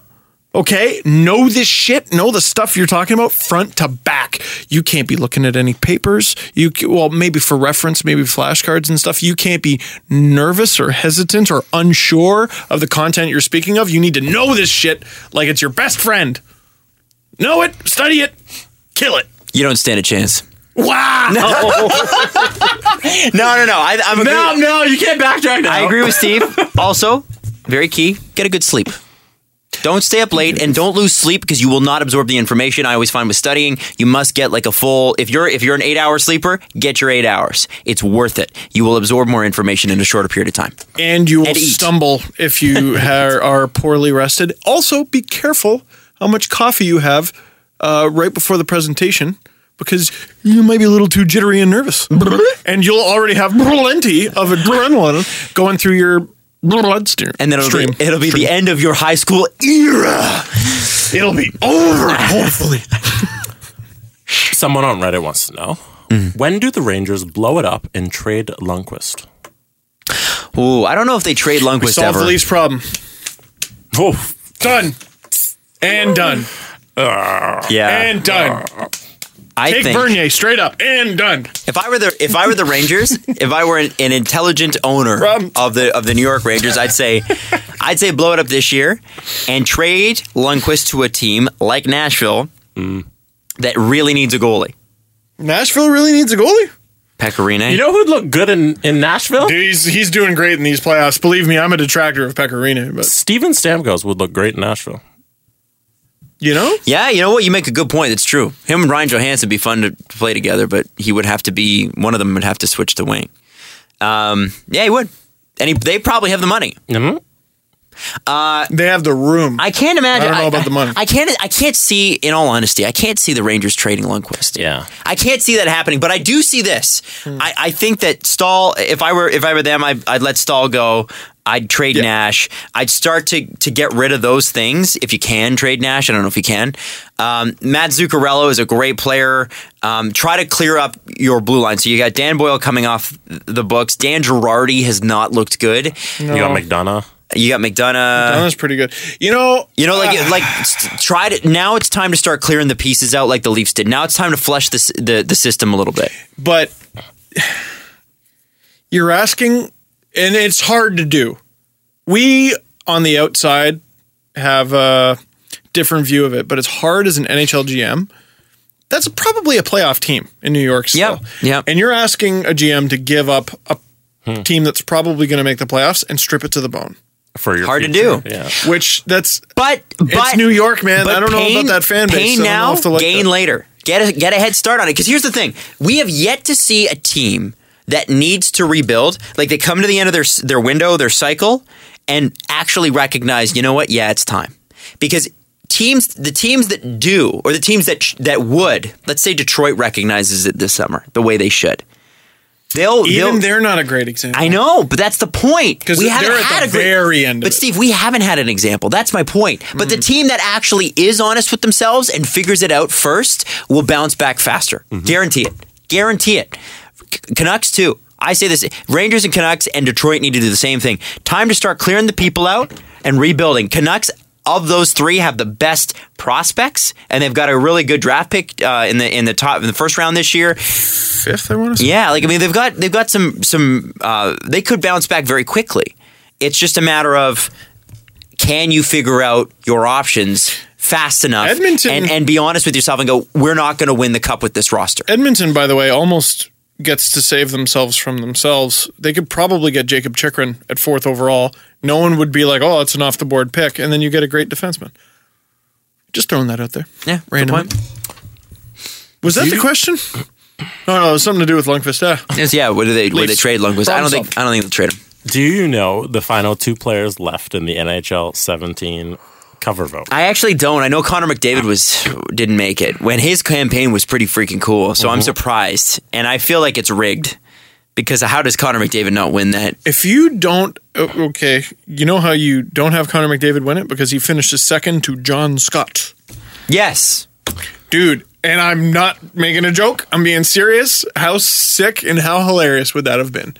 E: Okay, know this shit. Know the stuff you're talking about front to back. You can't be looking at any papers. You c- well, maybe for reference, maybe flashcards and stuff. You can't be nervous or hesitant or unsure of the content you're speaking of. You need to know this shit like it's your best friend. Know it, study it, kill it.
B: You don't stand a chance. [laughs]
E: Wow. [laughs] No,
B: No, no, no. I, I'm agree-
D: No, no, you can't backtrack now.
B: I agree
E: [laughs]
B: with Steve. Also, very key: get a good sleep. Don't stay up late and don't lose sleep because you will not absorb the information. I always find with studying, you must get like a full. If you're if you're an eight hour sleeper, get your eight hours. It's worth it. You will absorb more information in a shorter period of time.
E: and you will
B: And eat.
E: stumble if you are, are poorly rested. Also, be careful how much coffee you have uh, right before the presentation because you might be a little too jittery and nervous, and you'll already have plenty of adrenaline going through your bloodstream.
B: And then it'll
E: stream.
B: be it'll be the end of your high school era.
E: it'll be over. Hopefully,
D: Someone on Reddit wants to know when do the Rangers blow it up and trade Lundqvist?
B: Ooh, I don't know if they trade Lundqvist
E: [laughs] solve
B: ever.
E: the least problem.
D: Oh,
E: Done and done
B: yeah,
E: and done.
B: I
E: Take
B: think
E: Bernier straight up and done.
B: if I were the if I were the Rangers, if I were an, an intelligent owner
E: Rob.
B: of the of the New York Rangers, I'd say I'd say blow it up this year and trade Lundqvist to a team like Nashville
D: Mm.
B: that really needs a goalie.
E: Nashville really needs a goalie.
B: Pecorino.
D: you know who'd look good in, in Nashville?
E: Dude, he's he's doing great in these playoffs. Believe me, I'm a detractor of Pecorino, but
D: Steven Stamkos would look great in Nashville.
E: you know,
B: yeah, you know what? You make a good point. It's true. Him and Ryan Johansson would be fun to to play together, but he would have to be one of them would have to switch to wing. Um, yeah, he would. And he, they probably have the money.
E: they have the room.
B: I can't imagine.
E: I don't know about the money.
B: I can't. I can't see. In all honesty, I can't see the Rangers trading Lundqvist.
D: Yeah.
B: I can't see that happening. But I do see this.
E: Hmm.
B: I, I think that Stahl. If I were if I were them, I, I'd let Stahl go. I'd trade Nash. I'd start to to get rid of those things if you can trade Nash. I don't know if you can. Um, Matt Zuccarello is a great player. Um, try to clear up your blue line. So you got Dan Boyle coming off the books. Dan Girardi has not looked good.
D: You got McDonough.
B: You got McDonough.
E: that was pretty good. You know,
B: Uh.
E: uh,
B: You know, like like s- try to now. It's time to start clearing the pieces out, like the Leafs did. Now it's time to flush this the the system a little bit.
E: but you're asking, and it's hard to do. We on the outside have a different view of it, but it's hard as an NHL GM. That's probably a playoff team in New York. Still.
B: Yeah, yeah. Hmm.
E: And you're asking a GM to give up a team that's probably going to make the playoffs and strip it to the bone.
D: for your
B: Hard to
D: future.
B: do.
D: Yeah.
E: Which that's
B: But but
E: it's New York, man.
B: but
E: I don't know
B: pain-
E: about that fan base.
B: Pain
E: I don't know
B: now,
E: if they'll like
B: gain
E: that.
B: later. Get a get a head start on it. Because here's the thing: we have yet to see a team that needs to rebuild. Like they come to the end of their s- their window, their cycle, and actually recognize, you know what? Yeah, it's time. Because teams the teams that do or the teams that sh- that would let's say Detroit recognizes it this summer the way they should. They'll
E: Even
B: they'll,
E: they're not a great example.
B: I know, but that's the point.
E: 'Cause
B: we
E: they're
B: haven't
E: at the
B: had a great-
E: very end of
B: But
E: it. Mm.
B: Steve, we haven't had an example. That's my point. But the team that actually is honest with themselves and figures it out first will bounce back faster.
E: Mm-hmm.
B: Guarantee it. Guarantee it. C- Canucks too. I say this: Rangers and Canucks and Detroit need to do the same thing. Time to start clearing the people out and rebuilding. Canucks. Of those three, have the best prospects, and they've got a really good draft pick uh, in the in the top in the first round this year.
E: Fifth, I want to say.
B: Yeah, like I mean, they've got they've got some some uh, they could bounce back very quickly. It's just a matter of can you figure out your options fast enough,
E: Edmonton-
B: and and be honest with yourself and go, we're not going to win the cup with this roster.
E: Edmonton, by the way, almost gets to save themselves from themselves. They could probably get Jacob Chikrin at fourth overall. No one would be like, "Oh, it's an off the board pick," and then you get a great defenseman. Just throwing that out there.
B: Yeah, good
E: Randomly.
B: point.
E: Was that the question? No, no, it was something to do with Lundqvist. Ah,
B: Yes, yeah. What do they? What do they
E: Leafs.
B: trade Lundqvist? I don't
E: Problem
B: think.
E: solved.
B: I don't think they will trade him.
D: Do you know the final two players left in the NHL 17 cover vote?
B: I actually don't. I know Connor McDavid was didn't make it when his campaign was pretty freaking cool. So
E: Uh-huh.
B: I'm surprised, and I feel like it's rigged because how does Connor McDavid not win that?
E: If you don't, o- okay, you know how you don't have Connor McDavid win it because he finished as second to John Scott.
B: Yes,
E: dude and i'm not making a joke i'm being serious how sick and how hilarious would that have been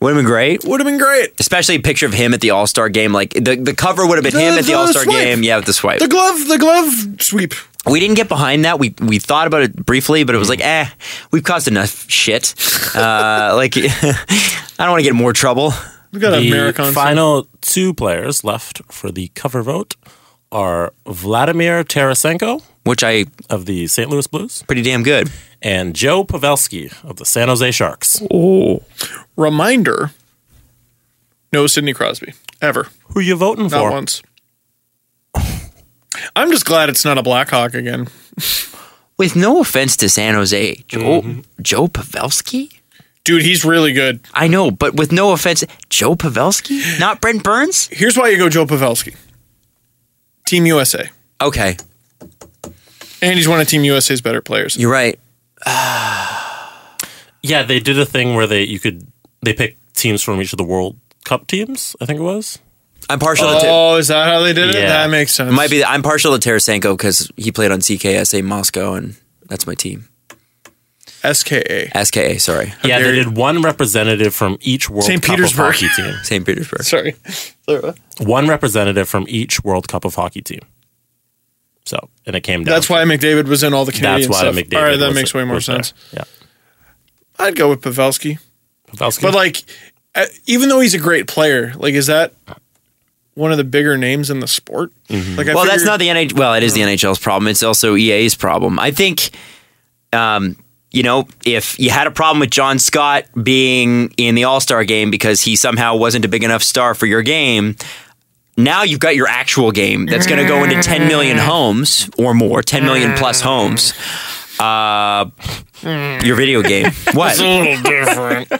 B: would have been great.
E: would have been great
B: especially a picture of him at the All Star game. Like the, the cover would have been
E: The-
B: him at the,
E: the
B: All Star
E: swipe.
B: game. Yeah, with the swipe.
E: the glove the glove sweep
B: we didn't get behind that. We we thought about it briefly, but it was like, eh, we've caused enough
E: [laughs]
B: shit. Uh, like, [laughs] I don't want to get in more trouble.
E: we got a
D: The
E: marathon
D: final two players left for the cover vote are Vladimir Tarasenko
B: Which I
D: of the St. Louis Blues
B: pretty damn good.
D: and Joe Pavelski of the San Jose Sharks.
E: reminder no sidney crosby ever
D: Who you voting
E: not
D: for?
E: once i'm just glad it's not a blackhawk again
B: With no offense to San Jose, Joe
E: Mm-hmm.
B: Joe Pavelski.
E: dude he's really good
B: I know, but with no offense, Joe Pavelski, not Brent Burns.
E: here's why you go joe pavelski team usa
B: Okay,
E: and he's one of team usa's better players
B: you're right.
D: Yeah, they did a thing where they you could they picked teams from each of the World Cup teams, I think it was.
B: I'm partial to.
E: oh is that how they did it
D: Yeah.
E: that makes sense
B: It might be. I'm partial to Tarasenko because he played on CKSA Moscow, and that's my team.
E: ska
B: SKA, sorry.
D: yeah, they
E: dare you.
D: did one representative from each World
E: St.
D: Cup
E: Petersburg.
D: of hockey team.
E: [laughs]
B: St. Petersburg.
E: Sorry.
D: One representative from each World Cup of hockey team. So, and it came down.
E: That's
D: to-
E: why McDavid was in all the Canadian
D: that's why
E: stuff.
D: McDavid.
E: all right, that
D: was-
E: makes way more
D: was there.
E: sense.
D: Yeah,
E: I'd go with Pavelski.
D: Pavelski.
E: But like uh, even though he's a great player, like is that one of the bigger names in the sport? Like I
B: Mm-hmm. Well, that's
E: figured-
B: not the NHL. Well, it is the NHL's problem. It's also EA's problem. I think, um, you know, if you had a problem with John Scott being in the All Star game because he somehow wasn't a big enough star for your game, now you've got your actual game that's going to go into 10 million homes or more, 10 million plus homes. Uh, your video
E: [laughs]
B: game. What,
E: a little different.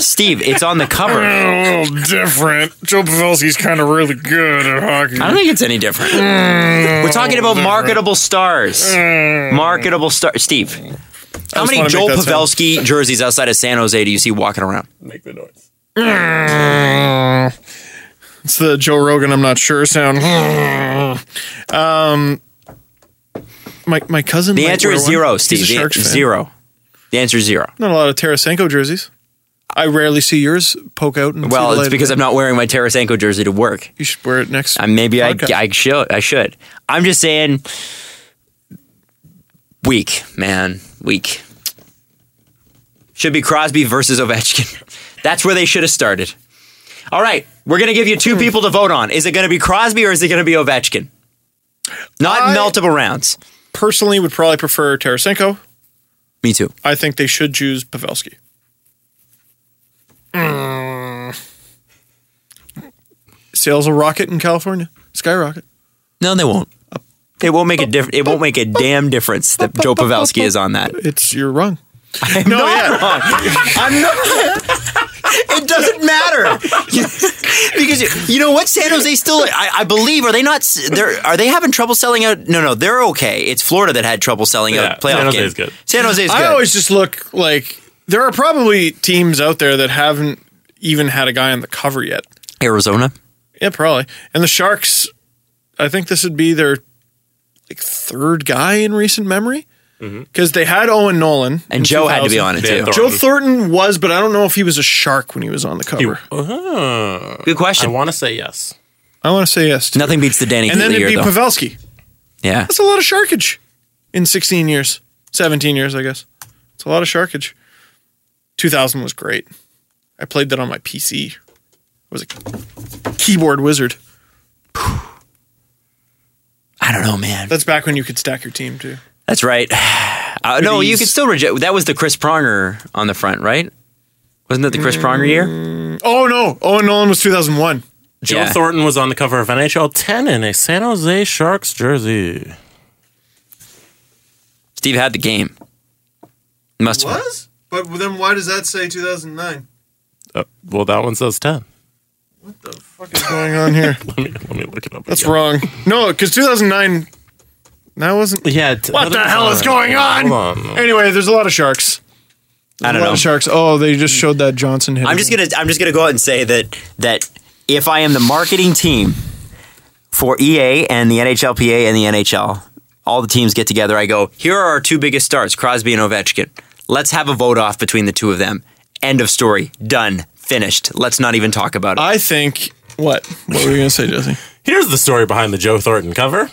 B: Steve? It's on the
E: [laughs]
B: cover.
E: a little different. Joe Pavelski's kind of really good at hockey.
B: I don't think it's any different. We're talking about marketable stars. Marketable star Steve. How
E: just
B: many
E: wanna
B: Joel
E: make that sound.
B: Pavelski jerseys outside of San Jose do you see walking around?
D: make the noise.
E: It's the Joe Rogan I'm not sure sound. um
B: [laughs]
E: my my cousin
B: The
E: might
B: answer
E: wear
B: is
E: one.
B: zero,
E: He's a
B: Steve. The-
E: Sharks fan.
B: zero. The answer is zero.
E: Not a lot of Tarasenko jerseys. I rarely see yours poke out. And see the
B: Well,
E: light
B: it's
E: of
B: because
E: day.
B: I'm not wearing my Tarasenko jersey to work.
E: You should wear it next.
B: Uh, maybe I,
E: podcast.
B: I should. I should. I'm just saying. Weak man, weak. Should be Crosby versus Ovechkin. [laughs] That's where they should have started. All right, we're gonna give you two people to vote on. Is it gonna be Crosby or is it gonna be Ovechkin? Not
E: I-
B: multiple rounds.
E: personally would probably prefer Tarasenko.
B: Me too.
E: I think they should choose Pavelski. Mm. Sales will rocket in California. Skyrocket.
B: No, they won't. It won't make a diff- It won't make a damn difference that Joe Pavelski is on that.
E: It's you're wrong.
B: [laughs] I'm
E: No,
B: not
E: yeah.
B: wrong. I'm not. It doesn't matter [laughs] You- because you, you know what San Jose still I, I believe are they not s- they're are they having trouble selling out? No, no, they're okay. It's Florida that had trouble selling
D: Yeah,
B: out playoff
D: San Jose's
B: games.
D: good.
B: San Jose's good.
E: I always just look like there are probably teams out there that haven't even had a guy on the cover yet.
B: Arizona.
E: Yeah, probably. And the Sharks, I think this would be their like third guy in recent memory because they had Owen Nolan
B: And
E: in
B: Joe had to be
E: 2000.
B: on it
D: Yeah,
B: too.
D: Thor-
E: Joe Thornton was, but I don't know if he was a shark when he was on the cover.
B: Good
D: I
B: question.
D: want to say yes.
E: I want to say yes. To
B: Nothing beats the Danny
E: and then
B: Keatley
E: it'd
B: year though.
E: be Pavelski.
B: yeah.
E: That's a lot of sharkage in 16 years, 17 years, I guess. It's a lot of sharkage. 2000 was great. I played that on my PC. I was a keyboard wizard.
B: I don't know, man.
E: That's back when you could stack your team too.
B: That's right. [sighs] Uh, no, you
E: Goodies.
B: could still reject. That was the Chris Pronger on the front, right? Wasn't that the Chris Pronger year?
E: Oh no! Owen Nolan was 2001.
D: Joe
B: Yeah.
D: Thornton was on the cover of NHL 10 in a San Jose Sharks jersey.
B: Steve had the game. Must have.
E: Was? But then why does that say 2009?
D: Uh, well, that one says 10.
E: What is going on here?
D: [laughs] Let me, let me look it up.
E: That's wrong. No, because 2009, that wasn't.
D: Yeah. T-
E: What the hell is going on?
D: Hold on.
E: [laughs] Anyway, there's a lot of sharks.
B: I
E: A
B: don't
E: lot
B: know.
E: of sharks. Oh, they just showed that Johnson hit.
B: I'm just gonna I'm just gonna go out and say that that if I am the marketing team for EA and the NHLPA and the NHL, all the teams get together. I go, here are our two biggest stars, Crosby and Ovechkin. Let's have a vote off between the two of them. End of story. Done. Finished. Let's not even talk about it.
E: I think. What? What were you gonna say, Jesse?
D: Here's the story behind the Joe Thornton cover.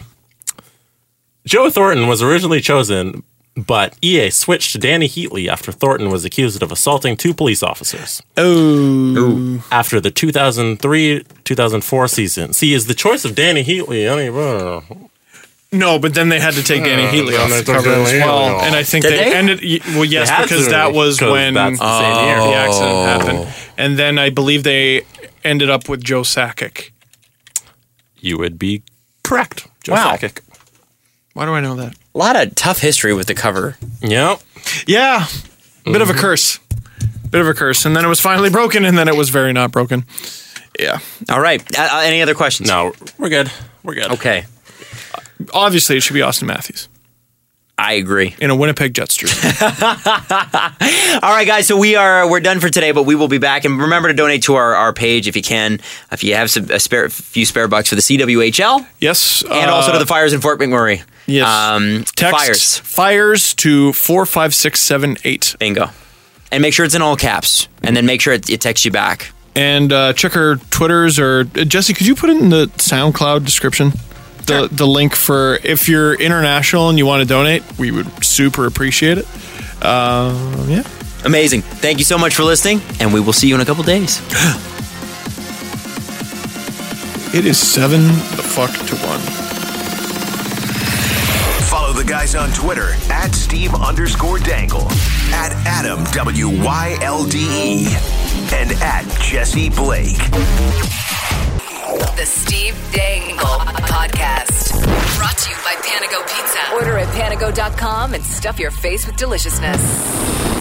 D: Joe Thornton was originally chosen, but EA switched to Danny Heatley after Thornton was accused of assaulting two police officers.
E: Oh,
D: After the 2003 2004 season. See, is the choice of Danny Heatley any uh, better?
E: [laughs] No, but then they had to take Danny Heatley off
D: they
E: the
D: took
E: cover
D: Danny
E: as
D: Heatley
E: well,
D: off.
E: and I think
B: Did
E: they,
B: they?
E: ended. y- Well, yes,
D: Uh, They had
E: because
D: to,
E: that was
D: 'cause
E: when uh,
D: that's the same year.
E: the accident happened,
B: Oh.
E: and then I believe they ended up with Joe Sakic.
D: You would be correct. Joe
B: Wow.
D: Sakic.
E: Why do I know that?
B: A lot of tough history with the cover.
D: Yep.
E: Yeah, bit
D: Mm-hmm.
E: of a curse, bit of a curse, and then it was finally broken, and then it was very not broken. Yeah,
B: All right. Uh, uh, any other questions?
D: No, we're good. We're good.
B: Okay.
E: obviously it should be Austin Matthews
B: I agree.
E: in a Winnipeg Jets jersey.
B: All right, guys. So we are we're done for today, but we will be back. And remember to donate to our, our page if you can. If you have some a spare few spare bucks for the CWHL
E: yes,
B: and also
E: uh,
B: to the fires in Fort McMurray.
E: yes.
B: Um,
E: text
B: fires.
E: fires to four five six seven eight.
B: Bingo. And make sure it's in all caps. And then make sure it, it texts you back.
E: and uh, check our Twitters or uh, Jesse. Could you put it in the SoundCloud description? The, the link for if you're international and you want to donate, we would super appreciate it. Um, yeah.
B: Amazing. Thank you so much for listening, and we will see you in a couple days.
E: It is seven the fuck to one.
F: Follow the guys on Twitter at Steve underscore Dangle, at Adam W Y L D E, and at Jesse Blake.
A: The Steve Dangle Podcast. Brought to you by Panago Pizza. Order at panago.com and stuff your face with deliciousness.